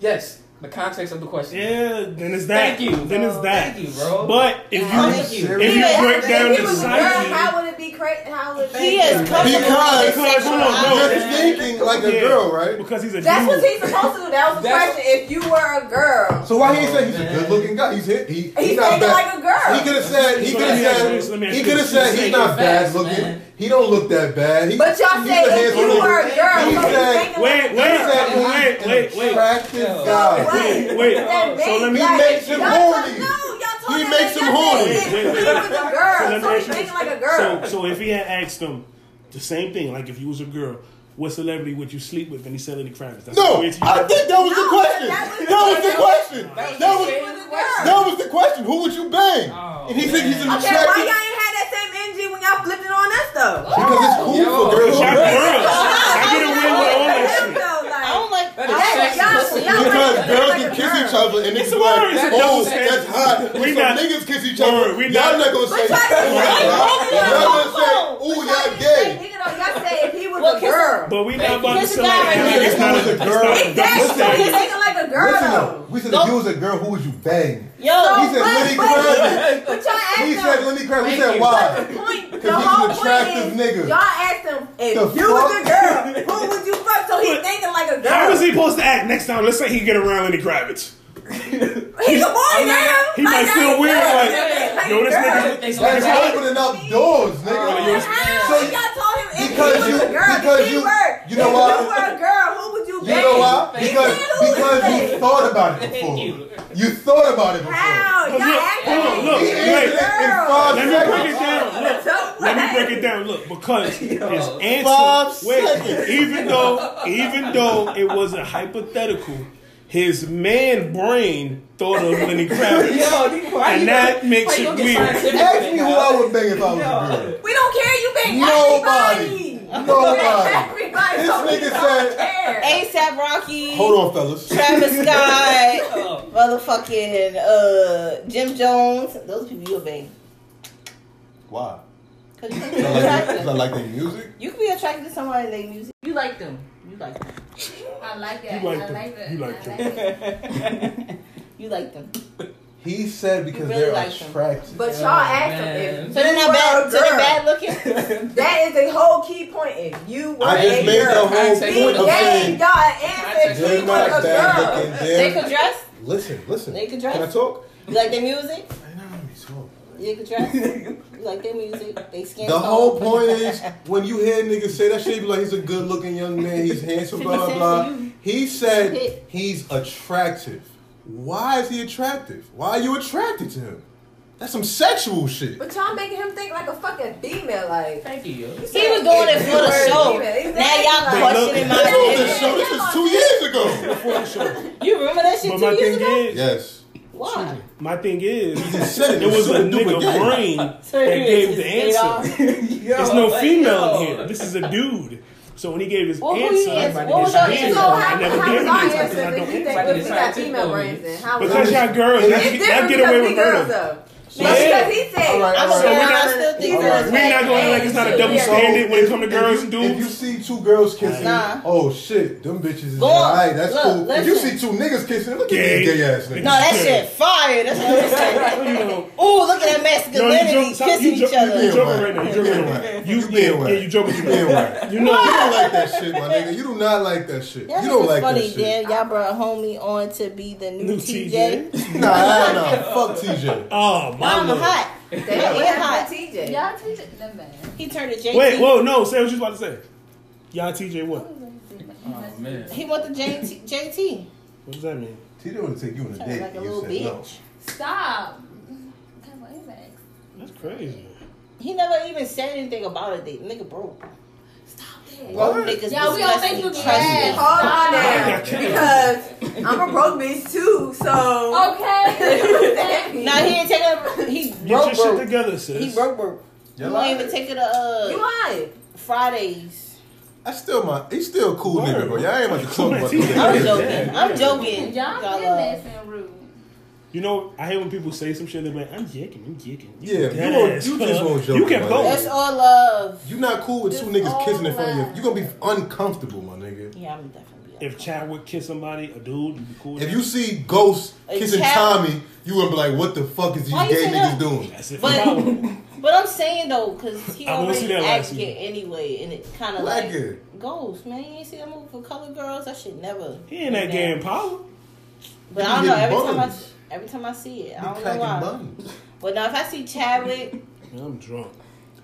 Speaker 6: Yes, the context of the question.
Speaker 1: Yeah, then it's that.
Speaker 6: Thank you.
Speaker 1: Then it's that.
Speaker 6: Thank you, bro.
Speaker 1: But if
Speaker 6: Thank
Speaker 1: you
Speaker 6: you.
Speaker 1: if you
Speaker 7: Yeah,
Speaker 1: break down
Speaker 7: if he
Speaker 1: the
Speaker 7: was a girl,
Speaker 1: psyche,
Speaker 7: how would it be crazy? How would it
Speaker 4: He is comfortable
Speaker 2: Because-
Speaker 4: with his
Speaker 1: because- hold on,
Speaker 4: sexuality.
Speaker 1: no,
Speaker 2: You're thinking like a
Speaker 1: Yeah,
Speaker 2: girl, right?
Speaker 1: Because he's a
Speaker 7: That's
Speaker 1: dude.
Speaker 7: what he's supposed to do. That was the
Speaker 6: That's-
Speaker 7: question. If you were a girl,
Speaker 2: So why he ain't say he's a
Speaker 6: man.
Speaker 2: good looking guy? He's hit. He,
Speaker 7: he's
Speaker 2: not
Speaker 7: thinking
Speaker 2: bad.
Speaker 7: like a girl.
Speaker 2: He could have said. He
Speaker 1: So
Speaker 2: could
Speaker 1: let
Speaker 2: have
Speaker 1: me ask you this, let me
Speaker 2: said.
Speaker 1: ask
Speaker 2: He
Speaker 1: you
Speaker 2: could
Speaker 1: this.
Speaker 2: have said he's
Speaker 6: Take
Speaker 2: not
Speaker 6: it
Speaker 2: bad
Speaker 6: back,
Speaker 2: looking.
Speaker 6: man.
Speaker 2: He don't look that bad. He,
Speaker 7: but y'all
Speaker 2: he's
Speaker 7: say
Speaker 2: a
Speaker 7: if
Speaker 2: handsome
Speaker 7: you
Speaker 2: nigga.
Speaker 7: were a girl,
Speaker 2: He
Speaker 7: so you
Speaker 2: said-
Speaker 7: thinking
Speaker 1: Wait,
Speaker 7: like
Speaker 2: He said
Speaker 1: wait,
Speaker 2: he's
Speaker 1: wait,
Speaker 2: an
Speaker 1: wait, wait.
Speaker 2: Attractive
Speaker 6: Yo.
Speaker 2: guy.
Speaker 7: Wait,
Speaker 1: Wait, so
Speaker 7: that makes-
Speaker 1: let me-
Speaker 7: y'all-
Speaker 2: He makes him
Speaker 7: y'all talk-
Speaker 2: horny.
Speaker 7: No, y'all
Speaker 2: He
Speaker 7: talking
Speaker 2: makes him
Speaker 7: y'all
Speaker 2: horny.
Speaker 7: saying
Speaker 1: Wait, wait,
Speaker 7: He was a girl,
Speaker 1: let me
Speaker 7: so he's
Speaker 1: ask you
Speaker 7: thinking
Speaker 1: this.
Speaker 7: like a girl.
Speaker 1: So, so if he had asked him the same thing, like if you was a girl, what celebrity would you sleep with? And he said Lenny Kravitz. That's
Speaker 2: No,
Speaker 1: the way to-
Speaker 2: I think that was the
Speaker 7: No,
Speaker 2: question.
Speaker 7: that was-
Speaker 2: That was the question.
Speaker 6: That
Speaker 2: That was
Speaker 6: was-
Speaker 7: He was a girl.
Speaker 2: that was the question. Who would you bang?
Speaker 6: Oh,
Speaker 2: And he said he's an
Speaker 6: man.
Speaker 7: Okay, why
Speaker 2: attractive
Speaker 7: y'all ain't had that same energy when y'all flipped it on us though?
Speaker 2: because it's cool
Speaker 6: Yo.
Speaker 2: for girls.
Speaker 1: Y'all
Speaker 2: to
Speaker 1: girls.
Speaker 2: bang.
Speaker 1: I get away with all that
Speaker 7: Hell
Speaker 1: shit.
Speaker 7: no, like-
Speaker 4: I don't like. uh,
Speaker 6: That
Speaker 4: That
Speaker 6: is sexy.
Speaker 4: is
Speaker 7: Y'all- y'all-
Speaker 2: Because
Speaker 7: like-
Speaker 2: girls
Speaker 7: like
Speaker 2: can
Speaker 7: a
Speaker 2: kiss
Speaker 7: girl.
Speaker 2: each other and it's
Speaker 1: It's a
Speaker 2: like,
Speaker 1: word, it's a
Speaker 2: oh,
Speaker 1: double
Speaker 2: that's
Speaker 1: standard.
Speaker 2: hot.
Speaker 1: We
Speaker 2: We so
Speaker 1: not-
Speaker 2: niggas kiss each
Speaker 1: Word,
Speaker 2: other.
Speaker 1: we not-
Speaker 2: y'all not gonna
Speaker 7: But
Speaker 2: say,
Speaker 7: y'all
Speaker 2: "Oh,
Speaker 7: said-
Speaker 2: that's hot."
Speaker 7: y'all
Speaker 2: Y'all
Speaker 7: said-
Speaker 2: gonna say, ooh, y'all gay.
Speaker 7: Nigga, though, y'all said if he was
Speaker 4: Well,
Speaker 7: a
Speaker 4: kiss-
Speaker 7: girl.
Speaker 1: But we not about to
Speaker 4: Here's a
Speaker 1: celebrate.
Speaker 4: guy right
Speaker 1: Like,
Speaker 4: here.
Speaker 1: it's not
Speaker 2: This
Speaker 1: a,
Speaker 2: is
Speaker 1: it's
Speaker 2: a
Speaker 1: not
Speaker 2: girl.
Speaker 1: a double
Speaker 7: Exactly. So he's
Speaker 1: standard.
Speaker 7: thinking like a girl.
Speaker 2: Listen though, we said if you was a girl, who would you bang?
Speaker 4: Yo,
Speaker 2: He said Lenny
Speaker 7: but-
Speaker 2: Kravitz.
Speaker 7: But y'all asked
Speaker 2: He
Speaker 7: him.
Speaker 2: said Lenny Kravitz. He
Speaker 6: Thank
Speaker 2: said
Speaker 6: you.
Speaker 2: why?
Speaker 7: point, the
Speaker 2: he's an
Speaker 7: whole
Speaker 2: attractive
Speaker 7: point
Speaker 2: nigga.
Speaker 7: is, y'all asked him if
Speaker 2: The
Speaker 7: you was a
Speaker 2: fuck?
Speaker 7: girl, who would you fuck? So he
Speaker 1: But-
Speaker 7: thinking like a girl.
Speaker 1: How is he supposed to act next time? Let's say he get around Lenny Kravitz.
Speaker 7: He's a boy now.
Speaker 1: He might feel weird like, yo, this nigga.
Speaker 6: It's like
Speaker 2: That's opening up doors, nigga.
Speaker 7: How?
Speaker 2: So-
Speaker 7: y'all told him if
Speaker 2: Because
Speaker 7: he was
Speaker 2: you-
Speaker 7: a girl,
Speaker 2: because
Speaker 7: if he
Speaker 2: you-
Speaker 7: were,
Speaker 2: you know
Speaker 7: if
Speaker 2: why?
Speaker 7: you were a girl, who would you
Speaker 2: You
Speaker 7: be?
Speaker 2: know why?
Speaker 6: Thank
Speaker 2: Because
Speaker 7: you.
Speaker 2: because you thought about it before.
Speaker 6: Thank you.
Speaker 2: You thought about it before.
Speaker 7: How?
Speaker 1: Look,
Speaker 7: y'all
Speaker 1: hold on,
Speaker 7: acting
Speaker 1: look, wait.
Speaker 7: like these girls.
Speaker 1: Let me break it down. Look,
Speaker 7: Don't
Speaker 1: let me
Speaker 7: laugh.
Speaker 1: break it down. Look, because his answer.
Speaker 2: Five
Speaker 1: wait,
Speaker 2: seconds.
Speaker 1: even though, even though it was a hypothetical, his man brain thought of Lenny Kravitz,
Speaker 6: Yo, why
Speaker 1: And
Speaker 6: you
Speaker 1: that
Speaker 6: gonna-
Speaker 1: makes
Speaker 6: why you
Speaker 1: it
Speaker 6: gonna get
Speaker 1: weird.
Speaker 6: scientific
Speaker 2: Ask
Speaker 6: with
Speaker 2: me
Speaker 6: it,
Speaker 2: who
Speaker 6: dog?
Speaker 2: I would bang if I was a
Speaker 6: Yo.
Speaker 2: girl.
Speaker 7: We don't care. You bang
Speaker 2: Nobody.
Speaker 7: everybody.
Speaker 2: Nobody.
Speaker 7: Everybody.
Speaker 2: This
Speaker 7: don't-
Speaker 2: nigga
Speaker 7: don't
Speaker 2: said-
Speaker 7: care.
Speaker 4: ASAP Rocky.
Speaker 2: Hold on, fellas.
Speaker 4: Travis Scott, motherfucking uh, Jim Jones. Those people you'll bang.
Speaker 2: Why?
Speaker 4: 'Cause you can be
Speaker 2: Cause I like,
Speaker 4: attracted.
Speaker 2: cause I like their music.
Speaker 4: You can be attracted to somebody they music. You like them. You like them.
Speaker 5: I like that.
Speaker 1: You like
Speaker 5: I
Speaker 1: them.
Speaker 5: like that.
Speaker 1: You like
Speaker 5: I
Speaker 1: them.
Speaker 5: it.
Speaker 4: You like them.
Speaker 2: He said because
Speaker 4: really
Speaker 2: they're
Speaker 4: like them.
Speaker 2: attractive.
Speaker 7: But y'all
Speaker 6: Oh,
Speaker 7: asked
Speaker 6: man.
Speaker 7: them
Speaker 4: So
Speaker 7: if
Speaker 4: they're
Speaker 7: you
Speaker 4: not
Speaker 7: were
Speaker 4: bad.
Speaker 7: a
Speaker 4: So they're
Speaker 7: girl.
Speaker 4: bad looking.
Speaker 7: That is the whole key point. If you were
Speaker 2: I just
Speaker 7: a
Speaker 2: made the
Speaker 7: girl,
Speaker 2: whole
Speaker 6: Context
Speaker 2: point
Speaker 7: he
Speaker 2: of
Speaker 7: gave
Speaker 2: saying
Speaker 7: y'all an answer.
Speaker 6: Context.
Speaker 7: if
Speaker 2: they're
Speaker 7: You were a
Speaker 2: not bad
Speaker 7: girl.
Speaker 2: looking.
Speaker 4: they
Speaker 2: They're
Speaker 4: could dress.
Speaker 2: Listen, listen.
Speaker 4: They could
Speaker 2: Can I
Speaker 4: dress.
Speaker 2: talk?
Speaker 4: You like their music.
Speaker 2: They're not let me talk.
Speaker 4: You could dress. You like their music. They skin.
Speaker 2: The
Speaker 4: tone.
Speaker 2: whole point is when you hear niggas say that shit, you be like, he's a good looking young man, he's handsome, blah, blah, blah. He said he's attractive. Why is he attractive? Why are you attracted to him? That's some sexual shit.
Speaker 7: But y'all making him think like a fucking female. Like
Speaker 6: Thank you. yo.
Speaker 4: He was doing it for the show. Now y'all
Speaker 2: They love-
Speaker 4: questioning
Speaker 2: They told this
Speaker 4: my
Speaker 2: show. This was two years ago.
Speaker 1: before the show.
Speaker 4: You remember that shit
Speaker 1: But my
Speaker 4: two years
Speaker 1: thing
Speaker 4: ago?
Speaker 1: is,
Speaker 2: Yes.
Speaker 4: Why?
Speaker 1: my thing is,
Speaker 2: He said it.
Speaker 1: it was a
Speaker 2: super duper
Speaker 1: nigga
Speaker 2: gay.
Speaker 1: brain
Speaker 4: So
Speaker 1: that
Speaker 4: you
Speaker 1: gave
Speaker 4: just
Speaker 1: the
Speaker 4: ate off?
Speaker 1: answer. There's no female in here. This is a dude. So when he gave his
Speaker 4: Well, who
Speaker 1: answer,
Speaker 4: you
Speaker 1: his
Speaker 4: answer? What was your
Speaker 1: answer,
Speaker 4: answer?
Speaker 7: So
Speaker 1: I
Speaker 7: how,
Speaker 1: never
Speaker 7: how
Speaker 1: gave
Speaker 7: does
Speaker 1: an
Speaker 7: our
Speaker 1: answer
Speaker 7: answer
Speaker 1: because I
Speaker 7: if
Speaker 1: don't
Speaker 7: you
Speaker 1: answer.
Speaker 7: think if we got female brains then how would
Speaker 1: Because y'all girls, y'all
Speaker 7: It's
Speaker 1: get- y'all
Speaker 7: different
Speaker 1: get away
Speaker 7: because
Speaker 1: with
Speaker 7: we girls
Speaker 1: murder.
Speaker 7: though. But
Speaker 1: Yeah.
Speaker 7: because he said
Speaker 2: All right,
Speaker 4: I'm
Speaker 2: all
Speaker 4: a girl.
Speaker 2: right.
Speaker 4: I still think
Speaker 2: All
Speaker 4: that
Speaker 2: right.
Speaker 4: it's
Speaker 1: We're not going like it's not a double
Speaker 7: Yeah.
Speaker 1: standard when it comes to
Speaker 2: if
Speaker 1: girls
Speaker 2: you,
Speaker 1: and
Speaker 2: If you
Speaker 1: dudes.
Speaker 2: see two girls kissing,
Speaker 4: Nah.
Speaker 2: oh shit, them bitches is
Speaker 4: Go on.
Speaker 2: alright. That's
Speaker 4: Look,
Speaker 2: cool. If you see
Speaker 4: listen.
Speaker 2: two niggas kissing, look at
Speaker 1: Gay.
Speaker 2: these gay ass niggas.
Speaker 4: No, that shit fire. That's what I'm saying.
Speaker 1: You know,
Speaker 4: Ooh, look at that masculinity
Speaker 1: No, you joke- stop-
Speaker 4: kissing
Speaker 1: you joke-
Speaker 4: each other.
Speaker 1: you joke- joking right now. You're joking
Speaker 2: being
Speaker 1: right
Speaker 2: whack.
Speaker 1: You-
Speaker 2: You being
Speaker 1: yeah,
Speaker 2: whack.
Speaker 1: yeah, you joking.
Speaker 2: You being whack.
Speaker 1: you know,
Speaker 2: You don't like that shit, my nigga. You do not like that shit.
Speaker 4: Y'all
Speaker 2: you don't
Speaker 4: think
Speaker 2: like
Speaker 4: it's funny,
Speaker 2: that shit.
Speaker 4: damn. Y'all brought homie on to be the new,
Speaker 1: New
Speaker 4: TJ.
Speaker 1: TJ.
Speaker 2: Nah, nah, nah. Fuck TJ.
Speaker 1: oh my
Speaker 4: Mama
Speaker 1: lord.
Speaker 4: hot.
Speaker 7: that
Speaker 4: Yeah,
Speaker 7: what
Speaker 4: hot.
Speaker 7: happened to TJ.
Speaker 5: Y'all teach it. Never mind.
Speaker 4: He turned to JT.
Speaker 1: Wait, whoa, no, say what you was about to say. Y'all TJ what?
Speaker 6: Oh man.
Speaker 4: He went to JT. JT.
Speaker 1: What does that mean?
Speaker 2: TJ would take you on a
Speaker 4: Sounds
Speaker 2: date.
Speaker 4: like a
Speaker 2: You
Speaker 4: little
Speaker 2: said
Speaker 4: bitch.
Speaker 2: no.
Speaker 5: Stop. Come on, back.
Speaker 1: That's crazy.
Speaker 4: He never even said anything about it. They nigga broke.
Speaker 5: Stop it.
Speaker 2: What?
Speaker 4: Broke niggas.
Speaker 5: Y'all, we don't
Speaker 4: disgusting.
Speaker 5: think you
Speaker 4: Trust
Speaker 5: can
Speaker 4: me.
Speaker 5: ask.
Speaker 7: Hold on now,
Speaker 1: Yeah, chill.
Speaker 7: because I'm a broke bitch too. So
Speaker 5: Okay.
Speaker 4: Nah, he didn't take it. He
Speaker 1: Get
Speaker 4: broke.
Speaker 1: your shit
Speaker 4: broke.
Speaker 1: together,
Speaker 4: He
Speaker 1: sis.
Speaker 4: broke. broke.
Speaker 2: You
Speaker 4: You
Speaker 2: lying.
Speaker 4: won't even take it to uh,
Speaker 7: you lying.
Speaker 4: Fridays.
Speaker 2: That's still my. He's still a cool
Speaker 1: Word.
Speaker 2: nigga, bro. Y'all ain't about to talk about
Speaker 1: I'm
Speaker 2: this.
Speaker 4: I'm
Speaker 1: Yeah,
Speaker 4: joking.
Speaker 1: yeah,
Speaker 4: I'm
Speaker 1: yeah.
Speaker 4: joking.
Speaker 5: Y'all
Speaker 4: Y'all,
Speaker 5: been
Speaker 4: uh,
Speaker 5: messing rude.
Speaker 1: You know, I hate when people say some shit. They're like, "I'm jicking, I'm jicking."
Speaker 2: Yeah, you won't- you just won't joke
Speaker 1: You can
Speaker 2: about
Speaker 1: blow.
Speaker 2: it.
Speaker 4: That's all love.
Speaker 2: You not cool with two
Speaker 5: This
Speaker 2: niggas kissing in
Speaker 5: all
Speaker 2: front of you.
Speaker 5: lies.
Speaker 2: You gonna be uncomfortable, my nigga.
Speaker 4: Yeah, I'm definitely.
Speaker 1: If Chadwick kiss somebody, a dude, you be cool. with
Speaker 2: If
Speaker 1: that.
Speaker 2: you see Ghost
Speaker 4: A
Speaker 2: kissing
Speaker 4: cat-
Speaker 2: Tommy, you gonna be like, "What the fuck is these
Speaker 4: Why you
Speaker 2: gay
Speaker 4: say
Speaker 2: niggas
Speaker 4: that?
Speaker 2: doing?"
Speaker 1: that's it.
Speaker 4: But-
Speaker 1: But,
Speaker 4: But I'm saying though, because he
Speaker 1: I won't see
Speaker 4: already
Speaker 1: that last
Speaker 4: acted
Speaker 1: season.
Speaker 4: anyway, and it kind of
Speaker 2: Black
Speaker 4: like
Speaker 2: it.
Speaker 4: goes, man. You ain't see that movie for color girls? I should never.
Speaker 1: he ain't that gay in power.
Speaker 4: But
Speaker 2: You
Speaker 4: I don't
Speaker 2: be
Speaker 4: know.
Speaker 2: getting
Speaker 4: Every time
Speaker 2: buns.
Speaker 4: I every time I see it,
Speaker 2: Be
Speaker 4: I don't know
Speaker 2: cracking
Speaker 4: why.
Speaker 2: buns.
Speaker 4: But now if I see Chadwick,
Speaker 1: Man, I'm drunk.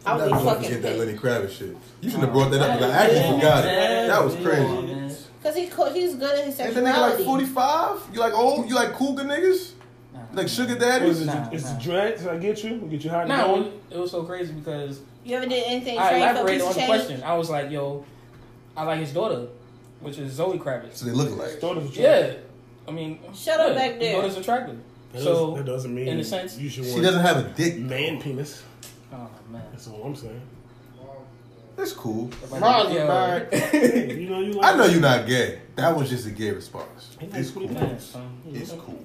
Speaker 4: I would
Speaker 2: Not
Speaker 4: be
Speaker 2: gonna
Speaker 4: fucking Oh,
Speaker 2: forget that
Speaker 4: pissed
Speaker 2: Lenny Kravitz shit. You shouldn't have brought that up because I actually forgot it. That was crazy.
Speaker 4: because he co- he's good at his
Speaker 2: And the nigga like
Speaker 4: sexuality.
Speaker 2: 45? You like old? You like cougar niggas? Like sugar
Speaker 1: What is
Speaker 2: daddies?
Speaker 1: it?
Speaker 6: Nah,
Speaker 1: is
Speaker 6: nah.
Speaker 1: it dreads? I get you. get you hot. and
Speaker 6: No,
Speaker 1: going?
Speaker 6: it- it was so crazy because
Speaker 4: you ever did anything
Speaker 6: I
Speaker 4: trained for a
Speaker 6: elaborated
Speaker 4: piece
Speaker 6: on
Speaker 4: of
Speaker 6: the
Speaker 4: change?
Speaker 6: question. I was like, yo, I like his daughter, which is Zoe Kravitz.
Speaker 2: So they look like.
Speaker 1: Thought it was a dread.
Speaker 6: Yeah. I mean,
Speaker 4: Shut up
Speaker 6: yeah,
Speaker 4: back
Speaker 6: his
Speaker 4: there.
Speaker 6: Daughter's attractive.
Speaker 1: That
Speaker 6: so
Speaker 1: doesn't, that doesn't mean
Speaker 6: in a sense-
Speaker 1: you should
Speaker 2: She
Speaker 1: want
Speaker 2: doesn't have a dick.
Speaker 1: man penis.
Speaker 6: Oh man.
Speaker 1: That's all I'm saying.
Speaker 2: That's cool.
Speaker 6: Roger,
Speaker 1: Hey, you know you. Like
Speaker 2: I know you're not gay. That was just a gay response.
Speaker 1: Ain't that
Speaker 2: It's cool.
Speaker 1: sweet?
Speaker 6: Man, son.
Speaker 2: It's cool.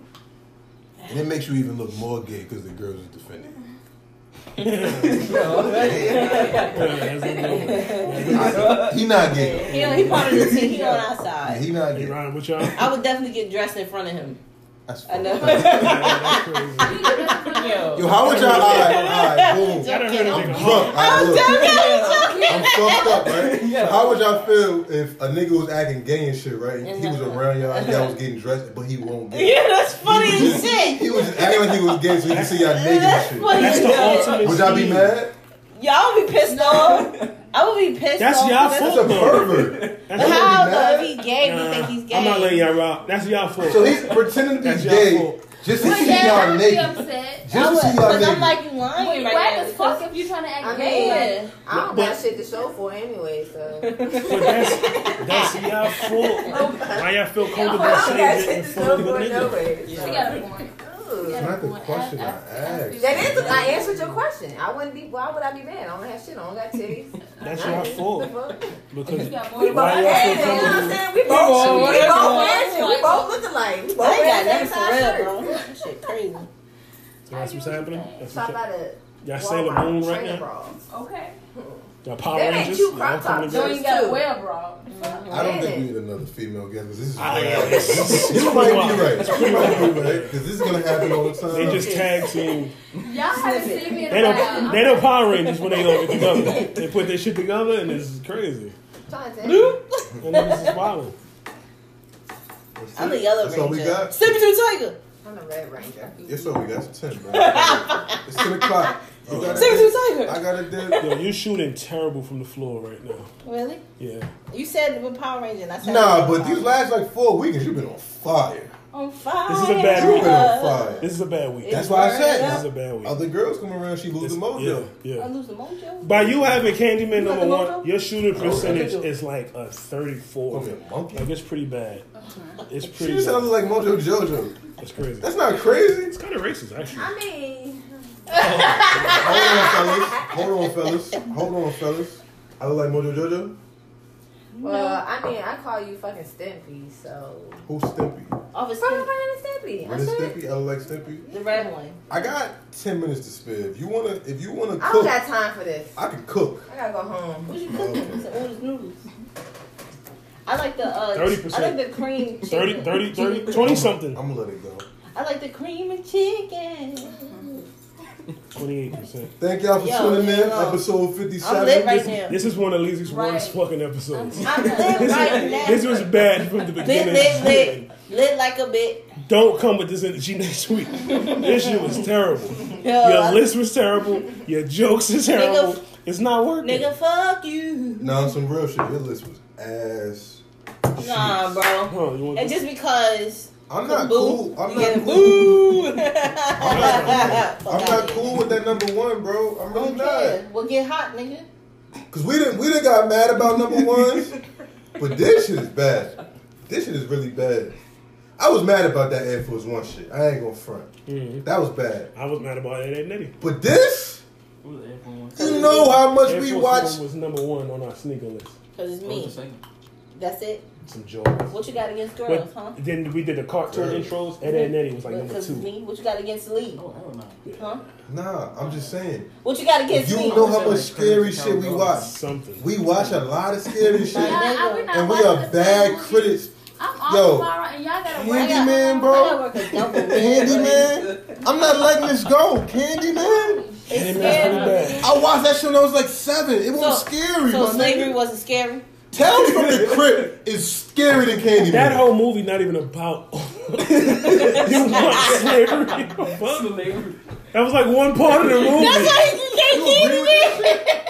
Speaker 2: And it makes you even look more gay because the girls is defending. you.
Speaker 1: Yeah, that's what I'm doing.
Speaker 2: He not gay.
Speaker 4: He, he part of the team. He on our
Speaker 2: Yeah,
Speaker 4: side.
Speaker 2: he not
Speaker 1: They
Speaker 2: gay.
Speaker 1: riding with y'all.
Speaker 4: I would definitely get dressed in front of him.
Speaker 2: That's
Speaker 4: I
Speaker 2: fine.
Speaker 4: know.
Speaker 2: Yo, how would y'all? All right, all right, boom.
Speaker 1: I done heard a nigga
Speaker 2: Drunk.
Speaker 1: hard.
Speaker 2: All right, look.
Speaker 4: I'm joking.
Speaker 2: I'm fucked up, right?
Speaker 6: Yeah.
Speaker 2: So how would y'all feel if a nigga was acting gay and shit, right?
Speaker 4: And
Speaker 2: He was
Speaker 4: nothing.
Speaker 2: around y'all, and y'all was getting dressed, but he won't get.
Speaker 4: Yeah, that's funny
Speaker 2: He was
Speaker 4: as
Speaker 2: just-
Speaker 4: shit.
Speaker 2: He was just acting like he was gay, so he could see y'all naked
Speaker 4: That's
Speaker 2: and
Speaker 4: funny
Speaker 1: That's
Speaker 4: as
Speaker 1: the
Speaker 4: shit.
Speaker 1: ultimate.
Speaker 2: shit. Would y'all be
Speaker 1: scheme.
Speaker 2: mad?
Speaker 4: Y'all would be pissed off. I would be pissed
Speaker 1: That's
Speaker 4: off.
Speaker 1: y'all
Speaker 4: That's-
Speaker 2: That's a
Speaker 1: Fuck no.
Speaker 2: pervert.
Speaker 1: That's-
Speaker 2: Y'all
Speaker 4: How
Speaker 2: would be
Speaker 4: though?
Speaker 2: mad?
Speaker 4: If he gay, we
Speaker 1: Nah,
Speaker 4: think he's gay.
Speaker 1: I'm not letting y'all rock. That's y'all fault.
Speaker 2: So he's pretending to be
Speaker 1: That's y'all
Speaker 2: gay
Speaker 1: fault.
Speaker 2: Just to
Speaker 5: But
Speaker 2: see
Speaker 5: yeah,
Speaker 2: y'all
Speaker 5: I'd be
Speaker 2: naked.
Speaker 5: upset.
Speaker 4: I
Speaker 2: Just to
Speaker 4: would,
Speaker 2: see y'all
Speaker 4: but I'm
Speaker 2: naked.
Speaker 4: like you
Speaker 5: But
Speaker 4: lying
Speaker 5: you
Speaker 4: right
Speaker 5: whack
Speaker 4: now.
Speaker 5: as fuck if you trying to act
Speaker 7: I mean,
Speaker 5: gay.
Speaker 7: I don't
Speaker 1: But-
Speaker 7: got shit to show for anyway, so.
Speaker 1: But that's that's y'all fault. Why y'all feel
Speaker 7: I
Speaker 1: comfortable
Speaker 7: don't got
Speaker 1: saying that
Speaker 7: shit
Speaker 1: in
Speaker 7: to
Speaker 1: front of
Speaker 7: show for
Speaker 1: a nigga?
Speaker 7: anyway.
Speaker 5: She got a point.
Speaker 7: so.
Speaker 5: Yeah.
Speaker 2: That's not the question I
Speaker 5: I- I-
Speaker 2: asked.
Speaker 7: That is, I answered your question. I wouldn't be, why would I be mad? I don't have shit. I don't got titties.
Speaker 1: That's
Speaker 7: Nothing.
Speaker 1: y'all
Speaker 7: What
Speaker 1: fault.
Speaker 7: the fuck?
Speaker 1: Because
Speaker 5: You got more
Speaker 7: We
Speaker 5: than
Speaker 7: both,
Speaker 1: Why
Speaker 7: hey,
Speaker 1: y'all so
Speaker 7: you know what I'm
Speaker 1: comfortable?
Speaker 7: saying? We both,
Speaker 6: on,
Speaker 7: we
Speaker 6: whatever.
Speaker 7: both matching. We both look alike. We both
Speaker 4: I ain't got
Speaker 7: wearing the
Speaker 4: nothing
Speaker 7: same
Speaker 4: for
Speaker 7: size
Speaker 4: real,
Speaker 7: shirt.
Speaker 4: bro. That shit crazy.
Speaker 1: that's what's happening. That's
Speaker 7: Stop
Speaker 1: what's
Speaker 7: by
Speaker 1: happening.
Speaker 7: the
Speaker 1: Y'all Sailor
Speaker 7: Walmart
Speaker 1: Moon right
Speaker 7: trainer
Speaker 1: now.
Speaker 7: bras.
Speaker 5: Okay.
Speaker 1: Y'all Power
Speaker 7: That ain't
Speaker 1: Rangers.
Speaker 7: two
Speaker 1: Y'all
Speaker 7: crop
Speaker 1: coming
Speaker 7: tops.
Speaker 5: So
Speaker 1: back.
Speaker 7: Those
Speaker 5: you got
Speaker 7: two.
Speaker 5: a well bra.
Speaker 2: I don't think we
Speaker 7: Damn
Speaker 2: need another female guest because this is.
Speaker 1: I think
Speaker 2: wild.
Speaker 1: it's-
Speaker 2: This
Speaker 1: it's
Speaker 2: you might
Speaker 1: wild.
Speaker 2: be right. You might be right because this is gonna happen all the time.
Speaker 1: They just tag team.
Speaker 5: Y'all haven't seen me in
Speaker 1: They
Speaker 5: a
Speaker 1: don't.
Speaker 5: while.
Speaker 1: They don't Power Rangers when they all get together. They put their shit together and it's crazy.
Speaker 7: Trying to tell you.
Speaker 1: And it's just wild.
Speaker 2: That's
Speaker 4: I'm a
Speaker 2: it.
Speaker 4: yellow
Speaker 2: That's
Speaker 4: ranger.
Speaker 2: all we got.
Speaker 4: Super Trooper Tiger.
Speaker 7: I'm a red ranger.
Speaker 2: It's all we got. It's ten. Bro. it's ten o'clock. You got
Speaker 4: Super Trooper Tiger.
Speaker 2: I got a dead.
Speaker 1: Yo, you shooting terrible from the floor right now.
Speaker 4: Really?
Speaker 1: Yeah.
Speaker 4: You said with Power Ranger. And I said
Speaker 2: Nah,
Speaker 4: with
Speaker 2: but
Speaker 4: Power
Speaker 2: these last like four weekends, you've been on fire.
Speaker 4: on fire.
Speaker 1: This is a bad
Speaker 2: You've
Speaker 1: week.
Speaker 2: been on fire.
Speaker 1: This is a bad week.
Speaker 2: That's why I
Speaker 1: This is
Speaker 2: said
Speaker 1: a bad week.
Speaker 2: other girls come around, she lose
Speaker 1: This-
Speaker 2: the mojo.
Speaker 1: Yeah,
Speaker 4: I
Speaker 1: yeah.
Speaker 4: lose the mojo.
Speaker 1: By you having Candyman
Speaker 4: got
Speaker 1: number
Speaker 4: the
Speaker 1: one,
Speaker 4: mojo?
Speaker 1: your shooting
Speaker 2: Oh, yeah.
Speaker 1: percentage is like a 34.
Speaker 2: Call me a monkey.
Speaker 1: Like, it's pretty bad.
Speaker 4: Uh-huh.
Speaker 1: It's
Speaker 2: She
Speaker 1: pretty
Speaker 2: just
Speaker 1: bad.
Speaker 2: sounded like Mojo Jojo.
Speaker 1: It's crazy.
Speaker 2: That's not crazy.
Speaker 1: It's kind of racist, actually.
Speaker 7: I mean,
Speaker 2: Hold on, fellas. Hold on, fellas. Hold on, fellas. I look like Mojo Jojo.
Speaker 7: well, I mean, I call you fucking Stimpy, so.
Speaker 2: Who's Stimpy?
Speaker 4: Office
Speaker 7: Fucking fucking Stimpy.
Speaker 2: What
Speaker 7: I
Speaker 2: is
Speaker 7: said it.
Speaker 2: Stimpy? I look like Stimpy.
Speaker 4: the red one.
Speaker 2: I got ten minutes to spare. If you wanna, if you wanna
Speaker 7: I don't
Speaker 2: cook,
Speaker 7: got time for this.
Speaker 2: I can cook.
Speaker 7: I gotta go home.
Speaker 4: What you cooking? It's the oldest noodles. I like the uh,
Speaker 1: 30%.
Speaker 4: I like the cream.
Speaker 1: 30,
Speaker 4: chicken.
Speaker 1: 30, 30, 20
Speaker 2: I'm
Speaker 1: something.
Speaker 2: gonna let it go.
Speaker 4: I like the cream and chicken.
Speaker 1: 28%.
Speaker 2: Thank y'all for
Speaker 4: Yo,
Speaker 2: tuning in.
Speaker 4: yo.
Speaker 2: Episode
Speaker 4: I'm
Speaker 2: 57.
Speaker 4: lit right
Speaker 2: This-
Speaker 4: now.
Speaker 1: This is one of Lizzie's
Speaker 5: Right.
Speaker 1: worst fucking episodes.
Speaker 4: I'm lit right now.
Speaker 1: This was bad from the
Speaker 4: Lit,
Speaker 1: beginning.
Speaker 4: lit, lit. Lit like a bit.
Speaker 1: Don't come with this energy next week. This shit was terrible. Your
Speaker 4: Yo,
Speaker 1: list was terrible. Your jokes is terrible.
Speaker 4: Uh, Nigga-
Speaker 1: it's not working.
Speaker 4: nigga, fuck you.
Speaker 2: Nah, some real shit. Your list was ass.
Speaker 4: Nah, bro.
Speaker 1: Huh, you want
Speaker 4: And
Speaker 1: this?
Speaker 4: just because
Speaker 2: I'm not
Speaker 4: Boo.
Speaker 2: cool. I'm
Speaker 4: yeah,
Speaker 2: not cool.
Speaker 4: boo.
Speaker 2: I'm not cool with that number one, bro. I'm really
Speaker 4: Don't
Speaker 2: not.
Speaker 4: care. Well, get hot, nigga.
Speaker 2: Cause we didn't we didn't got mad about number ones, but this shit is bad. This shit is really bad. I was mad about that Air Force One shit. I ain't gonna front.
Speaker 1: Mhm.
Speaker 2: That was bad.
Speaker 1: I was mad about that and Nitty.
Speaker 2: But this,
Speaker 6: Who was the F one? Oh,
Speaker 2: you know how much
Speaker 1: Air
Speaker 2: we
Speaker 1: Force
Speaker 2: watch.
Speaker 1: One was number one on our sneaker list.
Speaker 4: Cause it's
Speaker 6: What was the
Speaker 4: me.
Speaker 6: second?
Speaker 4: That's it.
Speaker 1: Some jokes.
Speaker 4: What you got against girls,
Speaker 1: What-
Speaker 4: huh?
Speaker 1: Then we did the cartoon
Speaker 2: Right.
Speaker 1: intros. Ed, Ed, and Eddie was like number
Speaker 4: Because it's
Speaker 1: two.
Speaker 4: me. What you got against Lee,
Speaker 6: Oh, hell no.
Speaker 4: huh?
Speaker 2: Nah, I'm just saying.
Speaker 4: What you got against
Speaker 2: You
Speaker 4: me?
Speaker 2: know how much scary shit we watch.
Speaker 1: Something.
Speaker 2: We watch a lot of scary shit,
Speaker 5: Y'all- we not
Speaker 2: and we
Speaker 5: watching
Speaker 2: are
Speaker 5: the same
Speaker 2: bad
Speaker 5: movie.
Speaker 2: critics.
Speaker 5: I'm off
Speaker 2: Yo,
Speaker 5: tomorrow and y'all gotta work.
Speaker 2: Candyman,
Speaker 4: I
Speaker 2: bro.
Speaker 4: gotta work a double
Speaker 2: Candyman. I'm not letting this go. Candyman.
Speaker 4: It's
Speaker 1: Candyman's pretty
Speaker 4: scary.
Speaker 1: bad.
Speaker 2: I watched that show when I was like seven. It was
Speaker 4: So-
Speaker 2: scary.
Speaker 4: So
Speaker 2: my
Speaker 4: slavery
Speaker 2: nigga.
Speaker 4: wasn't scary.
Speaker 2: Tales from the Crypt is scarier than Candyman.
Speaker 1: That whole movie not even about you want slavery. Fuck. That was like one part of the movie.
Speaker 4: That's why you
Speaker 2: You
Speaker 4: can't
Speaker 2: agree with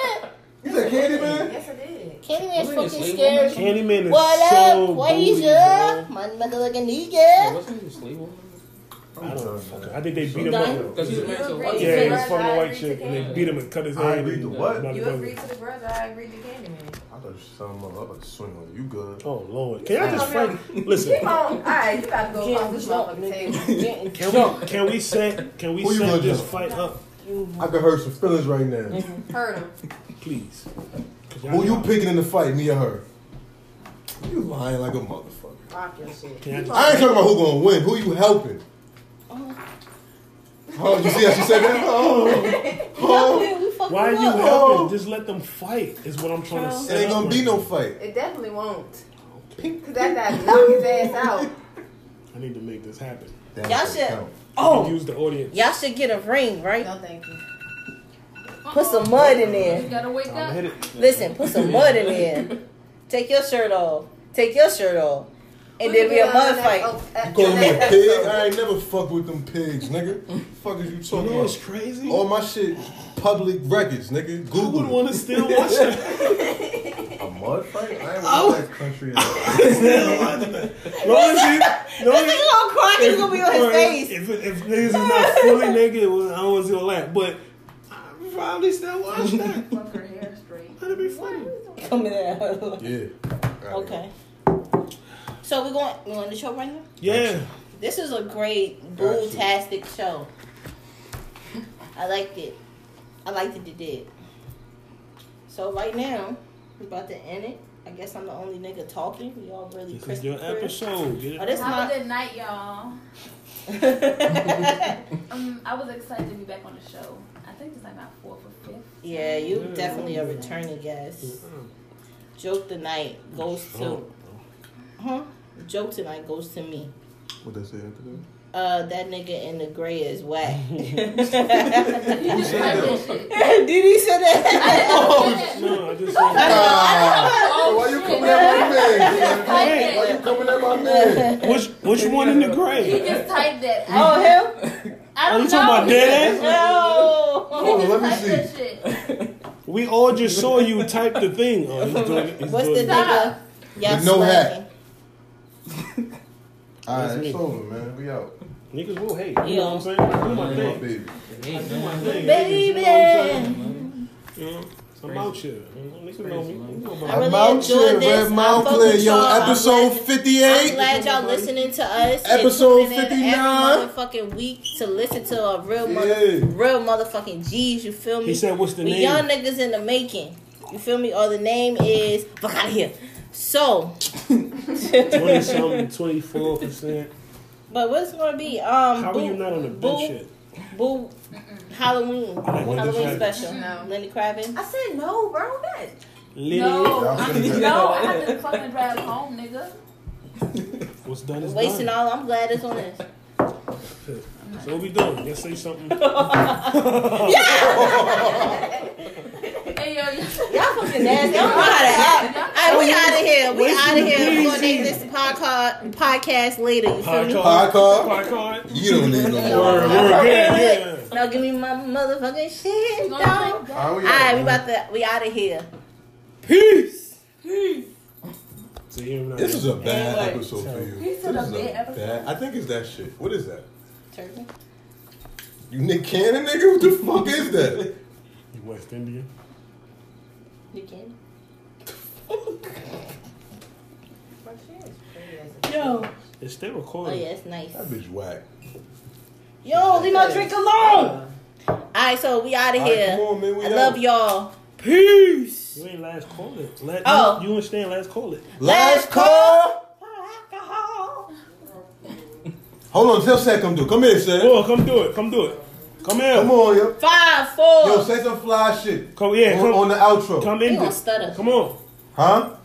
Speaker 4: Candyman.
Speaker 2: You said Candyman?
Speaker 7: Yes, I did.
Speaker 4: Candyman's
Speaker 6: Wasn't it
Speaker 4: fucking
Speaker 6: slave
Speaker 4: scary.
Speaker 1: Candyman is
Speaker 4: What
Speaker 1: so
Speaker 4: up,
Speaker 1: booty,
Speaker 4: Quasia?
Speaker 1: bro.
Speaker 4: My motherfucking nigga.
Speaker 6: Wasn't he a slave woman?
Speaker 1: I don't know. fuck. I think they beat him
Speaker 4: Done?
Speaker 1: up.
Speaker 6: Because he was married to a white
Speaker 1: Yeah, he
Speaker 6: woman.
Speaker 1: was from the
Speaker 7: I
Speaker 1: white
Speaker 7: agree
Speaker 1: chick,
Speaker 7: to
Speaker 1: and they
Speaker 6: Candyman.
Speaker 1: beat him and cut his
Speaker 2: I
Speaker 1: head.
Speaker 2: agree
Speaker 1: and-
Speaker 2: to what?
Speaker 1: Not
Speaker 7: You
Speaker 1: together.
Speaker 7: agreed to the brother, I agreed to Candyman.
Speaker 2: I thought you said something about other swing on you. You good.
Speaker 1: Oh lord! Can y'all just frank? Listen,
Speaker 7: Keep on. Alright, you gotta go off this
Speaker 4: Jump,
Speaker 7: motherfucking
Speaker 4: nigga.
Speaker 7: table.
Speaker 1: can
Speaker 4: Jump.
Speaker 1: we can we set can we
Speaker 2: Who you
Speaker 1: set
Speaker 2: gonna
Speaker 1: this
Speaker 2: jump?
Speaker 1: fight up,
Speaker 2: I could hurt some feelings right now.
Speaker 7: Hurt him.
Speaker 1: please? 'Cause y'all
Speaker 2: Who you
Speaker 1: know-
Speaker 2: picking in the fight, me or her? You lying like a motherfucker.
Speaker 7: Rock your shit.
Speaker 1: Can I just-
Speaker 2: I ain't talking about who gonna win. Who you helping? Oh, you see how she said that? Oh,
Speaker 4: Y'all
Speaker 2: oh.
Speaker 4: weird, we fucking
Speaker 1: Why are you
Speaker 4: up.
Speaker 1: helping? Just let them fight. Is what I'm trying to
Speaker 4: It
Speaker 2: It
Speaker 1: say.
Speaker 2: ain't gonna be no fight.
Speaker 7: It definitely won't. Cause that guy knock his ass out.
Speaker 1: I need to make this happen.
Speaker 2: That
Speaker 4: Y'all
Speaker 2: shit
Speaker 4: should-
Speaker 2: count.
Speaker 1: Oh, use the audience.
Speaker 4: Y'all should get a ring, right?
Speaker 7: No, thank you.
Speaker 4: Put some mud in there.
Speaker 5: You gotta wake
Speaker 1: I'ma hit
Speaker 5: up.
Speaker 1: it.
Speaker 4: Listen, put some mud in there. Take your shirt off. Take your shirt off. And
Speaker 7: We
Speaker 4: then
Speaker 7: can
Speaker 4: be a
Speaker 7: get on
Speaker 4: mud
Speaker 7: that-
Speaker 4: fight.
Speaker 7: oh,
Speaker 2: You
Speaker 7: at-
Speaker 2: call me a
Speaker 7: at-
Speaker 2: pig? I ain't never fuck with them pigs, nigga. fuck is you
Speaker 1: You
Speaker 2: talking
Speaker 1: know what's
Speaker 2: about?
Speaker 1: crazy?
Speaker 2: All my shit public records, nigga.
Speaker 1: Who would
Speaker 2: Google it.
Speaker 1: want to still watch that?
Speaker 2: I'm mud fight? I ain't
Speaker 4: Oh.
Speaker 2: watched that country. in a-
Speaker 1: Long as you, long
Speaker 4: This nigga gonna cry. It's gonna be on his
Speaker 1: or
Speaker 4: face.
Speaker 1: If, if, if niggas is not fully naked, well, I don't want to see all that. But I probably still watch that.
Speaker 5: Fuck her hair straight.
Speaker 1: That'd be funny.
Speaker 4: Come in there.
Speaker 2: yeah.
Speaker 4: Okay. So we're going we on the show right now?
Speaker 1: Yeah.
Speaker 4: This is a great
Speaker 2: Gotcha.
Speaker 4: boo-tastic show. I liked it. I liked it it did. So right now, we're about to end it. I guess I'm the only nigga talking. We all really
Speaker 1: This is
Speaker 4: crispy
Speaker 1: your
Speaker 4: crisp.
Speaker 1: episode. Get
Speaker 4: Oh,
Speaker 1: it?
Speaker 4: this
Speaker 5: Have a
Speaker 4: not.
Speaker 5: good night, y'all. Um, I was excited to be back on the show. I think it's like my fourth or fifth.
Speaker 4: yeah, you
Speaker 1: Yeah.
Speaker 4: definitely a returning guest.
Speaker 1: Mm-hmm.
Speaker 4: Joke tonight goes to
Speaker 1: Oh,
Speaker 4: huh? Joke tonight goes to me.
Speaker 2: What they say after that?
Speaker 4: Uh, that nigga in the gray is whack.
Speaker 5: You just
Speaker 2: said
Speaker 5: cut
Speaker 2: that.
Speaker 5: that shit.
Speaker 4: Did he say that?
Speaker 5: Oh,
Speaker 1: Oh. no, I just said, Oh,
Speaker 2: Ah, why you coming at my man?
Speaker 5: Typed
Speaker 2: Why
Speaker 5: that.
Speaker 2: you coming at my man?
Speaker 1: which which one in the
Speaker 5: He
Speaker 1: grave?
Speaker 5: just typed that. I,
Speaker 4: Oh, him?
Speaker 5: I
Speaker 1: Are
Speaker 5: don't
Speaker 1: you
Speaker 5: know.
Speaker 1: talking about dead ass?
Speaker 4: No.
Speaker 5: He
Speaker 2: Oh,
Speaker 5: just
Speaker 2: let me
Speaker 5: typed
Speaker 2: see.
Speaker 5: that shit.
Speaker 1: We all just saw you type the thing. Oh, he's doing it. He's
Speaker 4: What's the
Speaker 1: doing it.
Speaker 4: nigga?
Speaker 2: With no hat.
Speaker 1: That's
Speaker 2: Alright,
Speaker 1: me.
Speaker 2: it's over, man. We out.
Speaker 1: Niggas will hate. You know what I'm saying? I do my
Speaker 2: My
Speaker 1: thing.
Speaker 2: baby.
Speaker 6: Hey,
Speaker 1: I do my
Speaker 6: man.
Speaker 1: thing.
Speaker 4: Baby.
Speaker 1: Niggas, you know what I'm saying? You know, I'm out here. Niggas know me. Niggas know
Speaker 4: I
Speaker 1: about me.
Speaker 4: really enjoyed this. I fuck with y'all. I'm glad- I'm
Speaker 2: 58.
Speaker 4: glad y'all listening to us. and
Speaker 2: Episode
Speaker 4: tuning in
Speaker 2: 59.
Speaker 4: Every motherfucking week to listen to a real, mother,
Speaker 2: Yeah.
Speaker 4: real motherfucking G's. You feel me?
Speaker 1: He said, "What's the
Speaker 4: we
Speaker 1: name?"
Speaker 4: young niggas in the making. You feel me? Or the name is fuck out of here. So,
Speaker 1: 20 something, 24%.
Speaker 4: but what's gonna be? Um,
Speaker 1: How are
Speaker 4: boo,
Speaker 1: you not on the
Speaker 4: boo,
Speaker 1: bench yet?
Speaker 4: Boo, Halloween,
Speaker 1: like when this
Speaker 4: Halloween
Speaker 1: happened.
Speaker 4: special.
Speaker 7: No.
Speaker 4: Lenny Kravin.
Speaker 7: I said no, bro. That
Speaker 1: Lily,
Speaker 5: No,
Speaker 2: Yeah, I'm
Speaker 5: I'm,
Speaker 2: finna
Speaker 5: no, I have to fucking drive home, nigga.
Speaker 1: what's done is
Speaker 4: Wasting
Speaker 1: done.
Speaker 4: all. I'm glad it's on this.
Speaker 1: So what we doing? Let's say something.
Speaker 5: Hey yo, y'all
Speaker 4: Y'all fucking nasty. I don't know how to act. All right, we out of here. We out of here. We're gonna name this podcast podcast later. You feel me?
Speaker 2: Pie card.
Speaker 1: Pie card.
Speaker 2: You don't need no more.
Speaker 1: Word, word, yeah, yeah.
Speaker 4: No, give me my motherfucking shit,
Speaker 5: gonna
Speaker 4: dog.
Speaker 5: think that.
Speaker 2: All
Speaker 4: All right, we about to. We out of here.
Speaker 1: Peace. So you know,
Speaker 2: This is a bad
Speaker 4: Anyway.
Speaker 2: episode for you.
Speaker 5: He
Speaker 2: This
Speaker 5: said a
Speaker 2: is
Speaker 5: bad episode.
Speaker 2: bad. I think it's that shit. What is that?
Speaker 4: Turkey.
Speaker 2: You Nick Cannon, nigga? What the fuck is that?
Speaker 1: you West Indian.
Speaker 4: You can.
Speaker 7: my shit is crazy.
Speaker 4: Yo.
Speaker 1: It's still
Speaker 4: Oh
Speaker 1: recording.
Speaker 4: yeah, it's nice.
Speaker 2: That bitch whack.
Speaker 4: Yo, leave my drink alone. All right, so we out of
Speaker 2: All right,
Speaker 4: here.
Speaker 2: come on, man. We
Speaker 4: I love
Speaker 2: out.
Speaker 4: y'all.
Speaker 1: You ain't last call it. Let,
Speaker 4: Oh.
Speaker 1: oh. You, you and Stan last call it.
Speaker 2: Last call. Hold on, tell Seth come through. Come here, Seth.
Speaker 1: Oh, come do it. Come do it. Come here.
Speaker 2: Come on, yo.
Speaker 4: Five, four.
Speaker 2: Yo, say some fly shit.
Speaker 1: Come yeah.
Speaker 2: on,
Speaker 1: Come
Speaker 2: on the outro.
Speaker 1: Come
Speaker 4: You
Speaker 1: in
Speaker 4: gonna
Speaker 1: this.
Speaker 4: stutter?
Speaker 1: Come on.
Speaker 2: Huh?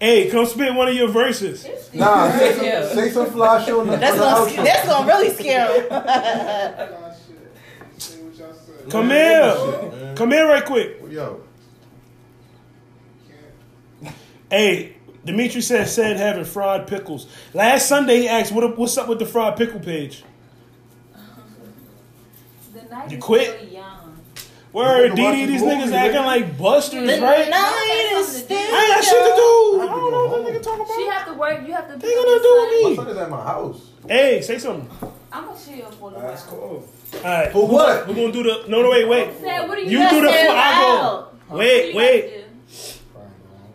Speaker 1: Hey, come spit one of your verses.
Speaker 2: Nah, say
Speaker 4: Yeah.
Speaker 2: some, say some fly shit on the, on the
Speaker 4: That's gonna.
Speaker 2: outro.
Speaker 4: That's gonna really scare him.
Speaker 8: Fly shit. Say what y'all say.
Speaker 1: Come
Speaker 2: Yeah,
Speaker 1: here.
Speaker 2: man.
Speaker 1: Come here right quick.
Speaker 2: Yo.
Speaker 8: Can't-
Speaker 1: Hey, Dimitri said said having fried pickles. Last Sunday he asked what up- what's up with the fried pickle page.
Speaker 5: The night
Speaker 1: You
Speaker 5: is
Speaker 1: quit?
Speaker 5: still young.
Speaker 1: Word,
Speaker 2: nigga
Speaker 1: DD,
Speaker 2: watching
Speaker 1: these
Speaker 2: movies,
Speaker 1: niggas
Speaker 2: nigga.
Speaker 1: acting like busters,
Speaker 4: The
Speaker 1: right?
Speaker 4: night is
Speaker 5: Something to do.
Speaker 4: still
Speaker 1: I ain't got shit to do. I
Speaker 2: I have
Speaker 1: don't
Speaker 2: to go
Speaker 1: know what that
Speaker 2: home.
Speaker 1: nigga talking
Speaker 5: She
Speaker 1: about.
Speaker 5: have to work. You have to.
Speaker 1: They gonna do with
Speaker 2: My
Speaker 1: me.
Speaker 2: son is at my house.
Speaker 1: Hey, say something.
Speaker 5: I'm gonna chill for a little
Speaker 8: Last
Speaker 5: while.
Speaker 8: call.
Speaker 1: All right,
Speaker 2: For what?
Speaker 1: we're gonna do the. No, no, wait, wait.
Speaker 5: Sad, what are you?
Speaker 1: You
Speaker 5: guys
Speaker 1: do the.
Speaker 5: doing?
Speaker 1: fl- I
Speaker 4: out.
Speaker 1: go.
Speaker 5: What do
Speaker 1: Wait,
Speaker 5: you
Speaker 1: wait.
Speaker 5: guys do?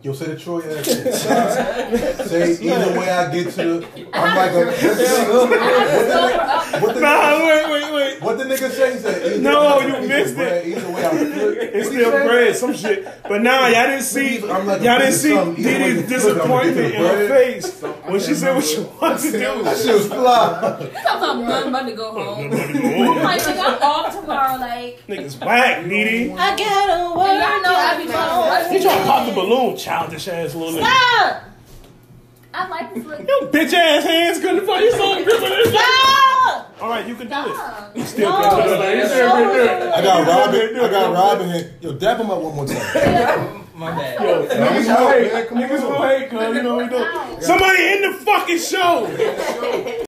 Speaker 2: Yo, say the Troy ass shit. Say either way I get to the, I'm like a.
Speaker 5: I have to sober up.
Speaker 2: What the,
Speaker 1: Nah, wait, wait, wait.
Speaker 2: what the nigga say? He said, either
Speaker 1: No,
Speaker 2: way I
Speaker 1: you
Speaker 2: get to
Speaker 1: missed
Speaker 2: bread, Either way I'm flip.
Speaker 1: It's still bread, some shit. But nah, y'all didn't see.
Speaker 2: I'm
Speaker 1: Y'all
Speaker 2: like a
Speaker 1: didn't
Speaker 2: piece of
Speaker 1: see
Speaker 2: something. Either way you
Speaker 1: DD's
Speaker 2: flip, I'ma get to the
Speaker 1: disappointment in her
Speaker 2: bread.
Speaker 1: face when she said what you want to do.
Speaker 2: That shit was fly.
Speaker 5: You talking about nothing about to go home? I'm like, nigga, I'm off tomorrow. Like,
Speaker 1: Niggas whack, DD.
Speaker 4: I gotta work.
Speaker 5: and y'all know I be
Speaker 4: out.
Speaker 1: You
Speaker 5: fucking
Speaker 1: trying to pop the balloon, childish ass little nigga.
Speaker 4: Stop.
Speaker 5: I like this look.
Speaker 1: Your bitch ass hands couldn't find your song grip on this shit.
Speaker 4: Stop.
Speaker 1: All right, you can do it.
Speaker 5: Stop.
Speaker 1: Still
Speaker 4: No.
Speaker 1: can't do it.
Speaker 2: I got Robin. I got Robin here. Yo, dap him up one more time.
Speaker 6: Uh, My bad.
Speaker 1: Yo, niggas
Speaker 2: Come
Speaker 1: will
Speaker 2: on,
Speaker 1: hate.
Speaker 2: man, come
Speaker 1: Niggas
Speaker 2: on.
Speaker 1: will hate, cuz you know what we do. Somebody in the fucking show.